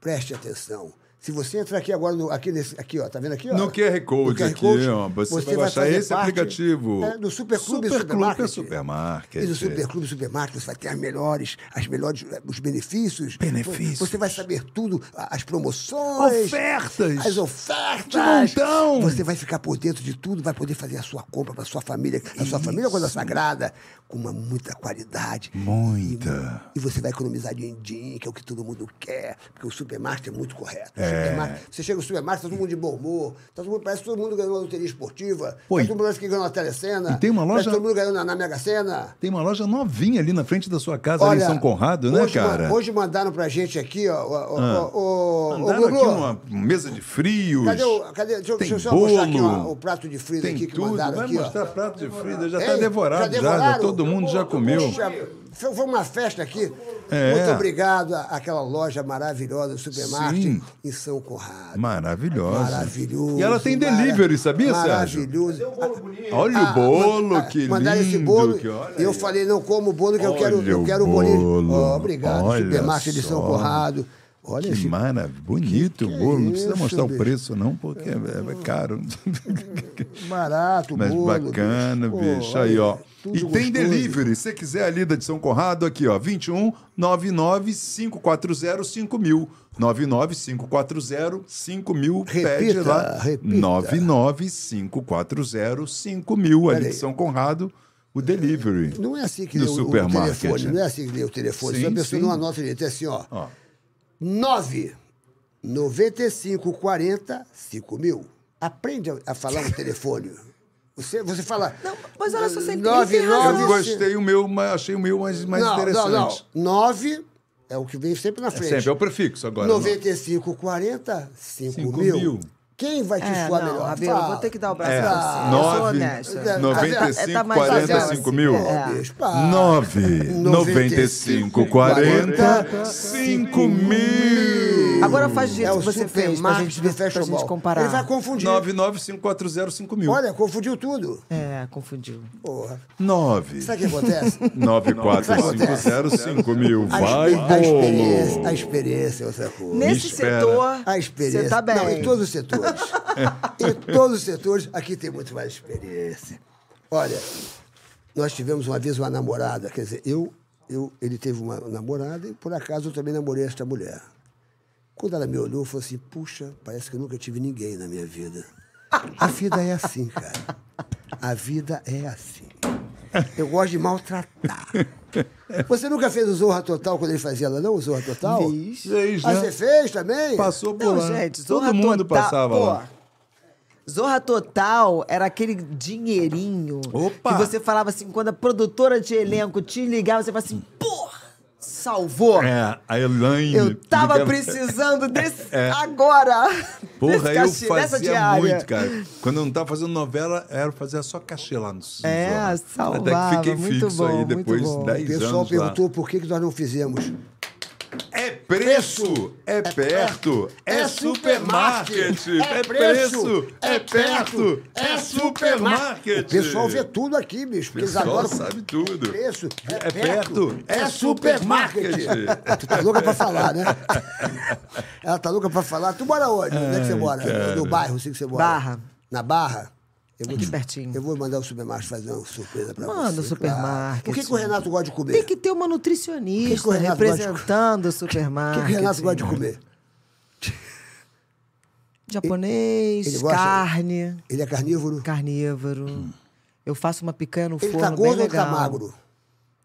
Preste atenção. Se você entrar aqui agora, no, aqui, nesse, aqui, ó, tá vendo aqui? Ó, No QR Code aqui, ó, você vai baixar fazer esse aplicativo. é, do Superclube Superclube Supermarket. Supermarket. E do Superclube Supermarket você vai ter as melhores, as melhores, eh, os benefícios. Benefícios. Você vai saber tudo, a- as promoções. Ofertas. As ofertas. De montão. Você vai ficar por dentro de tudo, vai poder fazer a sua compra para sua família. A sua família é uma coisa sagrada, com uma muita qualidade. Muita. E você vai economizar din-din, que é o que todo mundo quer, porque o supermarket é muito correto. O supermarket- Você chega no supermarket, tá todo mundo de bom humor, tá todo mundo, parece que todo mundo ganhou na loteria esportiva, Pô, e- tá todo mundo parece que ganhou na telecena, e tem uma parece loja- que todo mundo ganhou na, na Mega Sena. Tem uma loja novinha ali na frente da sua casa, ali em São Conrado, né, hoje, cara? Ah. ma- Hoje mandaram pra gente aqui, ó, ó, ó, ó, ó, Mandaram ô, Gugu, aqui uma mesa de frios. Cadê o. Cadê, deixa, eu- Tem deixa eu só mostrar aqui bolo. ó, o prato de frita Tem aqui que tudo. mandaram Vai aqui. ó. mostrar prato de frida. Já Ei, tá devorado, já, já. devoraram? Todo mundo já comeu. Poxa, foi foi uma festa aqui. É. Muito obrigado à- àquela loja maravilhosa do Sim. supermarket em São Conrado. Maravilhosa. Maravilhoso. E ela tem mara- delivery, sabia, Sérgio? Maravilhoso. Olha Ah, o bolo, manda- que lindo. Mandaram esse bolo. que- olha eu aí. falei, não como bolo, que eu quero, Olha eu o quero o bolinho. bolo. Ó, obrigado, Olha supermarket de São só. Conrado. Olha Que esse maravilha, bonito o bolo. Não precisa é isso, mostrar o bicho? preço, não, porque é, é caro. barato, Mas bolo. bacana, Pô, bicho. Aí, olha, ó. tudo E tem gostoso. delivery. Se você quiser ali da de São Conrado, aqui, ó. 21 99 540 5000. 99 540 5000. Pede Repita, lá. repita. 99 540 5000. Ali Peraí. de São Conrado, o delivery. Não é assim que No lê o, o supermarket. né? telefone. Não é assim que lê o telefone. Sim, Se a pessoa sim. não anota direito, é assim, ó. Ó. 9 95 40 5 mil. Aprende a, a falar um telefone. Você, você fala. Não, mas olha só, você tem- nove, tem razão. nove, Eu gostei o meu, mas achei o meu mais, mais não, interessante. Não, não. 9 é o que vem sempre na frente. Sempre é o prefixo agora. não. 95 40 5, Cinco mil. mil. Quem vai te É, suar não, melhor? Rabelo, Fala. vou ter que dar o braço É, pra você. Eu sou 9, honesta. 95, é Tá mais pra 40, você. 5 mil. É. Bicho, pá. Ah, 9, 95, 40, 5 mil. Agora faz do jeito É o que você fez pra supermarket gente, do pra Fashion gente Mall. comparar. Ele vai confundir. 995405000. Olha, confundiu tudo. É, confundiu. Porra. 9, Sabe o que acontece? 94505000. A Vai, expe- a experiência, a bolo. experiência é outra coisa. Nesse espera. setor, A experiência. você tá bem. Não, em todos os setores. em todos os setores, aqui tem muito mais experiência. Olha, nós tivemos uma vez uma namorada, quer dizer, eu, eu ele teve uma namorada e por acaso eu também namorei esta mulher. Quando ela me olhou, falou assim: puxa, parece que eu nunca tive ninguém na minha vida. A vida é assim, cara. A vida é assim. Eu gosto de maltratar. Você nunca fez o Zorra Total quando ele fazia lá, não? O Zorra Total? Fiz. Seis, Ah, né? você fez também? Passou por Não, lá. gente, Zorra Todo mundo Total- passava pô, lá. Zorra Total era aquele dinheirinho Opa! que você falava assim, quando a produtora de elenco te ligava, você falava assim, porra, salvou! É, a Elaine. Eu tava ligava- precisando desse agora! é." Porra, desse eu cachê, dessa fazia diária. muito, cara. Quando eu não tava fazendo novela, era fazer só cachê lá no É, Zorra. salvava, Até que fiquei muito fixo bom, aí muito depois bom. de O 10 pessoal anos lá. perguntou por que, que nós não fizemos. É preço, é perto, é supermarket, é preço, é perto, é supermarket. O pessoal vê tudo aqui, bicho. Porque eles Pessoal adoram sabe tudo. preço. É perto, é supermarket. tu tá louca pra falar, né? Ela tá louca pra falar. Tu mora onde? onde é que você mora? No bairro, assim que você mora. Barra. Na Barra? Eu vou, Aqui te- pertinho. eu vou mandar o supermarket fazer uma surpresa pra você. Manda o supermarket. claro. O que, que o Renato gosta de comer? Tem que ter uma Que que o nutricionista Renato gosta de- representando o O supermarket. que, que o Renato gosta de né? comer? Japonês, Ele gosta- carne, Ele é carnívoro? Hum. carnívoro. Eu faço uma picanha no Ele forno tá bem gordo ou ele legal. tá magro?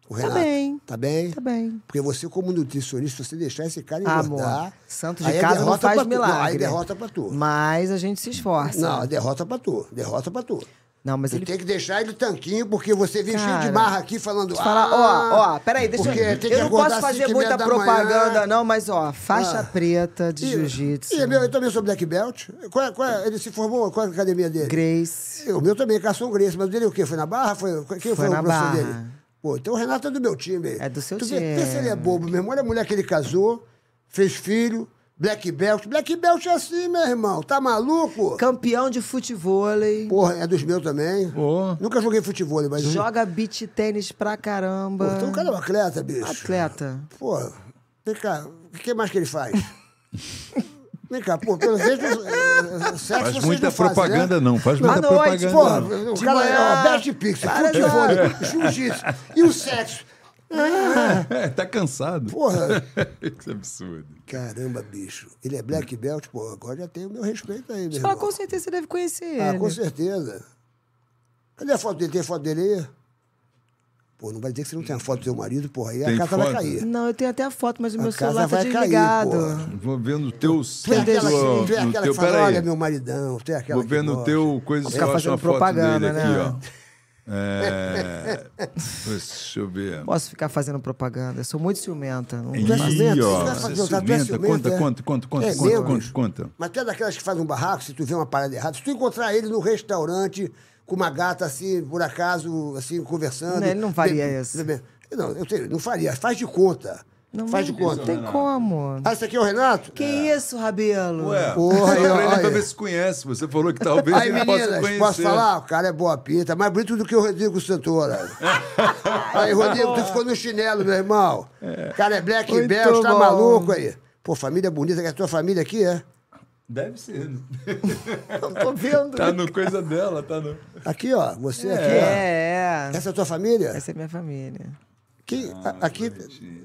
O Renato. bem. Tá bem? Tá bem. Porque você, como nutricionista, se você deixar esse cara Ah, amor, engordar... santo de aí é casa não derrota faz pra tu. milagre. aí derrota pra tu. Mas a gente se esforça. Não, derrota pra tu. Derrota pra tu. Não, mas Tu ele tem que deixar ele tanquinho, porque você vem cheio Cara, de barra aqui falando... "Ah, Te falar, ó, ó, peraí, deixa porque eu. tem que Eu não acordar posso às fazer cinco e meia muita da manhã. propaganda, não, mas ó, faixa Ah. preta de E- jiu-jitsu. E, é meu, eu também sou black belt. Qual é- qual é- ele se formou? Qual é a academia dele? Grace. O meu também, Carson Grace. Mas dele o quê? Foi na Barra? Foi, quem foi, Foi o na professor Barra. dele? Pô, então o Renato é do meu time. aí. É do seu tu time. Vê, pensa ele é bobo mesmo. Olha a mulher que ele casou, fez filho, black belt. Black belt é assim, meu irmão. Tá maluco? Campeão de futebol. Porra, é dos meus também. Nunca joguei futebol, mas... Joga beach tênis pra Pô, caramba. então o cara é um atleta, bicho. Atleta. Pô, vem cá, o que mais que ele faz? vem cá, pô, pelo jeito, eh, sexo Faz vocês muita não fazem, propaganda, né? não. Faz À muita noite, propaganda. Pô, não. o De cara, é manhã. ó, best pizza, Para futebol, é jiu-jitsu, e o sexo? É, tá cansado. Porra, Isso é absurdo. caramba, bicho, ele é black belt, pô, agora já tem o meu respeito aí, meu irmão. Fala, Ah, com certeza você deve conhecer Ah, ele. com certeza. Cadê a foto dele? Tem a foto dele aí? Pô, não vai dizer que você não tem a foto do seu marido, porra, aí Tem a casa foto? vai cair. Não, eu tenho até a foto, mas o meu a celular casa tá vai desligado. cair, porra. Vou ver no teu. Tu é aquela, no que- tu é aquela teu- que fala, peraí. olha meu maridão, tu é aquela Vou ver que no gosta. teu coisa se Fica eu acho fazendo uma foto dele propaganda, aqui, ó. né? É... Deixa eu ver. Posso ficar fazendo propaganda? Eu sou muito ciumenta. Não Ih, faço isso. ó. vai fazer Você o tatu, é ciumenta, ciumento, conta, é? conta, conta, conta, É conta, mesmo? conta, conta. Mas tu é daquelas que faz um barraco, se tu vê uma parada errada, se tu encontrar ele no restaurante com uma gata assim, por acaso, assim, conversando. Não, ele não faria Be- isso. bebe- Não, eu sei, não faria, faz de conta. Não, é faz de Não conta. tem como. Ah, esse aqui é o Renato? Que isso, Rabelo? Ué, Porra, eu olha. ele também se conhece. Você falou que talvez Aí, ele possa meninas, conhecer. posso falar? O cara é boa pinta, mais bonito do que o Rodrigo Santora. aí, Rodrigo, tu ficou no chinelo, meu irmão. O cara é black Muito belt, tá bom. maluco aí. Pô, família bonita, que é a tua família aqui, é? Deve ser. Não tô vendo. Tá no coisa dela, tá no. Aqui, ó, você aqui, É, é. ó. Essa é a tua família? Essa é minha família. Quem- a- aqui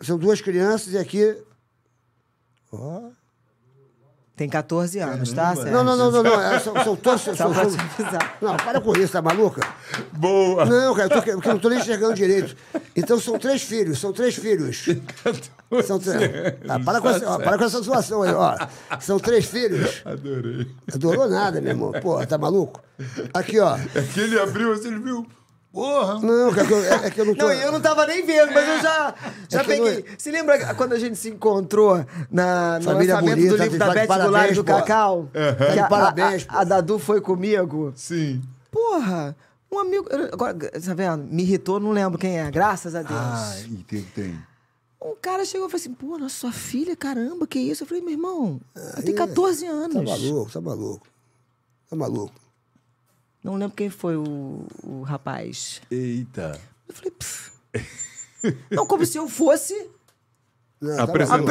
são duas crianças e aqui... Ó. Tem 14 anos, tá, Sérgio? Não, não, não, não, não. é, São, são todos... São, são, Só pra te avisar. Não, para com isso, tá maluca? Boa! Não, cara, eu tô, porque eu não tô nem enxergando direito. Então são três filhos, são três filhos. São três. Ah, para, com essa, ó, para com essa situação aí, ó. São três filhos. Adorei. Adorou nada, meu irmão. Pô, tá maluco? Aqui, ó. É que ele abriu assim, ele viu. Porra! Não, cara, que eu- é, é que eu não tô. Não, e eu não tava nem vendo, mas eu já, já É que peguei. Se lembra quando a gente se encontrou na, no Família lançamento bonita, do livro tá da de Beth parabéns, Goulart e do pô. Cacau? Tá de a- a- parabéns, a, pô. Dadu foi comigo. Sim. Porra, um amigo... Agora, tá vendo? Me irritou, não lembro quem é, graças a Deus. Ah, e tem, tem. Um cara chegou e falou assim, pô, nossa, sua filha, caramba, que isso? Eu falei, meu irmão, eu tenho 14 Tá anos. maluco, tá maluco. Tá maluco. não lembro quem foi o, o rapaz. Eita. Eu falei, pff. Não, como se eu fosse... Não, tá Apresen- maluco.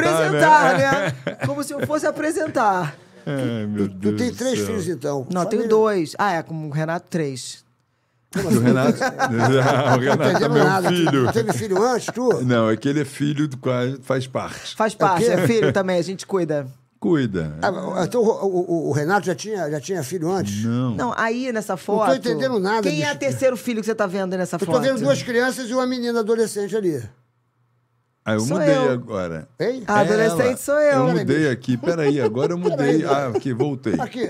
apresentar, né? Como se eu fosse apresentar. Ai, meu Tu Deus. tem três filhos, então. Não, eu Família- tenho dois. Ah, é, com o Renato, três. Do Renato. Ah, o Não Renato é entendendo meu nada. Tu filho. não teve filho antes, tu? Não, é que ele é filho do qual faz parte. Faz parte, quê? é filho também, a gente cuida. Cuida. Ah, então o, o- o Renato já tinha, já tinha filho antes? Não, aí nessa foto. entendendo nada, Quem é bicho. o terceiro filho que você tá vendo aí nessa Eu foto? tô vendo duas crianças e uma menina adolescente ali. Aí Ah, eu Sou mudei eu. agora. É Hein? Ah, adolescente Ela. sou eu. Eu mudei aqui. Peraí, agora eu mudei. Ah, aqui, voltei. Aqui.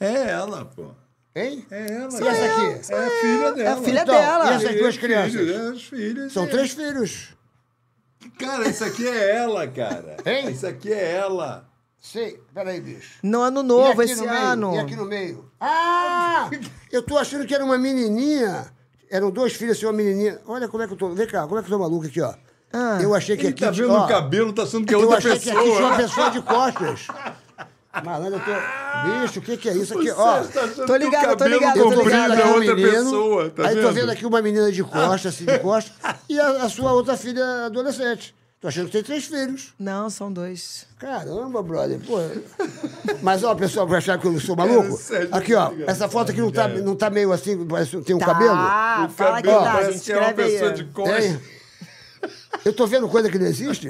É ela, pô. Hein? É ela. E essa aqui? É a filha É dela. a filha Então, dela. e essas duas crianças? Filho, é, os filhos. São é. três filhos. Cara, isso aqui é ela, cara. Hein? Isso aqui é ela. Sei. Peraí, bicho. No ano E novo, aqui esse no meio? ano. E aqui no meio. Ah! Eu tô achando que era uma menininha. Eram dois filhos e uma menininha. Olha como é que eu tô. Vem cá, como é que eu tô maluco aqui, ó. Ah. Eu achei que Ele aqui. tá vendo ó, o cabelo, tá achando que é Eu outra achei que aqui pessoa. tinha uma pessoa de costas. Malandro, eu tô. Bicho, o que, que é isso aqui? ó. Você tá achando Tô que o ligado, tô cabelo ligado, tô Eu tô comprido vendo é aqui um outra menino, pessoa, tá aí vendo? tô vendo aqui uma menina de costas, assim, de costas, e a, a sua outra filha adolescente. Tô achando que tem três filhos. Não, são dois. Caramba, brother, pô. Mas, ó, pessoal, pra achar que eu sou maluco, Sérgio, aqui, ó, tá ligado? essa foto aqui não tá, não tá meio assim, parece que tem um tá, cabelo? Ah, fala que cabelo dá, parece gente que é uma escreve pessoa aí. de Tem? costas. Eu tô vendo coisa que não existe?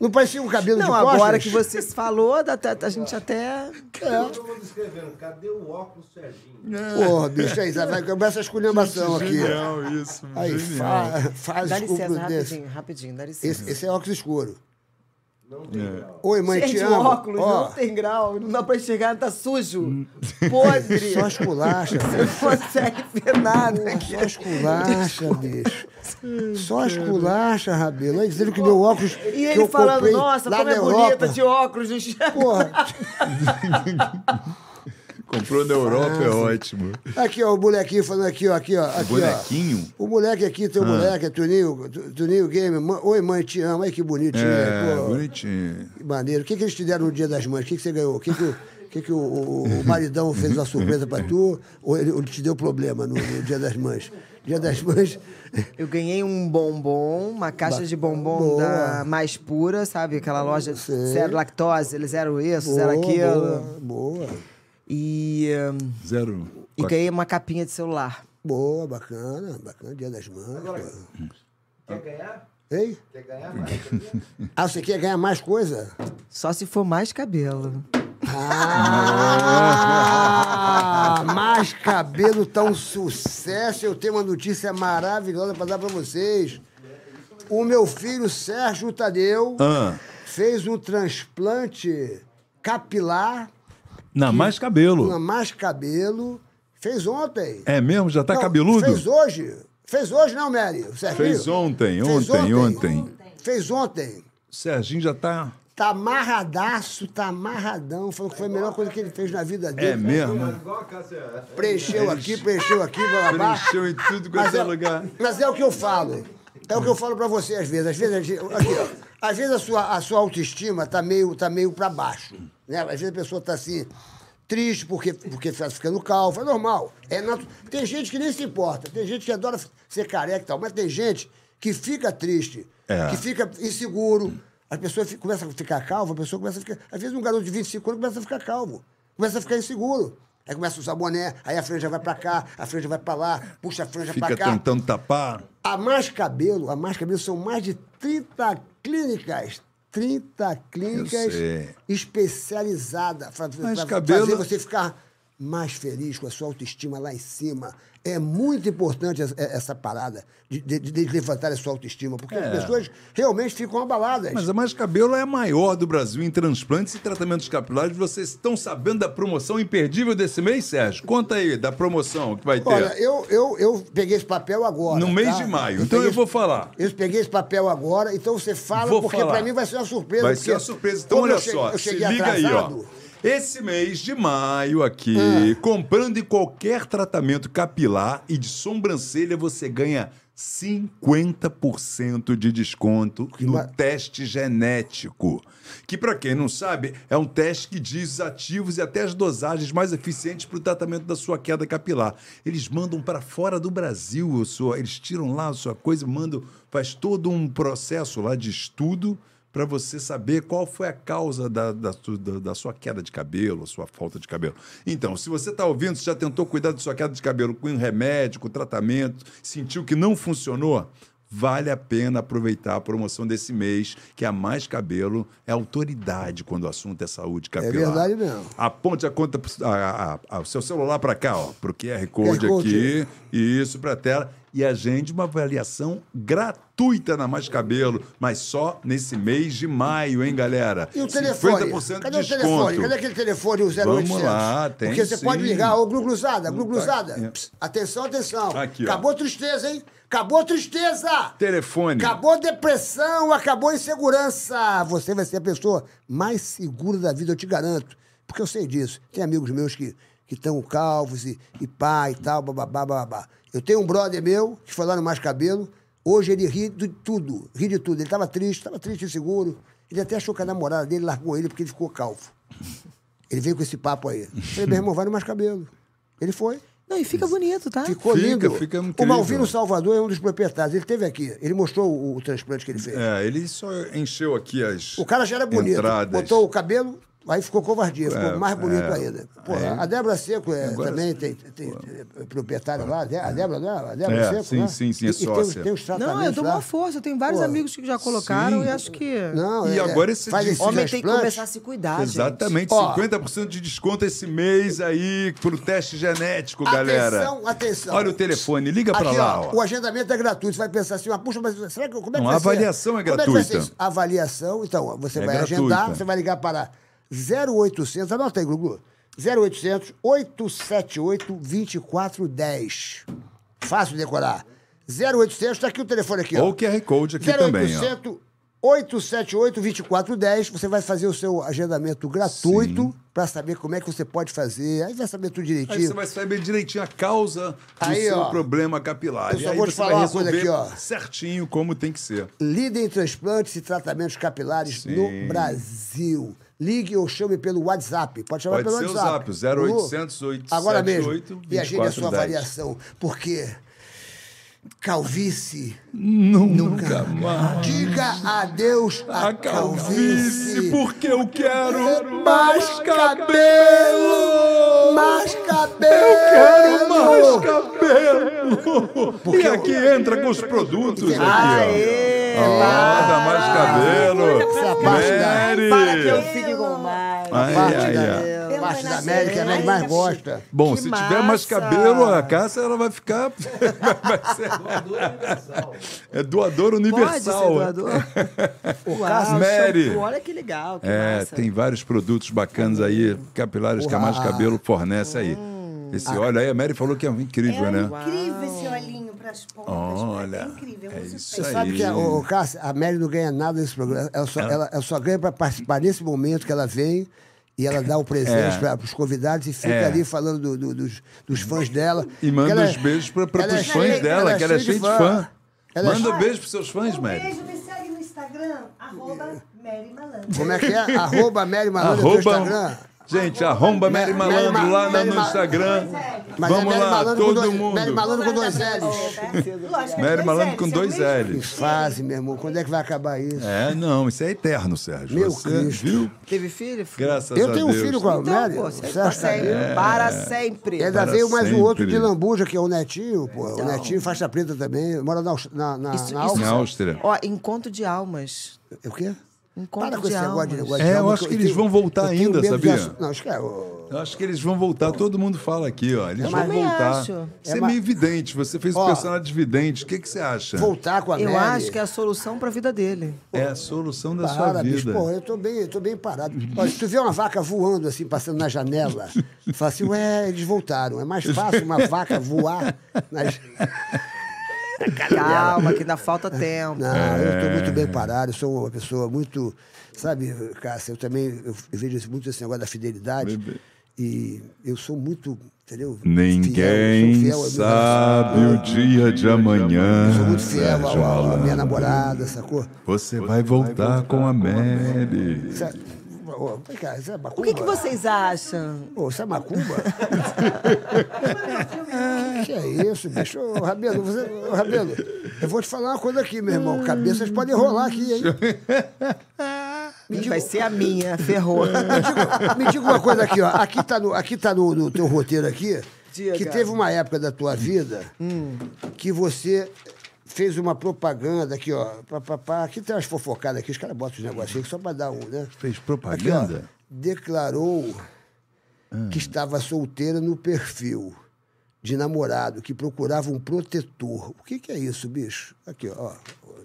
Não parecia um cabelo de Não, costas? agora que você se falou, dá até- a gente até. Todo mundo escrevendo, cadê o óculos Serginho? Porra, bicho, aí vai começa a esculhambação aqui. Genial isso. Aí genial. fa, faz Dá o licença, desse. rapidinho, rapidinho, dá licença. Esse, esse é óculos escuro. Não tem grau. Oi, mãe, Gente, te o amo. óculos Ó, não tem grau, não dá pra enxergar, tá sujo, podre. Só esculacha, Você não consegue ver nada aqui. É só esculacha, bicho. Só esculacha, Rabelo. Aí dizendo que meu óculos. E que ele eu falando, comprei nossa, lá como na é bonita Europa. de óculos, não enxerga. Porra. Comprou na Europa, é ótimo. Aqui, ó, o molequinho falando aqui, ó, aqui, ó. Aqui, Bonequinho? Ó. O moleque aqui, teu moleque, é Tuninho, Tu- Tuninho Game. Mã- Oi, mãe, te amo. Ai, que bonitinho. né? É, pô. bonitinho. Que maneiro. O que, que eles te deram no Dia das Mães? O que, que você ganhou? O que, que, o, o que que o- o- o maridão fez uma surpresa pra tu? Ou ele, ou ele te deu problema no, no Dia das Mães? Dia das Mães. Eu ganhei um bombom, uma caixa de bombom Boa. da Mais Pura, sabe? Aquela loja Hum, Sei. zero lactose, eles zero isso, zero Boa, aquilo. Boa, E, hum, Zero. e ganhei uma capinha de celular. boa, bacana, bacana. Dia das Mães. pô. Quer ganhar? Ei? Quer ganhar mais? Quer ganhar? Ah, você quer ganhar mais coisa? Só se for mais cabelo. Ah, mais cabelo tá um sucesso. Eu tenho uma notícia maravilhosa pra dar pra vocês. O meu filho Sérgio Tadeu Ah, fez um transplante capilar na mais cabelo. na mais cabelo. Fez ontem. É mesmo? Já tá Não, cabeludo? Fez hoje. Fez hoje não, Mary. O Serginho. Fez ontem, Fez ontem, ontem. Fez ontem. Serginho já tá. Tá amarradaço, tá amarradão. Falou que foi a melhor coisa que ele fez na vida dele. É mesmo? É Igual a casa. Preencheu aqui, preencheu aqui, blá, blá, blá. Preencheu em tudo quanto Mas é é, lugar. mas é o que eu falo. É o que eu falo pra você às vezes. Às vezes, a gente- aqui, ó. às vezes a, sua, a sua autoestima tá meio, tá meio pra baixo. Né? Às vezes a pessoa tá assim, triste porque, porque tá ficando calva. É normal. É natu- Tem gente que nem se importa. Tem gente que adora ser careca e tal. Mas tem gente que fica triste, É. que fica inseguro. As pessoas fi- começam a ficar calvo, a pessoa começa a ficar. Às vezes um garoto de 25 anos começa a ficar calvo, começa a ficar inseguro. Aí começa a usar boné, aí a franja vai pra cá, a franja vai pra lá, puxa a franja pra Fica cá. É tentando tapar. A Mais Cabelo, a Mais Cabelo são mais de 30 clínicas. 30 Eu clínicas sei. especializadas para Mais Cabelo- é fazer você ficar mais feliz com a sua autoestima lá em cima. É muito importante essa, essa parada de, de- de levantar a sua autoestima, porque as pessoas realmente ficam abaladas. É. Mas a Mais Cabelo é a maior do Brasil em transplantes e tratamentos capilares. Vocês estão sabendo da promoção imperdível desse mês, Sérgio? Conta aí da promoção que vai ter. Olha, eu, eu, eu peguei esse papel agora. É. no mês tá? de maio. Então peguei eu esse- vou falar. Eu peguei esse papel agora, então você fala, Vou porque falar. pra mim vai ser uma surpresa. Vai porque ser uma surpresa. Então, como eu olha che- só, eu se cheguei liga aí, atrasado, Ah. ó. Esse mês de maio aqui, comprando em qualquer tratamento capilar e de sobrancelha, você ganha 50% de desconto no ba- teste genético. Que, pra quem não sabe, é um teste que diz os ativos e até as dosagens mais eficientes para o tratamento da sua queda capilar. Eles mandam para fora do Brasil, a sua- eles tiram lá a sua coisa, mandam, faz todo um processo lá de estudo para você saber qual foi a causa da, da, su- da- da sua queda de cabelo, sua falta de cabelo. Então, se você está ouvindo, se já tentou cuidar da sua queda de cabelo com remédio, com tratamento, sentiu que não funcionou, vale a pena aproveitar a promoção desse mês, que é a Mais Cabelo é autoridade quando o assunto é saúde capilar. verdade mesmo. Aponte a conta, pro- a- a- a- o seu celular para cá, ó, para o QR Code QR Code. aqui. Isso, para a tela. E agende uma avaliação gratuita na Mais Cabelo, mas só nesse mês de maio, hein, galera? E o telefone? 50% Cadê de o telefone? desconto. Cadê aquele telefone o 0800? Vamos lá, tem Porque você sim. pode ligar, ô Grugluzada, Não tá- Grugluzada. Pss, Atenção, atenção. Aqui, ó. acabou a tristeza, hein? Acabou a tristeza! Telefone. Acabou a depressão, acabou a insegurança. Você vai ser a pessoa mais segura da vida, eu te garanto. Porque eu sei disso. Tem amigos meus que estão calvos e, e pá e tal, bababá, bababá. Eu tenho um brother meu que foi lá no Mais Cabelo. Hoje ele ri de tudo, ri de tudo. Ele estava triste, estava triste e seguro. Ele até achou que a namorada dele largou ele porque ele ficou calvo. Ele veio com esse papo aí. Eu Falei, meu irmão, vai no Mais Cabelo. Ele foi. Não, e fica bonito, tá? Ficou Fica, lindo. fica incrível. o Malvino Salvador é um dos proprietários. Ele esteve aqui. Ele mostrou o, o transplante que ele fez. É, ele só encheu aqui as O cara já era bonito. entradas. É, Botou o cabelo, Aí ficou covardia, ficou mais bonito ainda. Pô, a Débora Seco é, também tem, tem, tem proprietária lá, a Dé- a Débora, não é? A Débora É, Seco. sim, né? sim, sim, é E- e tem, sócia. os- tem os tratamentos Não, eu dou lá. uma força. Eu tenho vários Pô, amigos que já colocaram sim. e acho que. Não, E é- agora esse faz disco- Homem tem que transplante. começar a se cuidar, gente. Exatamente, Ah, Ó. 50% de desconto esse mês aí pro teste genético, galera. Atenção, atenção. Olha o telefone, liga pra Aqui, lá. ó, ó. O agendamento é gratuito. Você vai pensar assim, mas puxa, mas será que como é que Não, vai a avaliação ser? Como é que vai ser gratuita. isso? avaliação, então, ó, você É vai gratuita. agendar, você vai ligar para 0800, anota aí, Gugu. 0800 878 2410. Fácil decorar. 0800, tá aqui o telefone aqui, ó. Ou o QR Code aqui também, ó. 0800 878 2410. Você vai fazer o seu agendamento gratuito para saber como é que você pode fazer. Aí vai saber tudo direitinho. Aí você vai saber direitinho a causa do Aí, seu ó. problema capilar. Eu só E aí vou te você falar vai uma coisa resolver aqui, ó. Certinho como tem que ser. Líder em transplantes e tratamentos capilares no Brasil. Ligue ou chame pelo WhatsApp. Pode chamar Pode pelo ser o WhatsApp. zap, 0800 Lu, Agora mesmo. 878 E agende a sua 2410. avaliação. Porque calvície Nunca, mais. diga adeus à A calvície, calvície. porque eu quero Mais cabelo! Mais cabelo! Quero mais cabelo! e aqui entra com os produtos aqui, Aê! ó. Nada mais Essa cabelo! parte da- Para que é eu Mary! fique com mais. Ai, Parte, ai, ai. da, parte da é América, né? que mais gosta. Bom, Que se tiver mais massa! cabelo, a caça ela vai ficar. vai ser- É doador Pode universal. né? ser doador? Uau, Mary. shampoo, Olha que legal, que É, massa. tem vários produtos bacanas aí, capilares que a mais cabelo fornece aí. Esse óleo aí, a Mary falou que é um incrível, É né? incrível esse olhinho pras pontas. Olha, é incrível. é um isso sucesso. Você aí. sabe que a, o, Cássio, a Mary não ganha nada nesse programa. Ela só, ela, ela só ganha para participar nesse momento que ela vem e ela dá o presente É. para os convidados e fica É. ali falando do- do- dos, dos fãs dela. E manda Porque ela os é- beijos pra- pra- ela pros fãs cheia- dela, que ela é cheia de fã. Ela é Manda cheia- um beijo pros seus fãs, Um Mary. beijo, me segue no Instagram, arroba Mary Malandro. Como é que é? Arroba Mary Malandro no Instagram. Arroba. Gente, arromba Mary Mary Malandro Ma- lá na- Mary no Ma- Instagram. Mas Vamos é Mary lá, Malandro com todo dois- mundo. Mary Malandro é? com dois L's. né? L's. é Mary Malandro com é dois Que L's. fase, meu irmão. Quando é que vai acabar isso? É, não, isso é eterno, Sérgio. Meu Você Cristo. viu? Teve filho? Então, Graças a Eu Deus. tenho um filho com a Mary. pô, você você acha para que tá sempre. é? Para sempre. E ainda Para veio mais um outro de sempre. lambuja, que é o Netinho, pô. O Netinho, faixa preta também, mora na, Aus- na, na, na Áustria. Na Áustria. Ó, encontro de almas. É O quê? Encontro Para com de esse negócio de almas. negócio de É, eu alma, acho que eles tenho- vão voltar eu tenho ainda, medo de sabia? assu- Não, acho que é... Ó, Eu acho que eles vão voltar, todo mundo fala aqui, ó. Eles Eu vão também voltar. acho. É Você é uma- meio vidente, você fez o Ó. personagem vidente. O que, que você acha? voltar com a Eu Mary. acho que é a solução pra vida dele. É a solução da Para, sua vida. bicho, pô, eu tô bem, eu tô bem parado. Olha, se tu vê uma vaca voando assim, passando na janela, tu fala assim, ué, eles voltaram. É mais fácil uma vaca voar nas... Calma, que ainda falta tempo. Não, Ah, eu estou muito É. bem parado, eu sou uma pessoa muito. Sabe, Cássio, eu também eu vejo esse- muito esse negócio da fidelidade. E eu sou muito, entendeu? Ninguém Fiel, eu sou fiel ao meu sabe o dia de amanhã. relacionamento, Sou é, muito fiel Sérgio ao- ao- à minha Malandro. namorada, sacou? Você vai voltar com a Mary. Isso é, Ô, vem cá, isso é macumba? O que, que vocês acham? Ô, isso é macumba? que é isso, bicho? Ô, Rabelo, você, ô, Rabelo, eu vou te falar uma coisa aqui, meu irmão. Cabeças podem rolar aqui, hein? Vai ser a minha, ferrou. Me diga uma coisa aqui, ó. Aqui tá no, aqui tá no, no teu roteiro aqui, Diga. Hum. que teve uma época da tua vida que você fez uma propaganda aqui, ó. Pá, pá, pá. Aqui tem umas fofocadas aqui, os caras botam os negocinhos aqui só pra dar um, né? Fez Aqui, ó, propaganda? declarou que estava solteira no perfil de namorado, que procurava um protetor. O que, que é isso, bicho? Aqui, ó.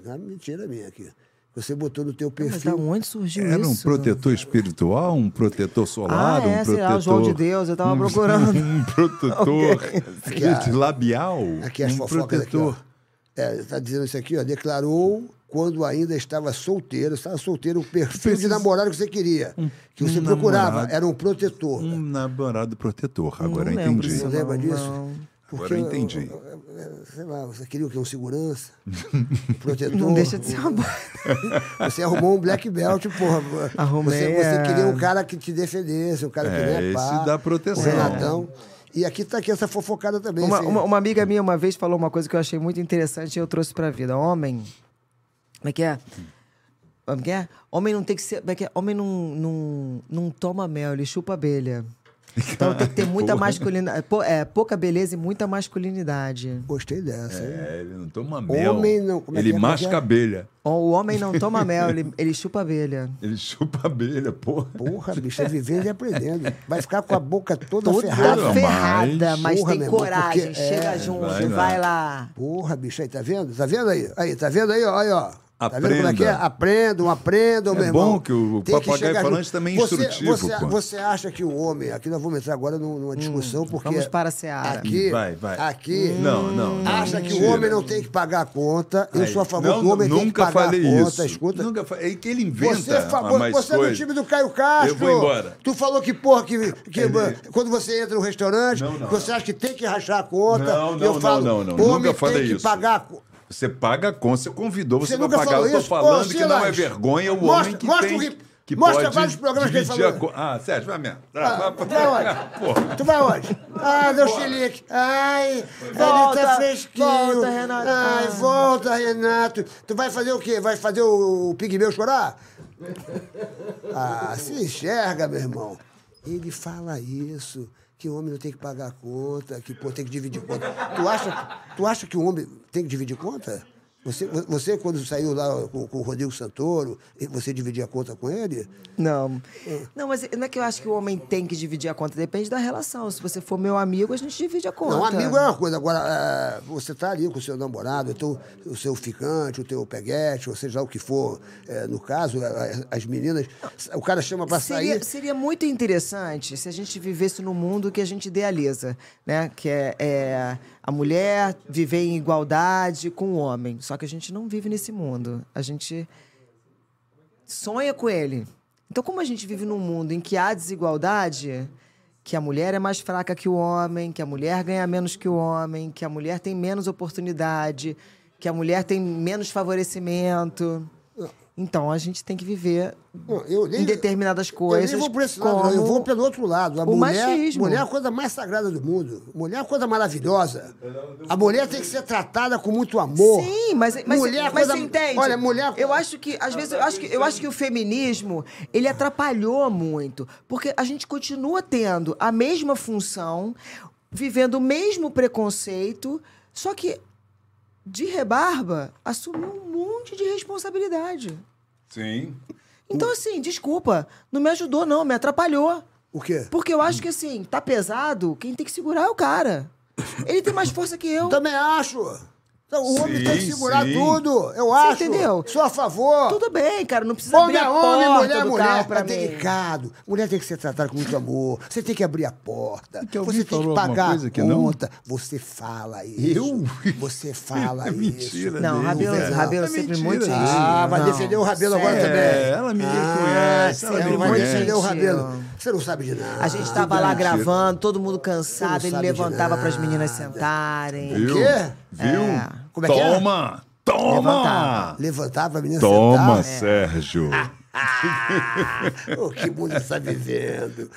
Não é mentira minha aqui. Você botou no teu Mas perfil. da onde surgiu Era isso? um protetor espiritual, um protetor solar, Ah, é, um protetor. sei lá, o João de Deus, eu tava procurando. um protetor Aqui, ó. de labial. Aqui as um fofocas aqui, protetor. ó. É, tá dizendo isso aqui, ó. Declarou quando ainda estava solteiro, estava solteiro, o perfil de Precisa- namorado que você queria, que você um procurava, namorado. era um protetor. Um namorado protetor, agora Não eu lembro entendi. Você disso, lembra não, disso? não. Agora eu entendi. É, Sei lá, você queria o quê? Um segurança? Um protetor? Não deixa de ser uma boa. Você arrumou um black belt, porra. Arrumei, Você, você é. queria um cara que te defendesse, um cara que É, não é esse pá, dá proteção. Um Renatão. E aqui tá aqui essa fofocada também. Uma, assim. uma- uma amiga minha uma vez falou uma coisa que eu achei muito interessante e eu trouxe pra vida. Homem. Como é que é? Como que é? Homem não tem que ser. Como é que é? Homem não, não, não toma mel, ele chupa abelha. Então tem que ter muita masculinidade. Pô, é, pouca beleza e muita masculinidade. Gostei dessa, hein? É, ele não toma mel. Homem não- como é ele que é? masca abelha. O homem não toma mel, ele, ele chupa abelha. Ele chupa abelha, porra. Porra, bicho, é vivendo e aprendendo. Vai ficar com a boca toda Toda ferrada. Não, ferrada, mas- mas Porra, tem meu Tá irmão, coragem. porque- Chega é, junto, vai vai, lá. lá. Porra, bicho, aí, tá vendo? Tá vendo aí? Aí, tá vendo aí? ó, Aí, ó. Tá vendo como é que é? Aprenda. Aprendam, aprendam, É meu irmão. bom que o Tem papagaio chegar falante junto. também é Você- instrutivo, Você, pô. você acha que o homem... Aqui nós vamos entrar agora num- numa discussão, porque... Hum, vamos para a seara. Aqui, Vai, vai. Hum. aqui... Hum. Não, não, não. Acha que o Mentira. homem não tem que pagar a conta. Eu Aí. sou a favor Não, que o homem nunca tem que pagar falei a conta. isso. Escuta. Nunca falei. É que ele inventa. Você, fa- uma- mais você é do coisa. time do Caio Castro. Eu vou embora. Tu falou que, porra, que, que quando você entra no restaurante, você acha que tem que rachar a conta. Não, não, eu não, falo, não, não. Homem Nunca tem falei que isso. pagar a co- Você paga a conta, você convidou, você, Você vai nunca pagar. falou Eu tô isso? falando Ô, que não é Silas, vergonha o mostra- homem que mostra tem... o ri- que mostra pode vários programas que ele dividir falou. a co- Ah, Sérgio, vai mesmo. Ah, vai, vai onde? Porra. Tu vai onde? Ah, deu chilique. Ai, ele tá Volta, fresquinho. volta, Renato. Ai, Ah. volta, Renato. Tu vai fazer o quê? Vai fazer o, o pigmeu chorar? Ah, se enxerga, meu irmão. Ele fala isso, que o homem não tem que pagar conta, que pô, tem que dividir conta. Tu acha, tu acha que o homem tem que dividir conta? Você, você quando saiu lá com, com o Rodrigo Santoro, você dividia a conta com ele? Não. Não, mas não é que eu acho que o homem tem que dividir a conta, depende da relação. Se você for meu amigo, a gente divide a conta. Não, amigo é uma coisa. Agora, é, você tá ali com o seu namorado, o, teu- o seu ficante, o teu peguete, ou seja lá o que for. é, no caso, é, as meninas, o cara chama pra Seria, sair. seria muito interessante se a gente vivesse no mundo que a gente idealiza, né? Que é, é a mulher viver em igualdade com o homem. Só que a gente não vive nesse mundo. A gente sonha com ele. Então, como a gente vive num mundo em que há desigualdade, que a mulher é mais fraca que o homem, que a mulher ganha menos que o homem, que a mulher tem menos oportunidade, que a mulher tem menos favorecimento. Então, a gente tem que viver Não, eu nem- em determinadas coisas. Eu nem vou por esse lado, não, eu vou pelo outro lado. A o mulher, machismo. mulher é a coisa mais sagrada do mundo. Mulher é a coisa maravilhosa. A mulher tem que ser tratada com muito amor. Sim, mas, mas, Mulher é mas coisa- você entende? Olha, mulher- Eu acho que, às vezes, eu acho que, eu acho que o feminismo, ele atrapalhou muito. Porque a gente continua tendo a mesma função, vivendo o mesmo preconceito, só que, de rebarba, assumiu um monte de responsabilidade. Sim. Então, assim, desculpa, não me ajudou, não, me atrapalhou. O quê? Porque eu acho que, assim, tá pesado, quem tem que segurar é o cara. Ele tem mais força que eu. Também acho. Então, o homem tem que Sim, segurar sim. tudo. Eu Você acho. entendeu? Sou a favor. Tudo bem, cara, não precisa Homem é abrir a homem, porta mulher é do mulher. carro Pra pra mim. delicado. Mulher tem que ser tratada com muito amor. Você tem que abrir a porta. Que Então, alguém você tem que falou alguma pagar coisa que a não? conta. Você fala isso. Eu? É Você fala isso. Mentira, Não, dele, Rabelo, cara. Rabelo É sempre mentira muito dele. Ah, vai Não. defender o Rabelo agora Sério? também. É, ela me ah, reconhece, ela você me não vai reconhece. defender o Rabelo. Gente, Você não sabe de nada. A gente tava lá Mentira. gravando, todo mundo Não cansado, ele sabe de levantava nada. pras meninas sentarem. Viu? quê? Viu? É. Como é que é? Toma! Toma! Levantar. Levantava a menina Toma, sentar. Sérgio! Ah, Oh, que mundo está vivendo.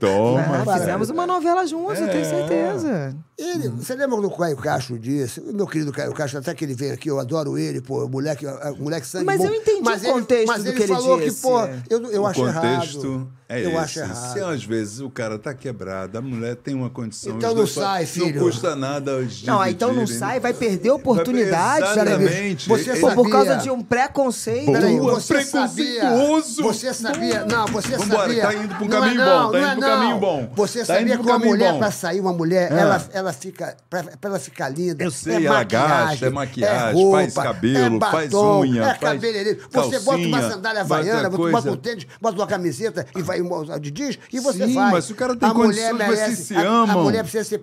Toma! Nós Ah, é, fizemos uma novela juntos, eu tenho certeza. Ele, você lembra quando o Caio Castro disse? O meu querido Caio Castro, até que ele veio aqui, eu adoro ele, pô, o moleque, a- a- moleque sangue Mas bom. eu entendi o ele- contexto mas do ele que ele falou disse. que, pô, eu, eu o acho contexto errado. é eu esse. acho errado. Se às vezes o cara tá quebrado, a mulher tem uma condição. Então os não dois falam, sai, filho." Não custa nada os Não, aí então não dividirem. sai, vai perder a oportunidade. Exatamente. Você Pô, por Sabia. causa de um preconceito. Boa. Peraí, Boa, você sabia, preconceituoso. você sabia, não, você Vambora, sabia. tá indo pra um Não é caminho não, bom, tá não é indo pra um não. caminho bom. Você Tá indo sabia pra um que uma caminho mulher, bom. Ah. pra sair uma mulher, ela, ela fica, pra, pra ela ficar linda, Eu sei, é ela maquiagem, gasta, é maquiagem, é roupa, faz cabelo, é batom, faz unha, é faz cabeleireiro. Você bota uma calcinha, sandália bota havaiana, você bota coisa. um tênis, bota uma camiseta e vai uma- de jeans e você Sim, vai. mas o cara tem a mulher condições, vocês merece, se a- A amam. mulher precisa ser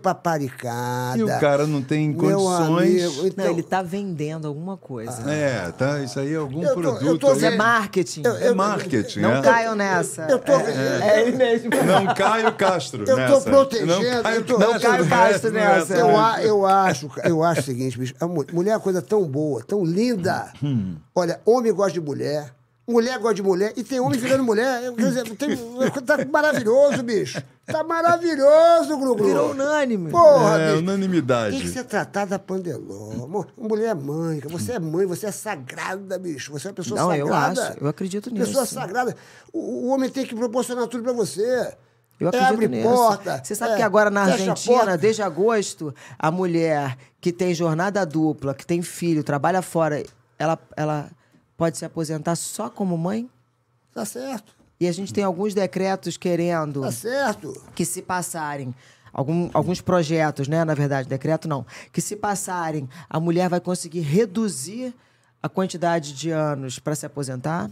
paparicada. E o cara não tem Meu condições. amigo, então- Não, ele tá vendendo alguma coisa. Ah, É, tá, isso aí é algum Eu tô- eu produto. tô aí. Isso é marketing. É marketing, Não é. caiam nessa. Eu tô- é, é ele mesmo. Não Caio Castro. Eu tô nessa. protegendo, Não Caio eu tô- Castro Não Caio Castro nessa. né? Eu, a- eu acho, cara, eu acho o Hum. seguinte, bicho, a mu- mulher é uma coisa tão boa, tão linda. Olha, homem gosta de mulher, Mulher gosta de mulher. E tem homem virando mulher. Eu, Quer dizer, tem, tá maravilhoso, bicho. Tá maravilhoso, Gru-Gru. Virou unânime. Porra, É, bicho. Tem que unanimidade. ser tratada pandeló. Mo- Mulher é mãe, cara. você é mãe, você é sagrada, bicho. Você é uma pessoa Não, eu sagrada. acho, eu acredito Pessoa nisso. sagrada. O, o homem tem que proporcionar tudo pra você. Eu é, acredito abre nisso. porta. Você sabe é, que agora na fecha a Argentina, porta. desde agosto, a mulher que tem jornada dupla, que tem filho, trabalha fora, ela, ela pode se aposentar só como mãe? Tá certo, E a gente tem alguns decretos querendo tá certo. que se passarem. algum- alguns projetos, né? Na verdade, decreto não. Que se passarem, a mulher vai conseguir reduzir a quantidade de anos para se aposentar.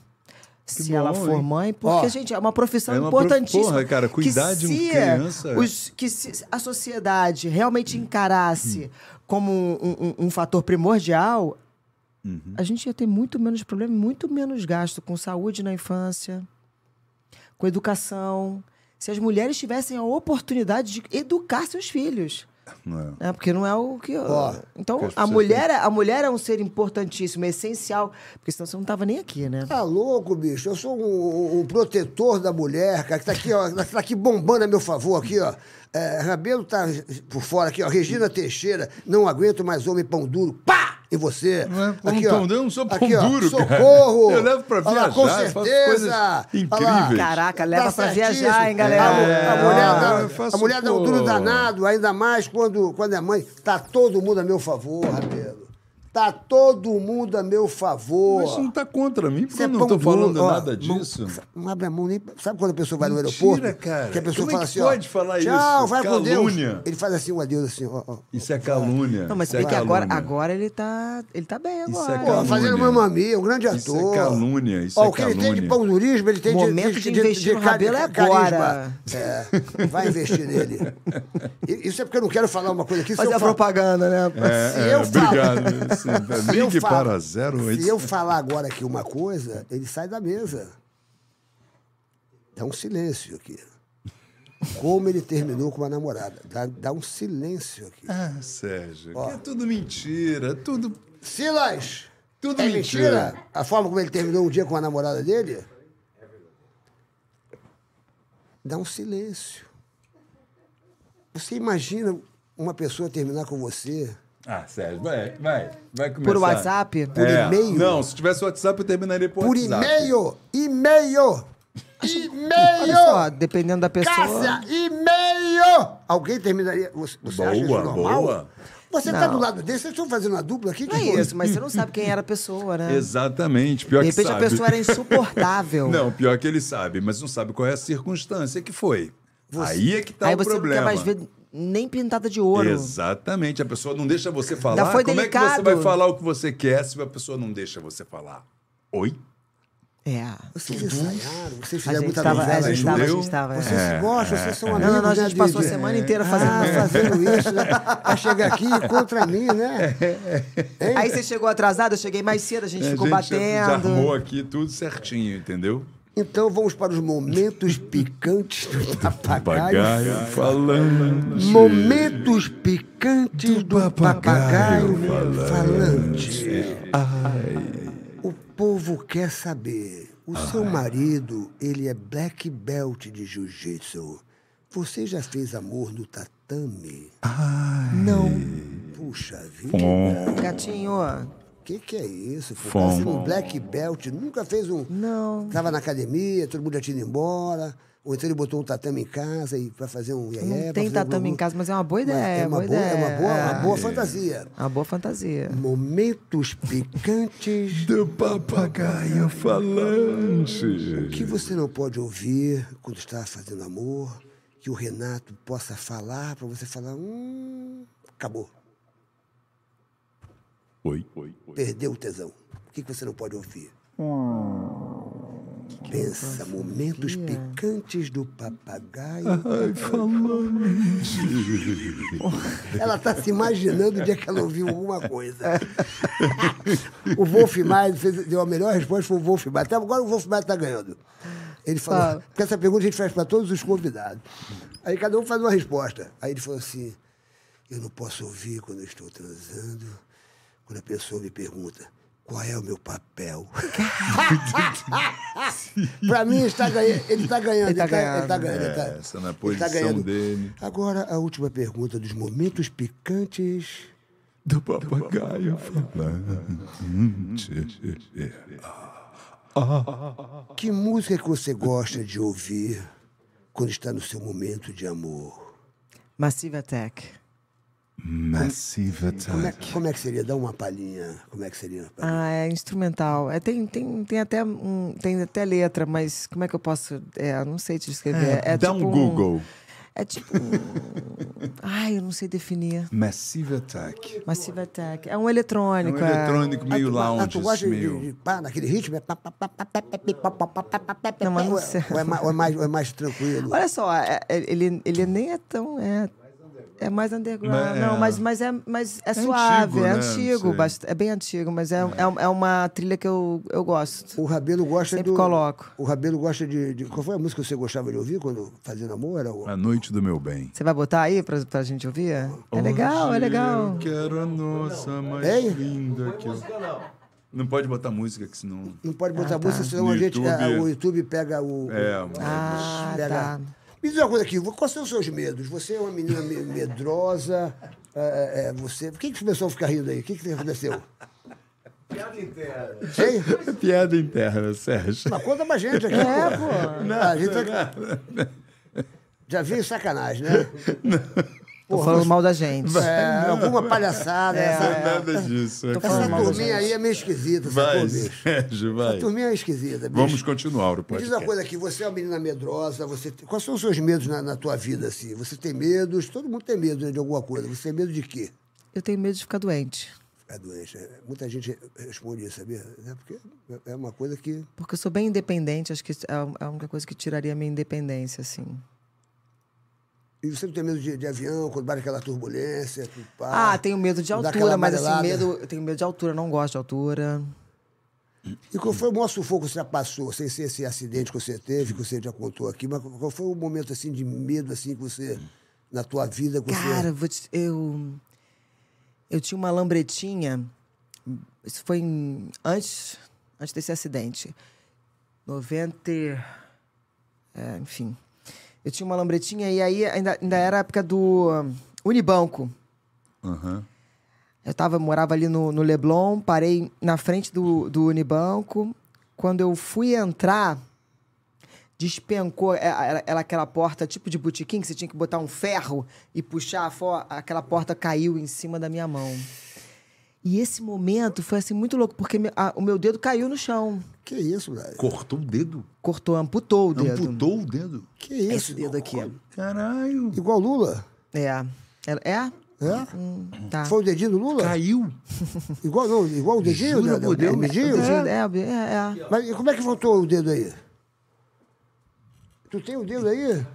se bom, ela for hein? mãe, porque, Ó, gente, é uma profissão é uma prof- importantíssima. porra, cara, cuidar que de uma se é criança- é- os- que se a sociedade realmente encarasse como um, um- um fator primordial, Uhum. a gente ia ter muito menos problema, e muito menos gasto com saúde na infância, com educação. Se as mulheres tivessem a oportunidade de educar seus filhos. Não é. É, porque não é o que. Ó, então, acho que a você mulher, a mulher é um ser importantíssimo, é essencial. Porque senão você não tava nem aqui, né? Tá louco, bicho. Eu sou um, um protetor da mulher, cara, que tá aqui, ó, tá aqui bombando a meu favor aqui, ó. É, Rabelo tá por fora aqui, ó. Regina Teixeira, não aguento mais homem pão duro. Pá! E você? Não é pão- aqui, ó. pão duro, eu não sou pão aqui, ó, duro, cara. Socorro! Eu levo pra Olha lá, com viajar, eu faço coisas certeza! Olha lá. Tá incríveis. Caraca, leva pra certíssimo. viajar, hein, galera? A, a É, mulher, dá, eu faço, a mulher dá um pô. duro danado, ainda mais quando, quando é mãe. Tá todo mundo a meu favor, Rabelo. Tá todo mundo a meu favor. Mas isso não tá contra mim, porque Você eu é não pão tô duro, falando ó, nada mão- disso. não abre a mão nem. Sabe quando a pessoa vai no Mentira, aeroporto? cara. Que a pessoa Como é fala assim, que pode ó. falar Tchau, isso? vai com Calúnia." Deus. Ele faz assim um adeus assim, ó. ó. Isso é calúnia. Não, mas isso se bem é que agora, calúnia. agora ele tá. Ele tá bem Isso é agora. Pô, calúnia. fazendo uma mamia, um grande ator. Isso é calúnia, isso Ó, é o que ele tem de calúnia. paudurismo, ele tem de- Momento de, de investir no ca- Rabelo é carisma. agora. É, vai investir nele. E- Isso é porque eu não quero falar uma coisa aqui. se Fazer eu a falo- propaganda, né? É, Se é, eu falo- obrigado. Sim, Se eu Ligue falo- É, para 08. Se eu falar agora aqui uma coisa, ele sai da mesa. Dá um silêncio aqui. Como ele terminou com uma namorada. Dá, dá um silêncio aqui. Ah, Sérgio, que é tudo mentira, é tudo... Silas! Tudo é mentira. A forma como ele terminou um dia com a namorada dele? Dá um silêncio. Você imagina uma pessoa terminar com você? Ah, Sérgio, vai, vai, vai começar. Por WhatsApp? Por É, e-mail? Não, se tivesse WhatsApp, eu terminaria por, Por WhatsApp. e-mail! E-mail! Olha só, E-mail! dependendo da pessoa. Cássia, e-mail! Alguém terminaria. Você, você acha isso Boa, normal? boa. Você tá Não. do lado dele, vocês estão fazendo uma dupla aqui? Não é isso, mas você não sabe quem era a pessoa, né? Exatamente, pior De que repente a sabe. pessoa era insuportável. Não, pior que ele sabe, mas não sabe qual é a circunstância que foi. Aí é que tá Aí o você problema. não quer mais ver nem pintada de ouro. Exatamente, a pessoa não deixa você falar. foi Como é que você delicado. vai falar o que você quer se a pessoa não deixa você falar? Oi? É. Vocês ensaiaram, vocês A fizeram gente muita tava, novela a gente tava, a entendeu? gente tava. Vocês é. se gostam, vocês são amigos. Não, não, não, a né, gente passou a Didi? semana inteira Ah, fazendo. fazendo isso, né? Aí chega aqui contra mim, né? Aí você chegou atrasado, eu cheguei mais cedo, a gente É. A ficou gente já- batendo. Já armou aqui tudo certinho, entendeu? Então vamos para os momentos picantes do papagaio. Papagaio falando. Momentos picantes do papagaio falante. O povo quer saber. O seu marido, ele é black belt de jiu-jitsu. Você já fez amor no tatame? Não. Puxa vida. Bom, Gatinho, O que, que é isso? Por Fom. causa de um black belt, nunca fez um. não. Tava na academia, todo mundo já tinha ido embora. Ou então ele botou um tatame em casa e pra fazer um Não iaié, pra tem fazer um tatame glu-glu. em casa, mas é uma boa Mas ideia. É uma boa boa, é ideia. uma boa, uma boa É. fantasia. Uma boa fantasia. Momentos picantes do papagaio falante. que você não pode ouvir quando está fazendo amor, que o Renato possa falar pra você falar, hum, acabou, Oi, oi, oi. perdeu o tesão. O que, que você não pode ouvir? Pensa, momentos picantes do papagaio. Ai, falante. Ela está se imaginando o dia que ela ouviu alguma coisa. o Wolf Maia fez- deu a melhor resposta foi o Wolf Maia. Até agora o Wolf Maia está ganhando. Ele falou, Fala. porque essa pergunta a gente faz para todos os convidados. Aí cada um faz uma resposta. Aí ele falou assim, eu não posso ouvir quando eu estou transando, quando a pessoa me pergunta, Qual é o meu papel? pra mim, ele está ganhando. Ele está ganhando. Ele Ele tá está ganhando. Ele tá ganhando. ganhando, ele tá- É, essa na ele tá posição ganhando. dele. Agora, a última pergunta dos momentos picantes. Do papagaio falante. Que música que você gosta de ouvir quando está no seu momento de amor? Massive Attack. Massive Como é, attack. como é que seria? Dá uma palhinha. Como é que seria? Ah, é instrumental. É, tem, tem, tem, até, um- tem até letra, mas como é que eu posso. É, não sei te descrever. É, Dá tipo um Google. é tipo. um- Ai, eu não sei definir. Massive attack. Massive Attack. É um eletrônico. Um eletrônico meio Ah, lounge, tu gosta esse de, meio. de, de pá, naquele ritmo? É pá, pá, pá, pá, pá, pá, pá, pá, pá, pá, pá, pá, pá, Não, mas não ou é- sei. ou é mais- ou é mais- ou é mais tranquilo? Olha só, é- é- ele, ele nem é tão. É, é mais underground. Mas- não, mas, mas é, mas é, antigo, suave, né? é Não antigo, sei. bast- é bem antigo, mas é, é. um- é uma trilha que eu, eu gosto. O Rabelo gosta Sempre do. coloco. O Rabelo gosta de, de- Qual foi a música que você gostava de ouvir quando fazia namoro? Era o- A noite do meu bem. Você vai botar aí pra, pra gente ouvir? É legal, é legal. Eu quero a nossa mais Ei. linda que eu... Não pode botar música, que senão. Não pode botar tá. música, senão a No gente, a- YouTube. o YouTube pega o. É, mas- Ah, pega- tá. Me diz uma coisa aqui, quais são os seus medos? Você é uma menina me- medrosa. é, é, você. Por que, que o pessoal fica rindo aí? O que, que aconteceu? Piada interna. é piada interna, Sérgio. Mas conta pra gente aqui. É, pô. pô. a gente tá- Já veio sacanagem, né? Tô falando mal da gente. É, alguma palhaçada. essa- Não é nada disso. é Tô Essa falando mal coisa. da gente. turminha aí é meio esquisita, Vai, sacou, bicho? Sérgio, vai. A turminha é esquisita, bicho. Vamos continuar o Me diz uma podcast. coisa aqui, você é uma menina medrosa, você tem- quais são os seus medos na, na tua vida, assim? Você tem medos, todo mundo tem medo né, de alguma coisa. Você tem medo de quê? Eu tenho medo de ficar doente. Ficar doente. né? Muita gente re- responde isso, sabia? É porque é uma coisa que... Porque eu sou bem independente, acho que isso é a- a única coisa que tiraria a minha independência, assim. E você não tem medo de, de avião, quando bate aquela turbulência, tudo pá. Ah, tenho medo de dá aquela altura, mas assim, amarelada. medo. Eu tenho medo de altura, não gosto de altura. E qual foi o maior sufoco que você já passou, sem ser esse acidente que você teve, que você já contou aqui, mas qual foi o momento, assim, de medo, assim, que você... Na tua vida, que você... Cara, vou te- eu. Eu tinha uma lambretinha. Isso foi em- antes, antes desse acidente. 90. e- É, enfim. Eu tinha uma lambretinha e aí ainda, ainda era a época do hum, Unibanco. Aham. Eu tava, morava ali no, no Leblon, parei na frente do, do Unibanco. Quando eu fui entrar, despencou. é, Era, era aquela porta tipo de botequim que você tinha que botar um ferro e puxar a fo- Aquela porta caiu em cima da minha mão. E esse momento foi assim muito louco, porque me- a- o meu dedo caiu no chão. Que isso, brother? Cortou o dedo? Cortou, amputou o dedo. Amputou o dedo? Que É isso? Esse dedo aqui. Caralho. Igual Lula? É. É? é? É? Hum, tá. Foi o dedinho do Lula? Caiu. Igual, não, igual o dedinho? Jura né? por Deus? O dedinho? É, é, é. Mas e como é que voltou o dedo aí? Tu tem o dedo aí?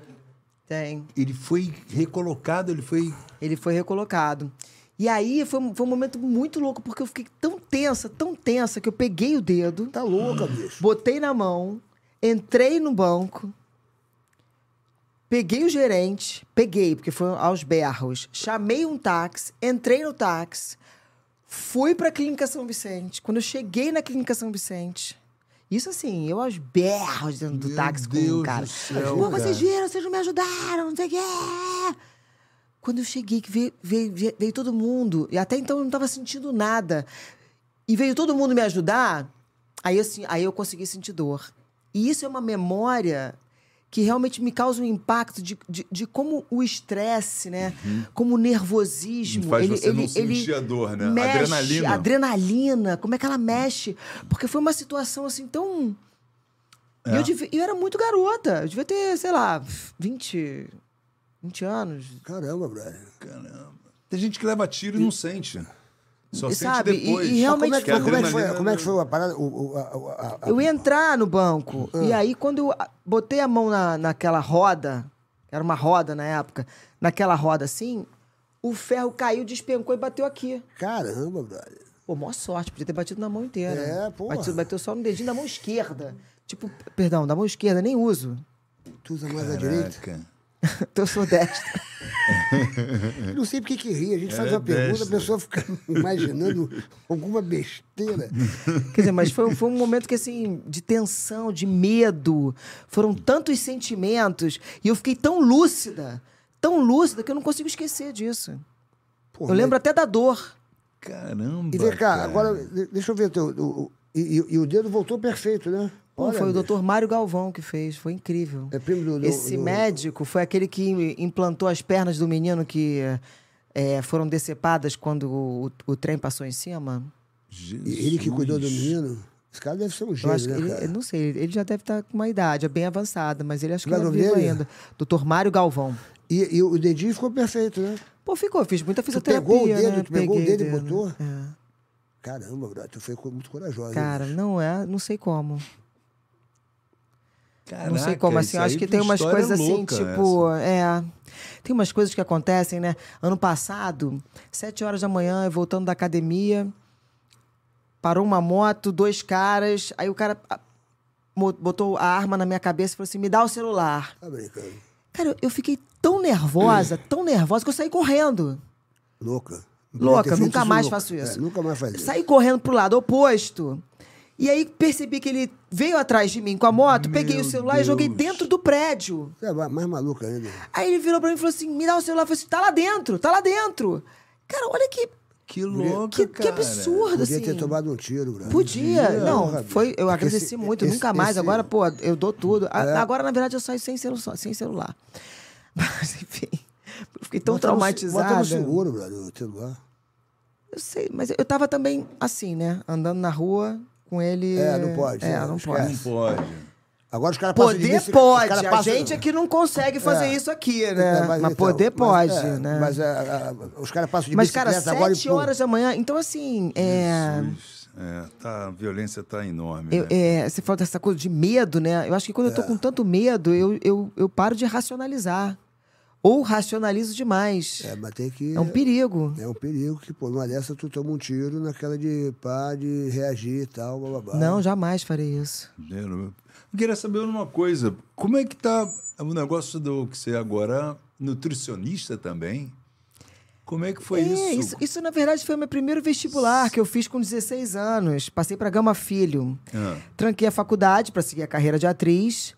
Tem. Ele foi recolocado, ele foi. Ele foi recolocado. E aí foi, um- foi um momento muito louco, porque eu fiquei tão tensa, tão tensa, que eu peguei o dedo, Tá louca, bicho. botei na mão, entrei no banco, peguei o gerente, peguei, porque foi aos berros, chamei um táxi, entrei no táxi, fui pra Clínica São Vicente. Quando eu cheguei na Clínica São Vicente, isso assim, eu aos berros dentro do Meu táxi com Deus o cara. do céu, não, cara. vocês viram, vocês não me ajudaram, não sei o quê. Quando eu cheguei, que veio, veio- veio- veio todo mundo, e até então eu não tava sentindo nada. E veio todo mundo me ajudar, aí, assim, aí eu consegui sentir dor. E isso é uma memória que realmente me causa um impacto de, de, de como o estresse, né? Como o nervosismo. Uhum. Faz você não sentir a dor, né? mexe, Adrenalina. Adrenalina, como é que ela mexe? Porque foi uma situação assim tão. E É. eu, devia- eu era muito garota. Eu devia ter, sei lá, 20, 20 anos. Caramba, brother. Tem gente que leva tiro e não sente. Só E sente sabe, e- depois. e realmente Como é, que foi, como, é que foi, adrenalina- como é que foi a parada? O, o- a- o- a- a- Eu ia entrar no banco. E aí, quando eu ah, botei a mão na, naquela roda, era uma roda na época, naquela roda assim, o ferro caiu, despencou e bateu aqui. Caramba, brother. Pô, mó sorte, podia ter batido na mão inteira. É, porra. Bateu, bateu só no dedinho da mão esquerda. Tipo, perdão, da mão esquerda, nem uso. Tu usa mais a direita? Caraca. Então eu sou destra. Não sei por que que ri. A gente É faz uma pergunta, a pessoa fica imaginando alguma besteira. Quer dizer, mas foi, foi um momento que, assim, de tensão, de medo. Foram tantos sentimentos. E eu fiquei tão lúcida, tão lúcida, que eu não consigo esquecer disso. Porra, Eu lembro até da dor. Caramba. E vem cá, cara. agora, de- deixa eu ver. Teu, o, o- e, e- e o dedo voltou perfeito, né? Pô, Olha, foi o bicho. doutor Mário Galvão que fez, foi incrível. É primo do- do- Esse do- médico foi aquele que implantou as pernas do menino que eh, foram decepadas quando o, o trem passou em cima. E Ele que cuidou do menino. Esse cara deve ser um Eu gênio, acho que né, ele, é cara? eu não sei, ele já deve estar com uma idade, é bem avançada, mas ele acho que Como é é o nome vivo dele? ainda. Doutor Mário Galvão. E, e o dedinho ficou perfeito, né? Pô, ficou, fiz muita Tu fisioterapia. pegou o dedo, né? tu pegou o Peguei dedo e botou? É. Caramba, brother, tu foi co- muito corajosa. hein, Cara, bicho? não é, não sei como. Caraca, não sei como, assim, isso eu acho aí que que tem umas história coisas assim, louca tipo, é, tem umas coisas que acontecem, né? Ano passado, sete horas da manhã, eu voltando da academia, parou uma moto, dois caras, aí o cara ah, mo- botou a arma na minha cabeça e falou assim, me dá o celular. Tá brincando. Cara, eu- eu fiquei tão nervosa, tão nervosa, que eu saí correndo. Louca. Devia Louca, ter feito nunca mais louca. faço isso. É, nunca mais faz isso. Saí correndo pro lado oposto. E aí percebi que ele veio atrás de mim com a moto, peguei o celular e joguei dentro do prédio. É ma- mais maluca ainda. Aí ele virou pra mim e falou assim: me dá o celular. Eu falei assim: tá lá dentro, tá lá dentro. Cara, olha que, Que louco, que, que cara. absurdo, Podia assim. ter tomado um tiro, brother. Podia. Não, Porra, foi, eu porque agradeci esse- muito, esse- nunca mais. esse- É. Agora, pô, eu dou tudo. A- Agora, na verdade, eu saio sem, celu sem celular. Mas, enfim, eu fiquei tão Bota no- traumatizada. Bota no seguro, brother, o celular. Eu sei, mas eu tava também assim, né? Andando na rua com ele. É, não pode, É, né? não Esquece. pode. Não pode. Agora os caras passam de Poder bici- os pode. caras A passam- gente é que não consegue fazer É. isso aqui, né? É, mas então, poder pode, mas, é, né? Mas ah, ah, os caras passam de Mas, cara, bicicleta agora sete e pum. horas da manhã. Então, assim, é, Jesus, é, tá, a violência tá enorme. eu- né? é, você fala dessa coisa de medo, né? Eu acho que quando eu É. tô com tanto medo, eu, eu, eu paro de racionalizar. Ou racionalizo demais. É, mas tem que... É, um perigo. É um perigo que, pô, numa dessa tu toma um tiro naquela de pá, de reagir e tal, bababá. Não, jamais farei isso. Dinheiro. Eu queria saber uma coisa. Como é que tá o negócio do que você agora é nutricionista também? Como é que foi É, isso? isso, isso, na verdade, foi o meu primeiro vestibular que eu fiz com 16 anos. Passei pra Gama Filho. Ah, Tranquei a faculdade para seguir a carreira de atriz.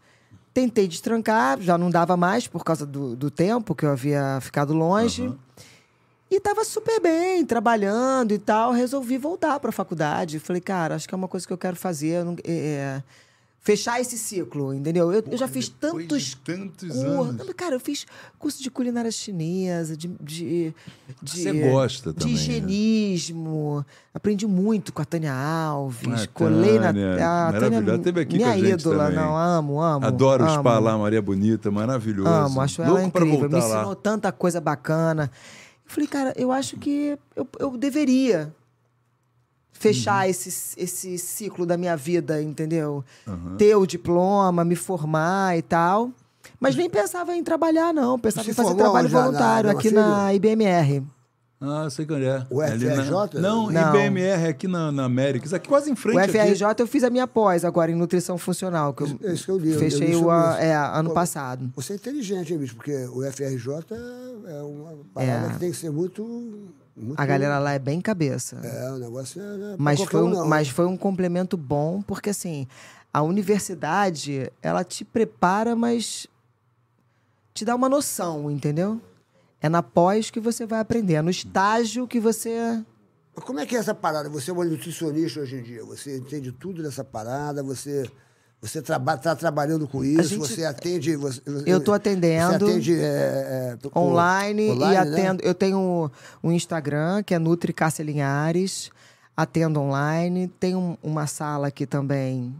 Tentei destrancar, já não dava mais por causa do, do tempo que eu havia ficado longe. E estava super bem, trabalhando e tal. Resolvi voltar para a faculdade. Falei, cara, acho que é uma coisa que eu quero fazer. eu não- é- é- fechar esse ciclo, entendeu? Eu, eu já fiz depois de tantos. tantos cur- anos. Não, mas, Cara, eu fiz curso de culinária chinesa, de. de, de Você gosta de também, né? higienismo. Aprendi muito com a Tânia Alves. Ah, colei na. Tânia, A Tânia, maravilhosa. Teve aqui minha com a gente ídola, também. não. Amo, amo. adoro o amo. spa lá, Maria Bonita, maravilhoso. assim, Amo, acho ela Louco pra incrível. Me voltar lá. ensinou tanta coisa bacana. Eu falei, cara, eu acho que eu, eu deveria fechar Uhum. esse, esse ciclo da minha vida, entendeu? Ter o diploma, me formar e tal. Mas nem pensava em trabalhar, não. Pensava Se em fazer formou trabalho onde, já, na- na voluntário aqui Filho? na IBMR. Ah, sei qual é. O Ali FRJ? Na... Não, Não. IBMR aqui na, na América. Isso aqui quase em frente. O aqui. FRJ eu fiz a minha pós agora em nutrição funcional, que eu, É isso que eu li, eu- eu li fechei o sobre a- isso. é, ano Pô, passado. Você é inteligente, hein, bicho? Porque o FRJ é é uma parada É. que tem que ser muito... muito A galera lá é bem cabeça. É, o negócio é... não é pra Mas qualquer foi, um, não. mas foi um complemento bom, porque assim, a universidade, ela te prepara, mas te dá uma noção, entendeu? É na pós que você vai aprender, é no estágio que você. Mas Como é que é essa parada? Você é uma nutricionista hoje em dia, você entende tudo dessa parada, você você traba, tá trabalhando com isso, gente- você atende... Você, Eu tô atendendo. Você atende... é, é, por- online, e online, né? atendo. Eu tenho um Instagram, que é Nutri Cássia Linhares, atendo online. Tem um- uma sala aqui também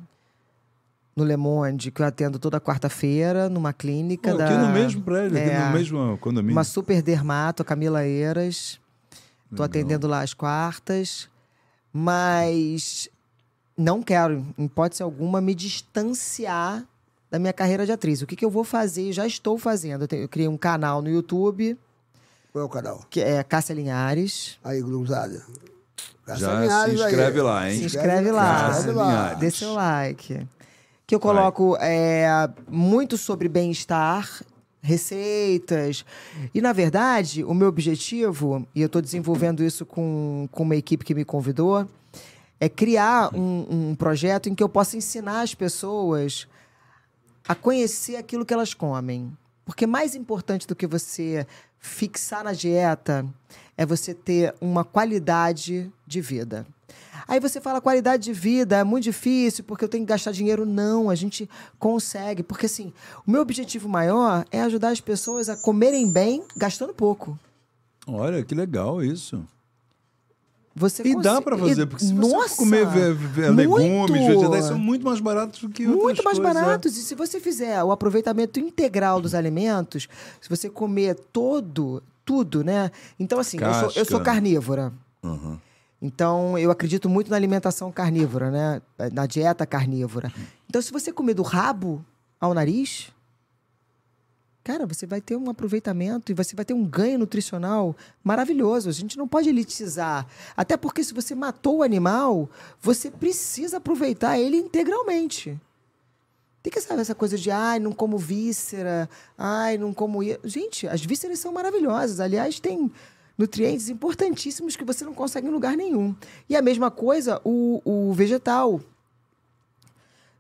no Le Monde, que eu atendo toda quarta-feira, numa clínica. Pô, da... aqui no mesmo prédio, É. aqui no mesmo condomínio. Uma super dermato, a Camila Eiras. Tô atendendo lá às quartas. Mas não quero, em hipótese alguma, me distanciar da minha carreira de atriz. O que, que eu vou fazer e já estou fazendo? Eu, tenho- eu criei um canal no YouTube, Qual é o canal? que é Cássia Linhares. Aí, grunzada. Já se inscreve lá, hein? Se inscreve lá. Se inscreve lá. Linhares. Dê seu like. Que eu coloco é, muito sobre é, bem-estar receitas. E, na verdade, o meu objetivo, e eu estou desenvolvendo isso com, com uma equipe que me convidou, é criar um, um projeto em que eu possa ensinar as pessoas a conhecer aquilo que elas comem. Porque mais importante do que você fixar na dieta é você ter uma qualidade de vida. Aí você fala qualidade de vida, é muito difícil porque eu tenho que gastar dinheiro. Não, a gente consegue. Porque assim, o meu objetivo maior é ajudar as pessoas a comerem bem gastando pouco. Olha, que legal isso. Você E dá conse- pra e- fazer, porque se Nossa, você comer ve- ve- muito! legumes, vegetais, são muito mais baratos do que Muito outras mais coisas, é. baratos. E se você fizer o aproveitamento integral dos alimentos, se você comer todo, tudo, né? Então, assim, eu sou, eu sou Casca. Uhum. carnívora. Então, eu acredito muito na alimentação carnívora, né? Na dieta carnívora. Então, se você comer do rabo ao nariz, cara, você vai ter um aproveitamento e você vai ter um ganho nutricional maravilhoso. A gente não pode elitizar. Até porque se você matou o animal, você precisa aproveitar ele integralmente. Tem que saber essa coisa de, ai, não como víscera, ai, não como... i-". Gente, as vísceras são maravilhosas. Aliás, tem nutrientes importantíssimos que você não consegue em lugar nenhum. E a mesma coisa, o, o vegetal.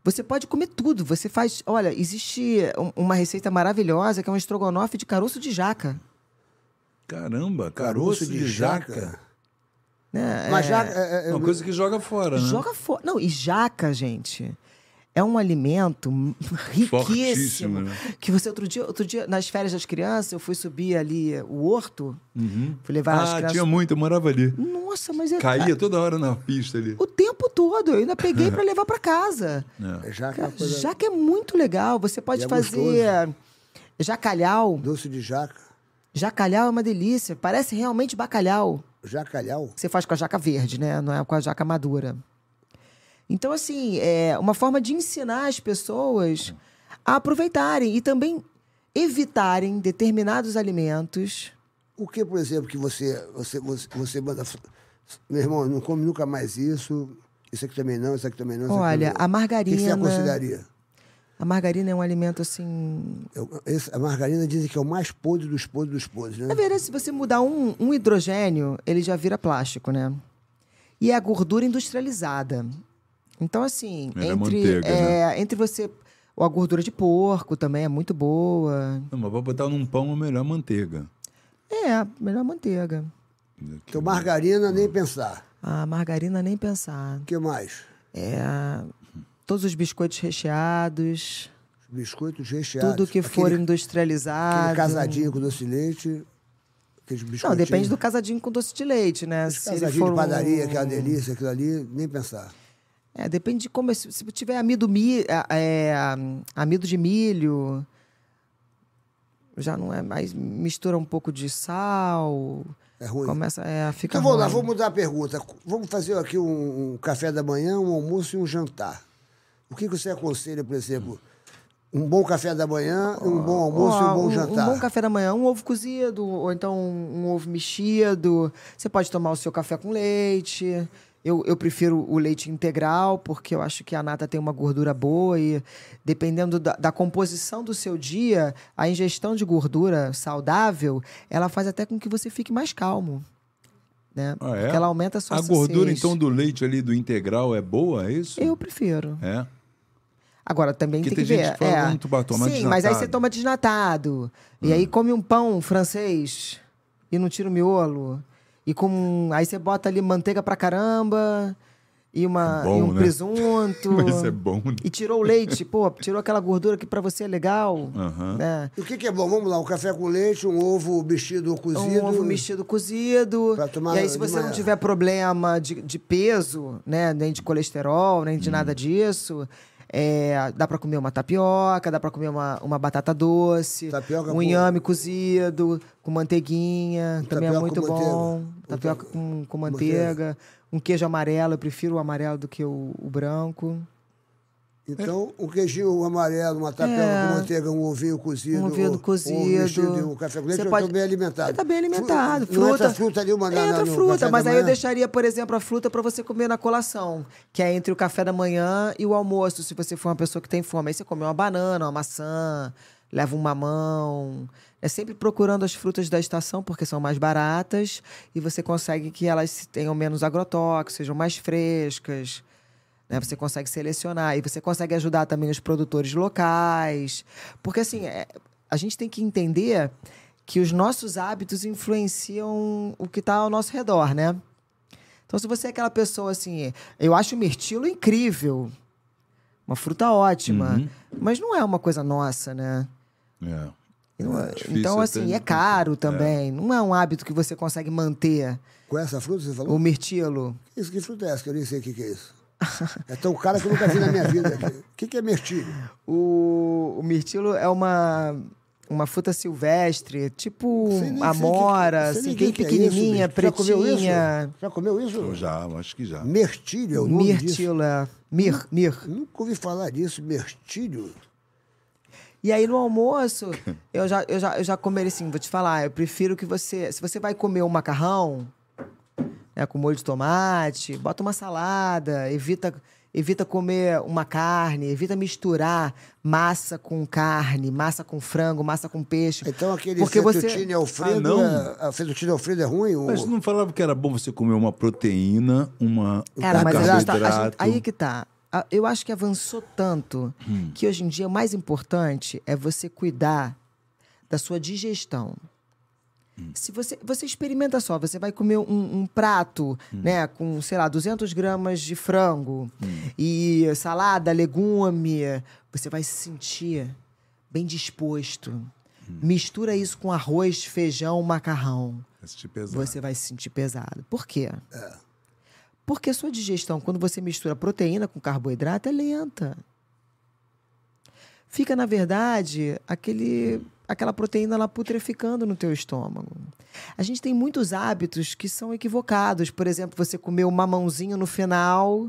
Você pode comer tudo. Você faz... Olha, existe um- uma receita maravilhosa que é um estrogonofe de caroço de jaca. Caramba, caroço de jaca. Né? Mas É- jaca. é- é- É uma coisa que joga fora, né? Joga fora. Não, e jaca, gente, é um alimento riquíssimo. Fortíssimo, né? Que você, outro dia, outro dia, nas férias das crianças, eu fui subir ali eh, o horto. Fui levar as Ah, crianças. tinha muito, eu morava ali. Nossa, mas é. Caía toda hora na pista ali. O tempo todo. Eu ainda peguei pra levar pra casa. é jaca é Cara, uma coisa. Jaca é muito legal. Você pode E é fazer jacalhau. Doce de jaca. Jacalhau é uma delícia. Parece realmente bacalhau. Jacalhau. que você faz com a jaca verde, né? Não é com a jaca madura. Então, assim, é uma forma de ensinar as pessoas a aproveitarem e também evitarem determinados alimentos. O que, por exemplo, que você, você, você, você manda. Meu irmão, não come nunca mais isso. Isso aqui também não, isso aqui também não. isso aqui não. O Olha, a que que você margarina. aconselharia? A margarina é um alimento assim. Eu- esse- a margarina dizem que é o mais podre dos podres dos podres, né? Na verdade, se você mudar um, um hidrogênio, ele já vira plástico, né? E é a gordura industrializada. Então, assim, Era entre, manteiga, é, entre você. A gordura de porco também é muito boa. Não, mas pra botar num pão é melhor manteiga. É, melhor manteiga. Então, margarina, nem pensar. A margarina nem pensar. O que mais? É, todos os biscoitos recheados, Biscoitos recheados. tudo que Aquele- for aquele industrializado. casadinho com doce de leite. Aqueles biscoitinhos. Não, depende do casadinho com doce de leite, né? Esse Se ele Casadinho for de um- padaria, aquela delícia, aquilo ali, nem pensar. É, depende de como. é- Se se tiver amido, mi... é, é, amido de milho, já não é mais. Mistura um pouco de sal. É ruim. Começa é, fica Então vamos lá, ruim. vamos mudar a pergunta. Vamos fazer aqui um, um café da manhã, um almoço e um jantar. O que que você aconselha, por exemplo, um bom café da manhã, um bom almoço e Ó, um bom jantar? bom café da manhã, um ovo cozido, ou então um, um ovo mexido. Você pode tomar o seu café com leite. Eu, eu prefiro o leite integral, porque eu acho que a nata tem uma gordura boa e, dependendo da, da composição do seu dia, a ingestão de gordura saudável, ela faz até com que você fique mais calmo. Né? Ah, é? Porque ela aumenta a sua A gordura, saciez. então, do leite ali, do integral, é boa, é isso? Eu prefiro. É. Agora também Porque tem que tem ver. é. gente que fala, "Não, tu vai tomar Sim, mas aí desnatado." Hum. você toma desnatado. E aí come um pão francês e não tira o miolo. E com um, aí você bota ali manteiga pra caramba e uma É bom, e um né? presunto. Mas é bom, né? E tirou o leite, pô, tirou aquela gordura que pra você é legal, né? E O que, que é bom? Vamos lá, um café com leite, um ovo mexido ou cozido. Um ovo mexido cozido. Pra tomar e aí, de se você manhã. não tiver problema de, de peso, né? Nem de colesterol, nem de Hum. nada disso. é, dá pra comer uma tapioca, dá pra comer uma, uma batata doce, Tapioca um com- inhame cozido, com manteiguinha, também é tapioca muito com bom. manteiga. Tapioca com, com manteiga. um queijo amarelo, eu prefiro o amarelo do que o, o branco. Então, um queijinho amarelo, uma tapioca com manteiga, um ovinho cozido. É. Um ovinho cozido. Um ovo mexido e um café com leite, Você eu pode- estou bem alimentado. Você tá bem alimentado. Fru- Fruta. Não entra fruta nenhuma na, Entra na, no café fruta, da mas aí manhã? eu deixaria, por exemplo, a fruta para você comer na colação, que é entre o café da manhã e o almoço, se você for uma pessoa que tem fome. Aí você come uma banana, uma maçã, leva um mamão. É sempre procurando as frutas da estação, porque são mais baratas e você consegue que elas se- tenham menos agrotóxicos, sejam mais frescas. né? Você consegue selecionar e você consegue ajudar também os produtores locais. Porque, assim, é- a gente tem que entender que os nossos hábitos influenciam o que está ao nosso redor, né? Então, se você é aquela pessoa assim, eu acho o mirtilo incrível, uma fruta ótima, mas não é uma coisa nossa, né? É. Não- difícil Então, até assim, de é caro também. Não é um hábito que você consegue manter. Qual é essa fruta que você falou? O mirtilo. Isso que fruta é essa? Que eu nem sei o que, que é isso. É tão cara que eu nunca vi na minha vida. O que, que é mertilho? O, o mirtilo é uma, uma fruta silvestre, tipo Sei nem- sei que- amora, sei nem assim, que bem que é pequenininha, isso, bicho. pretinha. Já comeu isso? Já comeu Eu isso? já, eu acho que já. Mertilho é o nome disso. Mirtilo, é. Mir, mir. Nunca ouvi falar disso, mertilho. E aí no almoço, eu já, eu já, eu já comeria assim, vou te falar, eu prefiro que você. Se você vai comer um macarrão, né, com molho de tomate, bota uma salada, evita, evita comer uma carne, evita misturar massa com carne, massa com frango, massa com peixe. Então aquele Porque você- fettuccine Alfredo... Ah, não? é- a fettuccine Alfredo é ruim? O... Mas não falava que era bom você comer uma proteína, uma Cara, um mas a gente tá, a gente- carboidrato. aí que tá. A- Eu acho que avançou tanto que hoje em dia o mais importante é você cuidar da sua digestão. Se você, você experimenta só, você vai comer um, um prato, né, com, sei lá, 200 gramas de frango e salada, legume, você vai se sentir bem disposto. Mistura isso com arroz, feijão, macarrão Esse tipo é exato. você vai se sentir pesado. Por quê? Porque sua digestão, quando você mistura proteína com carboidrato, é lenta. Fica, na verdade, aquele, aquela proteína lá putreficando no teu estômago. A gente tem muitos hábitos que são equivocados. Por exemplo, você comer um mamãozinho no final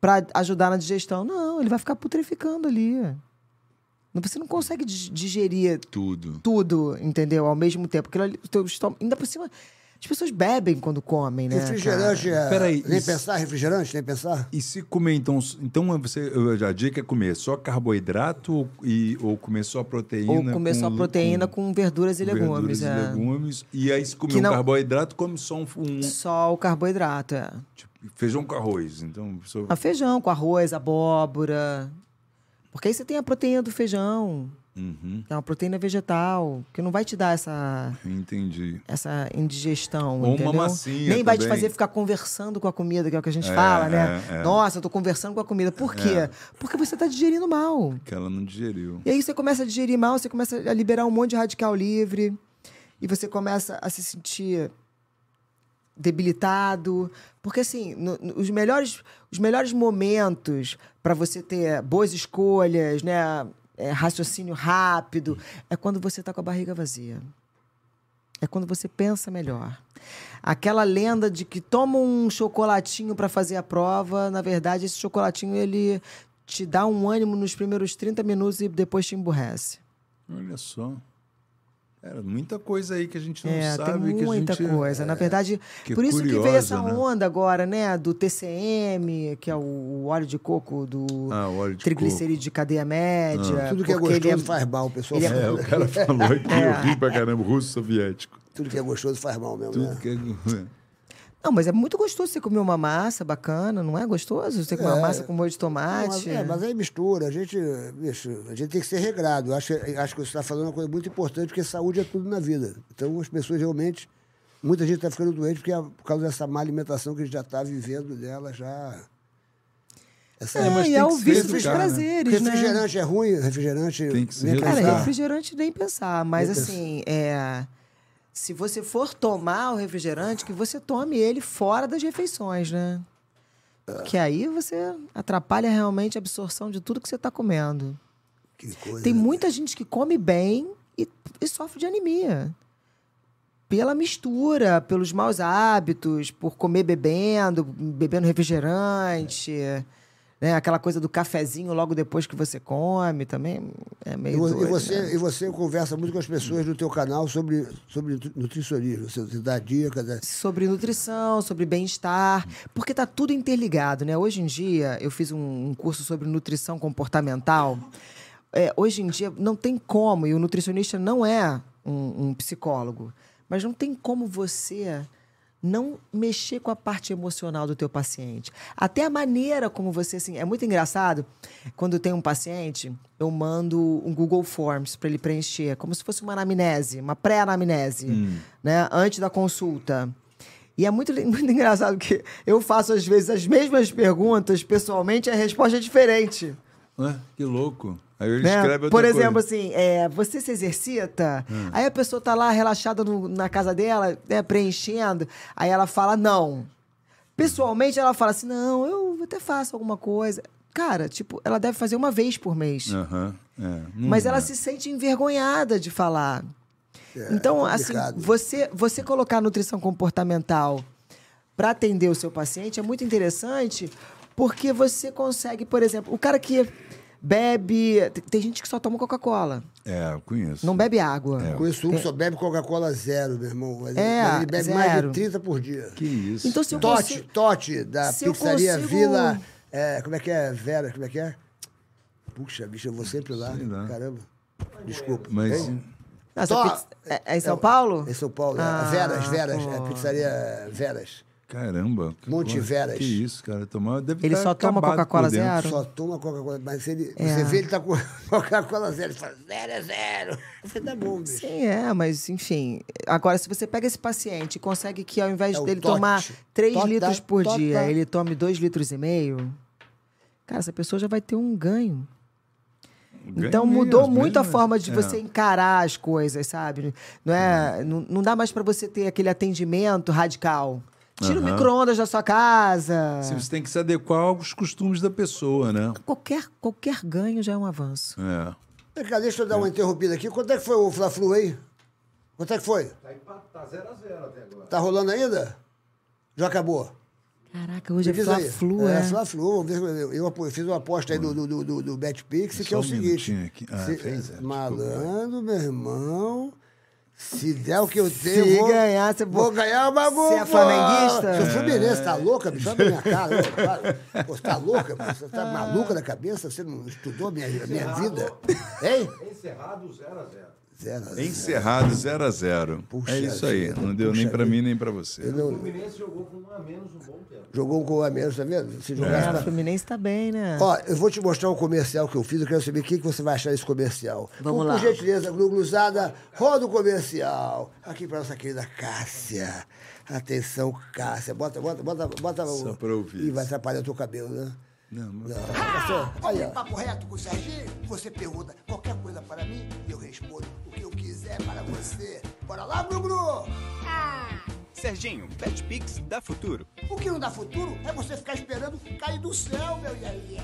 para ajudar na digestão. Não, ele vai ficar putreficando ali. Não- Você não consegue dig- digerir tudo. tudo, entendeu? Ao mesmo tempo. Aquilo ali, o teu estômago. Ainda por cima, as pessoas bebem quando comem, né? refrigerante cara? é... Peraí, nem isso- pensar, refrigerante, nem pensar. E se comer, então, s- então você, eu- a dica é comer só carboidrato ou- e, ou comer só proteína? Ou comer só lu- proteína com verduras e legumes. verduras é. e legumes. E aí, se comer Que um não- carboidrato, come só um, um Só o carboidrato, é. tipo, feijão com arroz. Então, só- Ah, feijão com arroz, abóbora. Porque aí você tem a proteína do feijão, Uhum, que é uma proteína vegetal, que não vai te dar essa, entendi. essa indigestão, Ou uma entendeu? massinha Nem vai te também. fazer ficar conversando com a comida, que é o que a gente fala, né? é, é. Nossa, eu tô conversando com a comida. Por quê? Porque você tá digerindo mal. Que ela não digeriu. E aí você começa a digerir mal, você começa a liberar um monte de radical livre. E você começa a se sentir debilitado. Porque, assim, no- no- os, melhores, os melhores momentos para você ter boas escolhas, né? é, raciocínio rápido, é quando você tá com a barriga vazia. É quando você pensa melhor. Aquela lenda de que toma um chocolatinho para fazer a prova, na verdade, esse chocolatinho ele te dá um ânimo nos primeiros 30 minutos e depois te emburrece. Olha só. Cara, muita coisa aí que a gente não é, sabe. tem que a muita gente- é, coisa. Na verdade, que por isso que veio curiosa, essa né? onda agora, né, do TCM, que é o- o óleo de coco do Ah, óleo de Ah. triglicerídeo de cadeia média. Tudo que é porque ele gostoso faz mal, o pessoal ele é- fala. É, o cara falou aqui, eu ri pra caramba, russo soviético. Tudo que é gostoso faz mal mesmo, Tudo né? que é... Não, mas é muito gostoso você comer uma massa bacana, não é gostoso? Você comer uma massa com molho de Não, tomate. mas, é, mas aí mistura, a gente, bicho, a gente tem que ser regrado. Eu Acho, que- acho que você está falando uma coisa muito importante, porque saúde é tudo na vida. Então as pessoas realmente, muita gente está ficando doente porque, é por causa dessa má alimentação que a gente já está vivendo dela, já. Essa É, mas e tem é que o se vício dos educar, né? prazeres, né? refrigerante é ruim, refrigerante. Tem que se nem reduzir. Cara, pensar. refrigerante nem pensar, mas assim, é, se você for tomar o refrigerante, que você tome ele fora das refeições, né? Porque aí você atrapalha realmente a absorção de tudo que você está comendo. Que coisa. Tem muita gente que come bem e, e sofre de anemia. Pela mistura, pelos maus hábitos, por comer bebendo, bebendo refrigerante, né? Aquela coisa do cafezinho logo depois que você come também é E, meio vo- e doido, você, né? e você conversa muito com as pessoas do teu canal sobre, sobre nutri- nutricionismo. Você você dá dicas. né? Sobre nutrição, sobre bem-estar, porque tá tudo interligado, né? Hoje em dia, eu fiz um, um curso sobre nutrição comportamental. é, hoje em dia não tem como, e o nutricionista não é um, um psicólogo, mas não tem como você não mexer com a parte emocional do teu paciente. Até a maneira como você, assim, é muito engraçado, quando tem um paciente, eu mando um Google Forms para ele preencher, como se fosse uma anamnese, uma pré-anamnese, né, antes da consulta. E é muito, muito engraçado que eu faço, às vezes, as mesmas perguntas pessoalmente e a resposta é diferente. Né? Que louco. Aí ele né? escreve outra Por exemplo, coisa. Hum. assim, é, você se exercita, aí a pessoa tá lá relaxada no- na casa dela, né, preenchendo, aí ela fala não. Pessoalmente, ela fala assim, não, eu até faço alguma coisa. Cara, tipo, ela deve fazer uma vez por mês. Aham, é. Não Mas dá. Hum. ela se sente envergonhada de falar. então, assim, É, complicado. você, você colocar a nutrição comportamental para atender o seu paciente é muito interessante, porque você consegue, por exemplo, o cara que bebe. tem- Tem gente que só toma Coca-Cola, É, eu conheço. não bebe água. Conheço um que só bebe Coca-Cola zero, meu irmão. Mas ele- É, mas ele bebe mais zero. de 30 por dia. Que isso. Então, se eu Tote, consigo- Tote, da se eu pizzaria consigo- Vila. é, como é que é? Vera, como é que é? Puxa, bicho, eu vou sempre lá. Caramba. Desculpa. Mas Hein? Não, essa Tó- pizza- é, é em São Paulo? Em São Paulo, Ah, é. Veras, Veras, pô. é a pizzaria Veras. caramba, que Monte coisa. Veras. Que isso, cara? Tomar deve Ele tá só toma acabado por Coca-Cola dentro. zero? Só toma Coca-Cola, mas ele, É. você vê ele tá com Coca-Cola zero, ele fala, zero é zero. Você tá bom, bicho. Sim, é, mas enfim. Agora, se você pega esse paciente e consegue que ao invés É o dele tote. tomar 3 Tota, litros por tota. dia, ele tome 2 litros e meio, cara, essa pessoa já vai ter um ganho. Ganha então Um mesmo, mudou mesmo, muito a né? forma de É. você encarar as coisas, sabe? Não é, não, não dá mais pra você ter aquele atendimento radical. Tira o micro-ondas da sua casa. Se Você tem que se adequar aos costumes da pessoa, né? Qualquer, qualquer ganho já é um avanço. É. Vem cá, deixa eu dar uma interrompida aqui. Quanto é que foi o Fla-Flu aí? Quanto é que foi? Tá 0x0 até agora. Tá rolando ainda? Já acabou? Caraca, hoje Me diz é aí. Fla-Flu, é. É, Fla-Flu. vamos ver, Eu, apo- eu fiz uma aposta aí do, do, do, do, do BetPix, que é um o seguinte. minutinho aqui. Ah, se- fez, é, desculpa. malandro, meu irmão. Se der o que eu tenho, Se eu vou, ganhar, você- vou ganhar o bagulho. Você é flamenguista? Sou fluminense, É. tá louca, bicho? Olha pra minha cara. olha, para. Pô, Você tá louca, bicho? Você tá maluca da cabeça? Você não estudou a minha, a minha vida? Hein? Encerrado 0x0. 0x0. Encerrado 0 a 0 Puxa É isso aí. vida, não deu puxa nem pra vida. mim nem pra você. Jogou um gol a menos, tá vendo? Se jogasse É, pra o Fluminense tá bem, né? Ó, eu vou te mostrar um comercial que eu fiz, eu quero saber o que que você vai achar desse comercial. Vamos por, lá. Por gentileza, Gluglusada, roda o comercial. Aqui pra nossa querida Cássia. Atenção, Cássia. Bota, bota, bota, bota. Só o- pra ouvir. Ih, vai atrapalhar o teu cabelo, né? Não, mas- Qual é o papo reto com o Serginho? Você pergunta qualquer coisa para mim e eu respondo o que eu quiser para você. Bora lá, Gluglu! Serginho, BetPix dá futuro. O que não dá futuro é você ficar esperando cair do céu, meu iê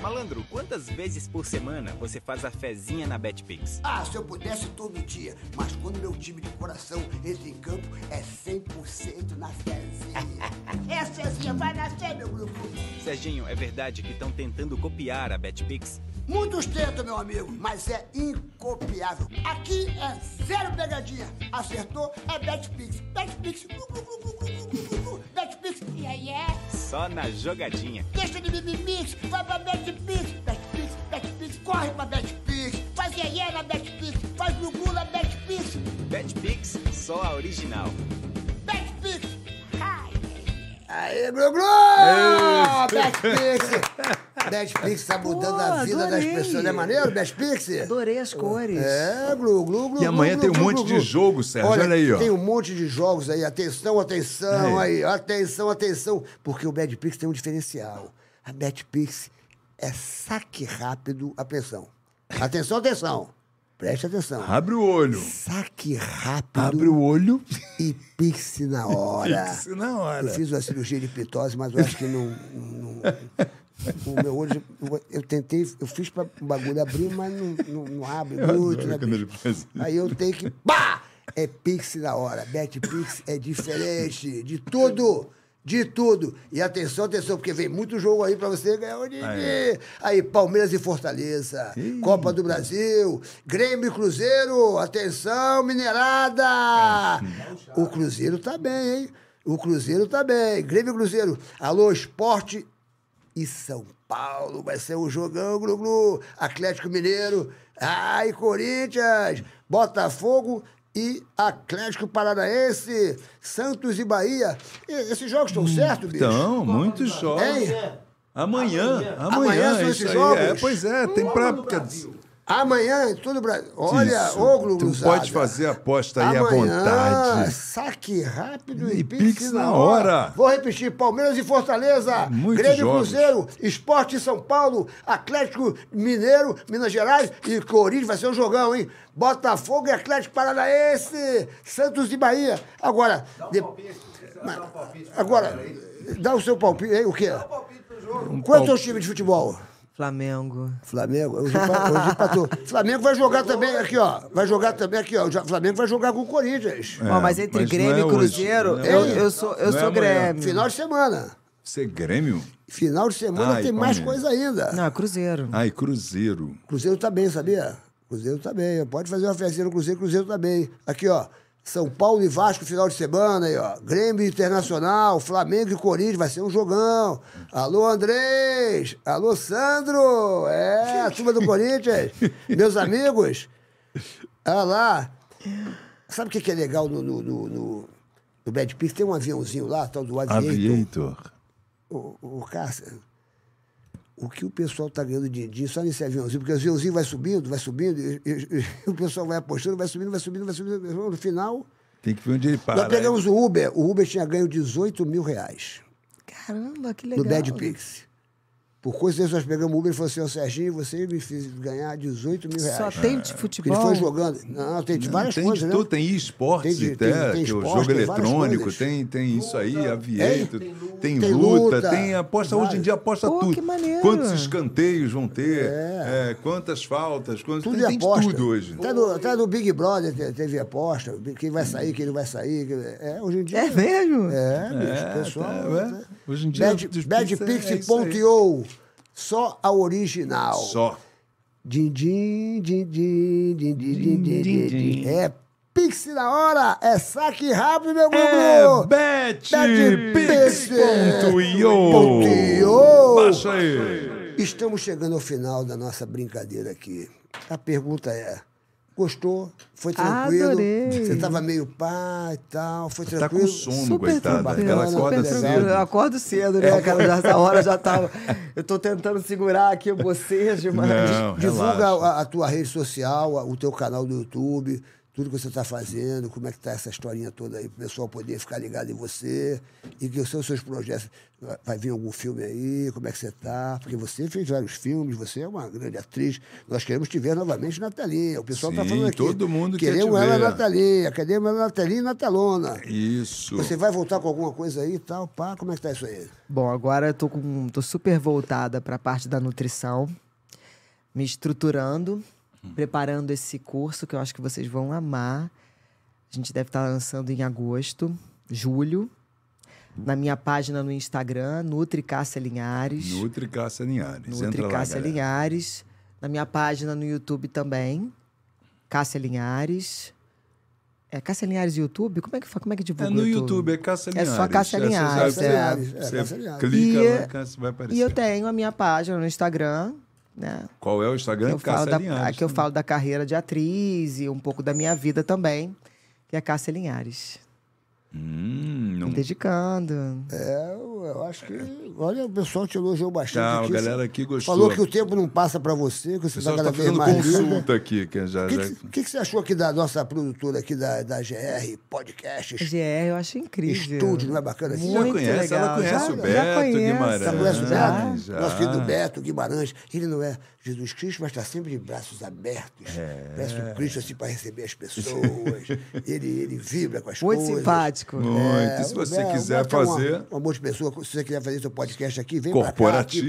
Malandro, quantas vezes por semana você faz a fezinha na BetPix? Ah, se eu pudesse todo dia, mas quando meu time de coração entra em campo, é 100% na fezinha. é fezinha, vai nascer, meu grupo. Serginho, é verdade que estão tentando copiar a BetPix? Muitos tentam, meu amigo, mas é incopiável. Aqui é zero pegadinha. Acertou, é Betpix. Betpix, glu, glu, glu, glu, glu, glu, glu, glu. Betpix, e aí é? Só na jogadinha. Deixa de mimimix, vai pra Betpix. Betpix, Betpix, corre pra Betpix. Faz e aí é na Betpix, faz gugu na Betpix. BetPix, só a original. Betpix! Aê, Gluglu! Betpix! Betpix tá mudando Pô, a vida das adorei. pessoas, não é maneiro, Betpix? Adorei as cores. É, Glu, Glu, Glu. E amanhã Glu, tem um Glu, Glu, monte de Glu. jogo, Sérgio. Olha aí, ó. Tem um monte de jogos aí. Atenção, atenção, aí. Atenção, atenção. Porque o Betpix tem um diferencial. A Betpix é saque rápido. Atenção. Atenção, atenção. Preste atenção. Abre o olho. Saque rápido Abre o olho. e Pix na hora. Pix na hora. Eu fiz uma cirurgia de pitose, mas eu acho que não. não- o meu olho. Eu tentei, eu fiz para o bagulho abrir, mas não, não, não abre muito. adoro né, quando ele bicho? faz isso. Aí eu tenho que. Pá! É Pix na hora. Bet Pix é diferente de tudo. De tudo. E atenção, atenção, porque vem muito jogo aí pra você ganhar Ah, é. o dinheiro. Aí, Palmeiras e Fortaleza, Copa do Brasil, Grêmio e Cruzeiro, atenção, Ah, Minerada! O Cruzeiro tá bem, hein? O Cruzeiro tá bem. Grêmio e Cruzeiro. Alô, esporte e São Paulo vai ser o jogão, Glu-Glu. Atlético Mineiro, ai, Corinthians, Botafogo e Atlético Paranaense, Santos e Bahia. E- esses jogos estão certos, bicho? Então, muitos Hum, jogos. Hein? Amanhã, amanhã, Amanhã são isso esses aí, jogos? é, pois é, tem pra. Brasil. Amanhã, em todo o Brasil. Olha, Isso. ô, Glu Tu pode fazer a aposta aí à vontade. Saque rápido e, E pix, Pix na na hora. hora. Vou repetir: Palmeiras e Fortaleza, Muitos Grêmio e jogos. Cruzeiro, Esporte e São Paulo, Atlético Mineiro, Minas Gerais e Corinthians. Vai ser um jogão, hein? Botafogo e Atlético Paranaense, Santos e Bahia. Agora. de- Mas- Agora, dá o seu palpite. hein, O quê? Um Quantos são os times de futebol? Flamengo. Flamengo, hoje, empa- hoje empatou. Flamengo vai jogar também aqui, ó. Vai jogar também aqui, ó. O Flamengo vai jogar com o Corinthians. Ó, mas entre mas não Grêmio é e hoje, Cruzeiro, não é eu, hoje. eu sou, eu Não é sou amanhã. Grêmio. Final de semana. Você é Grêmio? Final de semana Ai, tem mais Ah, Palmeiras. coisa ainda. Não, é Cruzeiro. Ai, Cruzeiro. Cruzeiro tá bem, sabia? Cruzeiro tá bem. Pode fazer uma festinha no Cruzeiro, Cruzeiro tá bem. Aqui, ó. São Paulo e Vasco, final de semana aí, ó. Grêmio Internacional, Flamengo e Corinthians, vai ser um jogão. Alô, Andrés! Alô, Sandro! É, a turma do Corinthians. Meus amigos. Olha lá. Sabe o que que é legal no, no, no, no, no Bad Pix? Tem um aviãozinho lá, tal do Aviator. Aviator. Ô, ô Cássia, o que o pessoal está ganhando de dia só nesse aviãozinho? Porque o aviãozinho vai subindo, vai subindo, e, e- e o pessoal vai apostando, vai subindo, vai subindo, vai subindo. No final, Tem que ver onde ele para. nós pegamos o Uber. O Uber tinha ganho 18 mil reais Caramba, que no legal. Bad Pix. Por coincidência, nós pegamos o Uber e falou assim, ó, Serginho, você me fez ganhar 18 mil reais. Só tem Porque de ele futebol. foi jogando. Não, tem de várias tem coisas, de né? tudo, tem esportes Tem de- até, tem- tem que é o esporte, jogo tem eletrônico, várias coisas. tem, tem isso aí, aviator, tem, Tem luta, luta, tem aposta. Hoje em dia aposta Pô, tudo. que maneiro. Quantos escanteios vão ter, é, quantas faltas, quantos, Tudo tem, é tem de aposta. tudo hoje. Até no, até no Big Brother te- teve aposta. Quem vai sair, quem não vai sair. quem- É, hoje em dia. É mesmo? É, bicho, É, pessoal. tá, né? é. Hoje em dia, Bad, dos Pix é- é isso aí. badpix.io. Só a original. Só. Din, din, din, din, din, din, din, din, din, din. É Pix na hora. É saque rápido, meu É Gugu. Tá betpix.io Baixa aí. Estamos chegando ao final da nossa brincadeira aqui. A pergunta é: gostou? Foi Ah, tranquilo? Adorei. Você estava meio pá e tal? Foi Tá tranquilo? com sono, coitada. tranquilo, Ela super acorda tranquilo. tá, cedo. É. Eu acordo cedo, né, cara? Já Essa hora já tava. Eu tô tentando segurar aqui o bocejo, mas. Não, Divulga relaxa. a, a tua rede social, a- o teu canal do YouTube, tudo que você está fazendo, como é que está essa historinha toda aí, para o pessoal poder ficar ligado em você e que são os seus projetos. Vai- Vai vir algum filme aí, como é que você está? Porque você fez vários filmes, você é uma grande atriz. Nós queremos te ver novamente na telinha. O pessoal está Sim, falando aqui. todo mundo quer Queremos te ela ver. na telinha, queremos ela na telinha e na telona. Isso. Você vai voltar com alguma coisa aí e tal, pá, como é que tá isso aí? Bom, agora eu tô, com, tô super voltada para a parte da nutrição, me estruturando, Hum. preparando esse curso que eu acho que vocês vão amar. A gente deve estar lançando em agosto, julho, na minha página no Instagram, Nutri Cássia Linhares. Nutri Cássia Linhares. Nutri Entra lá, Cássia galera. Linhares. Na minha página no YouTube também, Cássia Linhares. É Cássia Linhares YouTube? Como é que, fa- como é que divulga É no o YouTube, é Cássia É Linhares. só Cássia você Linhares, sabe, é. você- É, você Cássia Linhares. clica E- é- lá, Cássia vai aparecer. E eu tenho a minha página no Instagram, né? Qual é o Que Instagram? eu falo Cássia da, Linhares. a que eu falo da carreira de atriz e um pouco da minha vida também, que é Cássia Linhares. Hum, não Me dedicando. É, eu, eu acho que. Olha, o pessoal te elogiou bastante. Tá, a aqui. galera aqui gostou. Falou que o tempo não passa pra você, que O você está pessoal cada está vez tá fazendo mais linda. consulta né? aqui. Que já, O já... que, que, que você achou aqui da nossa produtora aqui da, da GR A Podcasts? GR, eu acho incrível. Estúdio, não é bacana? Você já Muito conhece, legal. ela conhece já, o já Beto conheço. Guimarães. Você conhece o Já. Beto? já. Nosso querido Beto Guimarães. Ele não é Jesus Cristo, mas está sempre de braços abertos. É. Parece o Cristo assim para receber as pessoas. ele, ele vibra com as Muito coisas. simpático. Muito. É, Se o você Beto- o quiser Beto é um- fazer... Um amor de pessoa. Se você quiser fazer seu podcast aqui, vem pra cá, Corporativo.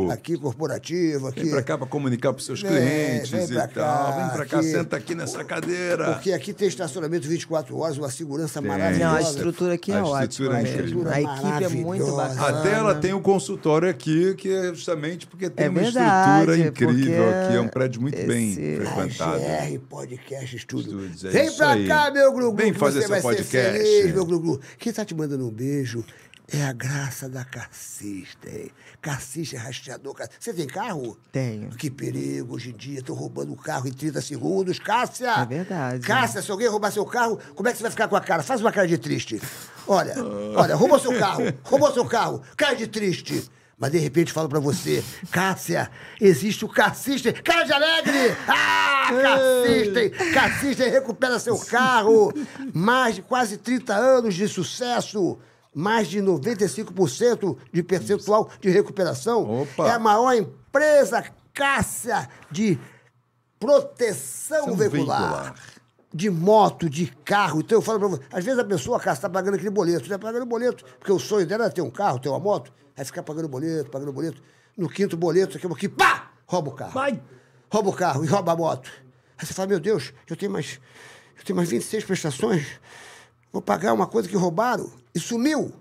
aqui, pra- aqui, corporativo. Aqui, Vem pra cá pra comunicar pros seus É, vem clientes pra cá, e tal. Vem pra cá, aqui. senta aqui nessa cadeira. Porque aqui tem estacionamento 24 horas, uma segurança maravilhosa. Não, a estrutura aqui A é estrutura ótima. é mesmo. incrível. A equipe é muito Maravilhosa. bacana. Até ela tem um consultório aqui, que é justamente porque tem É uma verdade, estrutura incrível porque aqui. É um prédio muito bem esse- é frequentado. AGR Podcast Estúdio. Estúdios, é Vem isso pra aí. cá, meu Glu Glu. Vem que fazer você seu vai podcast. Ser feliz, meu Glu Glu. Quem tá te mandando um beijo É a graça da carcista, hein? Carcista é rastreador. car- Você tem carro? Tenho. Que perigo hoje em dia. Estão roubando o carro em 30 segundos. Cássia! É verdade. Cássia, se alguém roubar seu carro, como é que você vai ficar com a cara? Faz uma cara de triste. Olha, olha, roubou seu carro, roubou seu carro, cara de triste. Mas de repente falo pra você, Cássia, existe o carcista, cara de alegre! Ah, carcista, hein? carcista hein? recupera seu carro. Mais de quase 30 anos de sucesso. Mais de 95% de percentual de recuperação. Opa. É a maior empresa Cássia de proteção Proteção veicular. veicular. De moto, de carro. Então eu falo pra você, às vezes a pessoa, cara, está pagando aquele boleto, está pagando boleto, porque o sonho dela era ter um carro, ter uma moto, aí ficar pagando boleto, pagando boleto. No quinto boleto, daqui a pouquinho, pá! Rouba o carro. Vai! Rouba o carro e rouba a moto. Aí você fala, meu Deus, eu tenho mais, eu tenho mais 26 prestações, vou pagar uma coisa que roubaram e sumiu.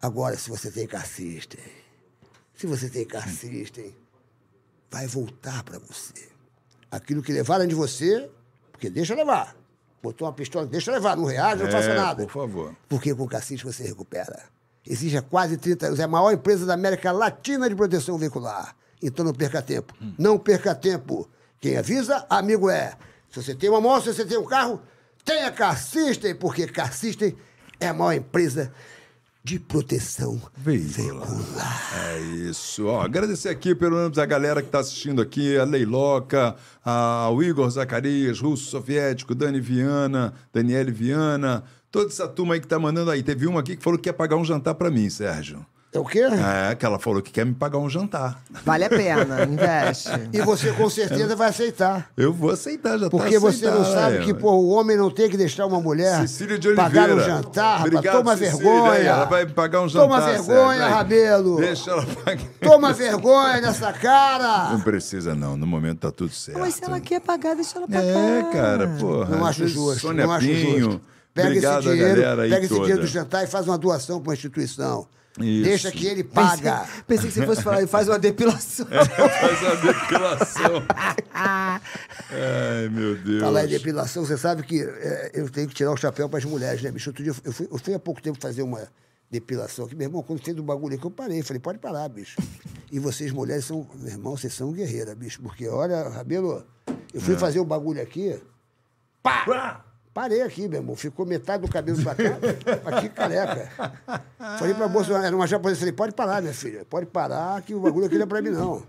Agora, se você tem carcista, se você tem carcista, vai voltar pra você. Aquilo que levaram de você, porque deixa levar. Botou uma pistola, deixa levar, não reage, não faça nada. É, por favor. Porque com o Cassis você recupera. Exige há quase 30 anos. É a maior empresa da América Latina de proteção veicular. Então não perca tempo. Hum. Não perca tempo. Quem avisa, amigo é. Se você tem uma moto, se você tem um carro, tenha Cassistem, porque Cassistem é a maior empresa de proteção Veículo. É isso. Ó, agradecer aqui pelo menos a galera que está assistindo aqui, a Leiloca, a, o Igor Zacarias, Russo Soviético, Dani Viana, Daniele Viana, toda essa turma aí que tá mandando aí. Teve uma aqui que falou que quer pagar um jantar para mim, Sérgio. É o quê? É, que ela falou que quer me pagar um jantar. Vale a pena, investe. E você com É. certeza vai aceitar. Eu vou aceitar, já Porque tá você não aceitar, sabe é. que, pô, o homem não tem que deixar uma mulher Cecília de Oliveira. pagar um jantar, rapaz. Obrigado, Toma Cecília. vergonha. Aí, Ela vai me pagar um jantar. Toma Sérgio. vergonha, Aí, Rabelo. Deixa ela pagar. Toma vergonha nessa Não cara. precisa, não. No momento tá tudo certo. Mas se ela quer pagar, deixa ela pagar. É, cara, porra. Ah, Não acho justo. Sônia não acho Pinho. justo. Pega Obrigado esse a dinheiro, galera aí pega esse toda. dinheiro do jantar e faz uma doação para uma instituição. Isso. Deixa que ele Pensei- paga. Pensei, que você fosse falar, faz uma depilação. É, Faz a depilação. Ai, meu Deus. Falar em depilação, você sabe que é, eu tenho que tirar o chapéu para as mulheres, né, bicho? Outro dia eu fui- eu fui, eu fui há pouco tempo fazer uma depilação aqui. Meu irmão, quando fez o bagulho aqui, eu parei. Falei, pode parar, bicho. E vocês, mulheres, são. Meu irmão, vocês são guerreiras, bicho. Porque, olha, Rabelo, eu É. fui fazer o bagulho aqui. Pá! Parei aqui, meu irmão. Ficou metade do cabelo pra cá, aqui careca. Falei pra moça, era uma japonesa, falei, pode parar, minha filha, pode parar, que o bagulho aqui não é pra mim, não.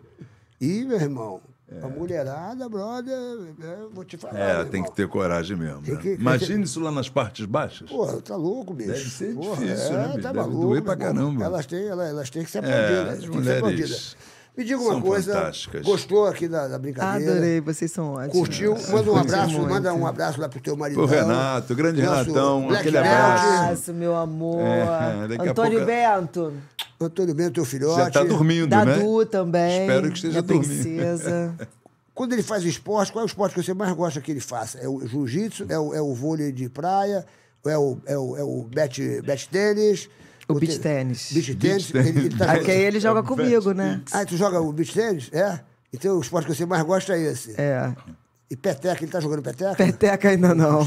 E, meu irmão, a mulherada, brother, é, vou te falar. É, meu ela tem que irmão. ter coragem mesmo. Tem né? que- tem Imagina isso lá nas partes baixas. Porra, tá louco, bicho. Deve ser Porra, difícil, né, bicho? Tá Deve maluco, meu doer pra irmão. caramba. Elas têm, elas, elas têm que ser É, aplaudidas. as têm que ser mulheres. aplaudidas. Me diga uma são coisa, fantásticas. gostou aqui da, da brincadeira? Adorei, vocês são ótimos. Curtiu? Manda um Curti abraço, muito. manda um abraço lá pro teu marido. Pro Renato, grande Renatão, aquele Um abraço. abraço, meu amor. É, daqui a Antônio pouco- Bento, Antônio Bento, teu filhote. Já tá dormindo, da né? Du também. Espero que esteja minha dormindo. princesa. Quando ele faz esporte, qual é o esporte que você mais gosta que ele faça? É o jiu-jitsu? É o, é o vôlei de praia? É o, é o, é o bet, bet tênis? O te- beach tênis. Beach tênis. Ele, ele tá Aqui ele joga comigo, né? Ah, tu joga o beach tênis? É? Então o esporte que você mais gosta é esse. É. E peteca, ele tá jogando peteca? Peteca ainda não.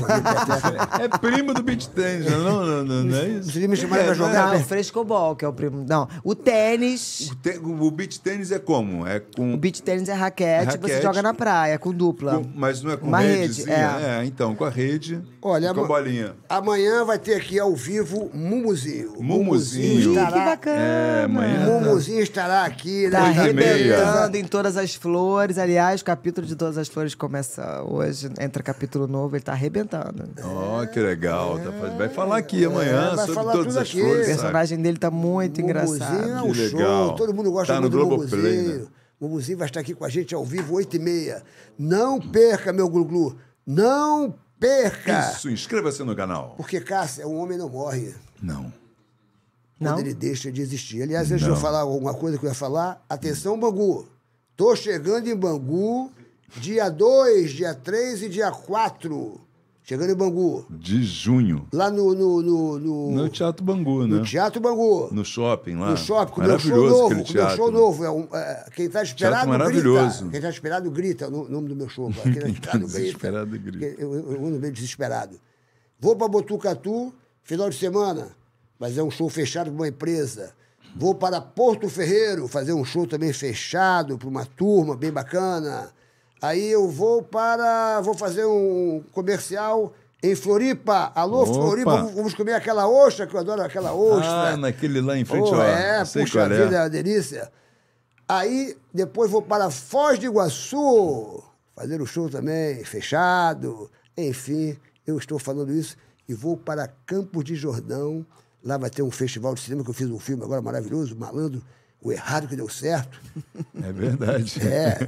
É primo do beat tênis, não, não, não, não, é isso? Você me chamaram pra jogar? Não, o né? frescobol, que é o primo. Não, o tênis. O, te- o beat tênis é como? É com. O beach tênis é raquete, você Raquete. joga na praia, com dupla. com- mas não é com Uma rede, redezinha? é. é, então, com a rede. Olha, e com a ama- bolinha. Amanhã vai ter aqui ao vivo Mumuzinho. Mumuzinho. Ih, que estará, bacana. É, amanhã. Mumuzinho estará aqui. Tá né? Oito e meia. arrebentando em todas as flores. Aliás, o capítulo de Todas as Flores começa hoje, entra capítulo novo, ele tá arrebentando. Ó, que legal. tá faz- vai falar aqui amanhã É, vai sobre falar todas tudo as aqui. O flores. sabe? personagem dele tá muito Mumuzinho é engraçado. um Que show, legal. todo mundo gosta Tá no muito do Globoplay, Mumuzinho. né? Mumuzinho vai estar aqui com a gente ao vivo, 8h30. Não perca, meu Gluglu. Não perca! Isso, inscreva-se no canal. Porque, Cássia, um homem não morre Não. Não? quando ele deixa de existir. Aliás, antes de eu falar alguma coisa que eu ia falar, atenção, Bangu. Tô chegando em Bangu dia 2, dia 3 e dia 4. Chegando em Bangu. De junho. Lá no. No, no, no- No Teatro Bangu, né? no Teatro Bangu. No shopping lá. No shopping, com o meu show Maravilhoso novo, aquele com o meu teatro. show novo. É um, é, quem está esperado maravilhoso. grita. Quem está esperado grita, o nome do meu show. Cara. Quem tá esperado Quem tá grita. desesperado, grita. Eu, eu, eu ando meio desesperado. Vou para Botucatu, final de semana. fazer um show fechado para uma empresa. Vou para Porto Ferreiro fazer um show também fechado para uma turma bem bacana. Aí eu vou para. vou fazer um comercial em Floripa. Alô, Opa! Floripa, vamos- vamos comer aquela ostra, que eu adoro aquela ostra. Ah, naquele lá em frente, Porra, ó. é, sei puxa qual é. vida, é uma delícia. Aí depois vou para Foz do Iguaçu, fazer o show também, fechado. Enfim, eu estou falando isso e vou para Campos de Jordão. Lá vai ter um festival de cinema que eu fiz um filme agora maravilhoso, Malandro, o errado que deu certo. É verdade. É.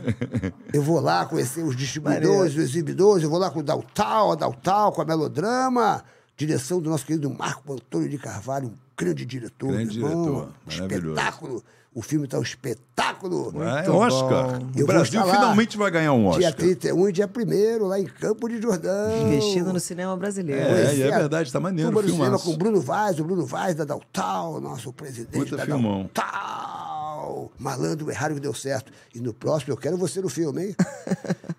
Eu vou lá conhecer os distribuidores, os exibidores, eu vou lá com o Daltal, a Daltal, com a Melodrama, direção do nosso querido Marco Antônio de Carvalho, um grande diretor, Grande meu irmão. um diretor, maravilhoso. espetáculo. O filme está um espetáculo. Vai, é um Oscar. Eu O vou Brasil estar lá. finalmente vai ganhar um Oscar. Dia 31 e dia 1 lá em Campo de Jordão. Investindo no cinema brasileiro. É, e Pois é verdade, tá maneiro, Turma do cinema filmaço. com o Bruno Vaz, o Bruno Vaz da Daltal, nosso presidente Puta da filmão. Daltal. Malandro, erraram que deu certo. E no próximo eu quero você no filme, hein?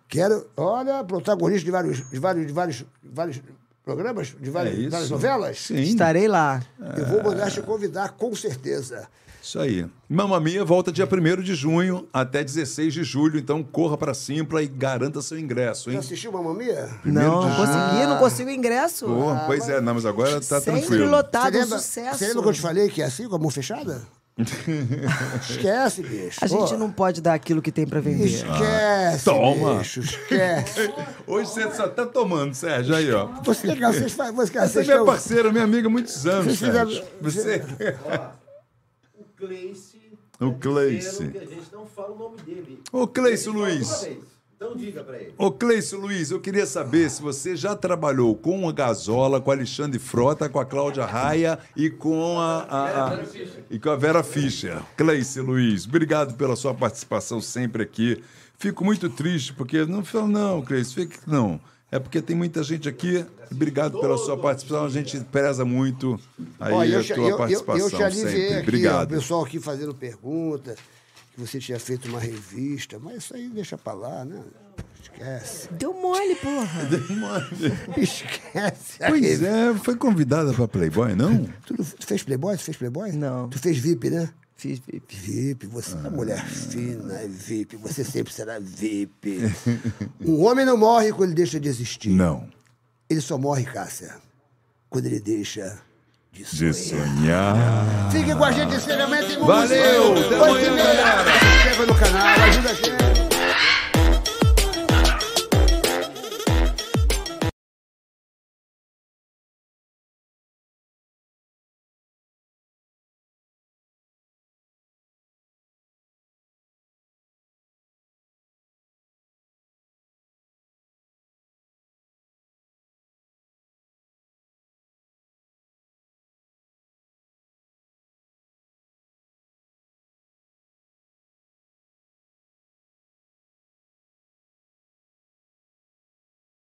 quero, olha, protagonista de vários, de vários, de vários, vários programas, de É várias, isso. várias novelas. Sim, É. Estarei lá. Eu vou mandar te convidar, com certeza. isso aí. Mamma Mia volta dia 1 de junho até 16 de julho, então corra pra Simpla e garanta seu ingresso, Já hein? assistiu Mamamia? Não, não consegui, não consigo ingresso. Ah, Pô, Ah, pois é, não, mas agora Ah. tá Sempre tranquilo. lotado, um Você sucesso. lembra que eu te falei que é assim, com a mão fechada? Esquece, bicho. A gente Pô. não pode dar aquilo que tem pra vender. Esquece, Ah, Toma. bicho, esquece. Hoje você só tá tomando, Sérgio, aí, ó. Você que vocês fazem, você que Você é vocês minha tão- parceira, minha amiga há muitos anos, Vocês fizeram- Sérgio. Você... O Cleice. O Cleice. Que a gente não fala o nome dele. Ô, Cleice Luiz. Fala pra ele. Então diga pra ele. Ô, Cleice Luiz, eu queria saber se você já trabalhou com a Gazola, com a Alexandre Frota, com a Cláudia Raia e com a, a- a- e com a Vera Fischer. Cleice Luiz, obrigado pela sua participação sempre aqui. Fico muito triste porque não falo não, Cleice, fique não. É porque tem muita gente aqui. Obrigado pela sua participação. A gente preza muito aí Ó, a já- tua participação eu já lhe vi sempre. aqui, ó, o obrigado. pessoal aqui fazendo pergunta, que você tinha feito uma revista, mas isso aí deixa pra lá, né? Esquece. Deu mole, porra. Esquece. a Pois revista. é, foi convidada para Playboy, não? Tu, não- tu fez Playboy? Tu fez Playboy? Não. Tu fez VIP, né? Fiz VIP. VIP, você Ah. é uma mulher fina, é VIP, você sempre será VIP. um homem não morre quando ele deixa de existir. Não. Ele só morre, Cássia, quando ele deixa de De sonhar. sonhar. Fique com a gente, seriamente. Valeu, até amanhã, galera. Se inscreva no canal, ajuda a gente.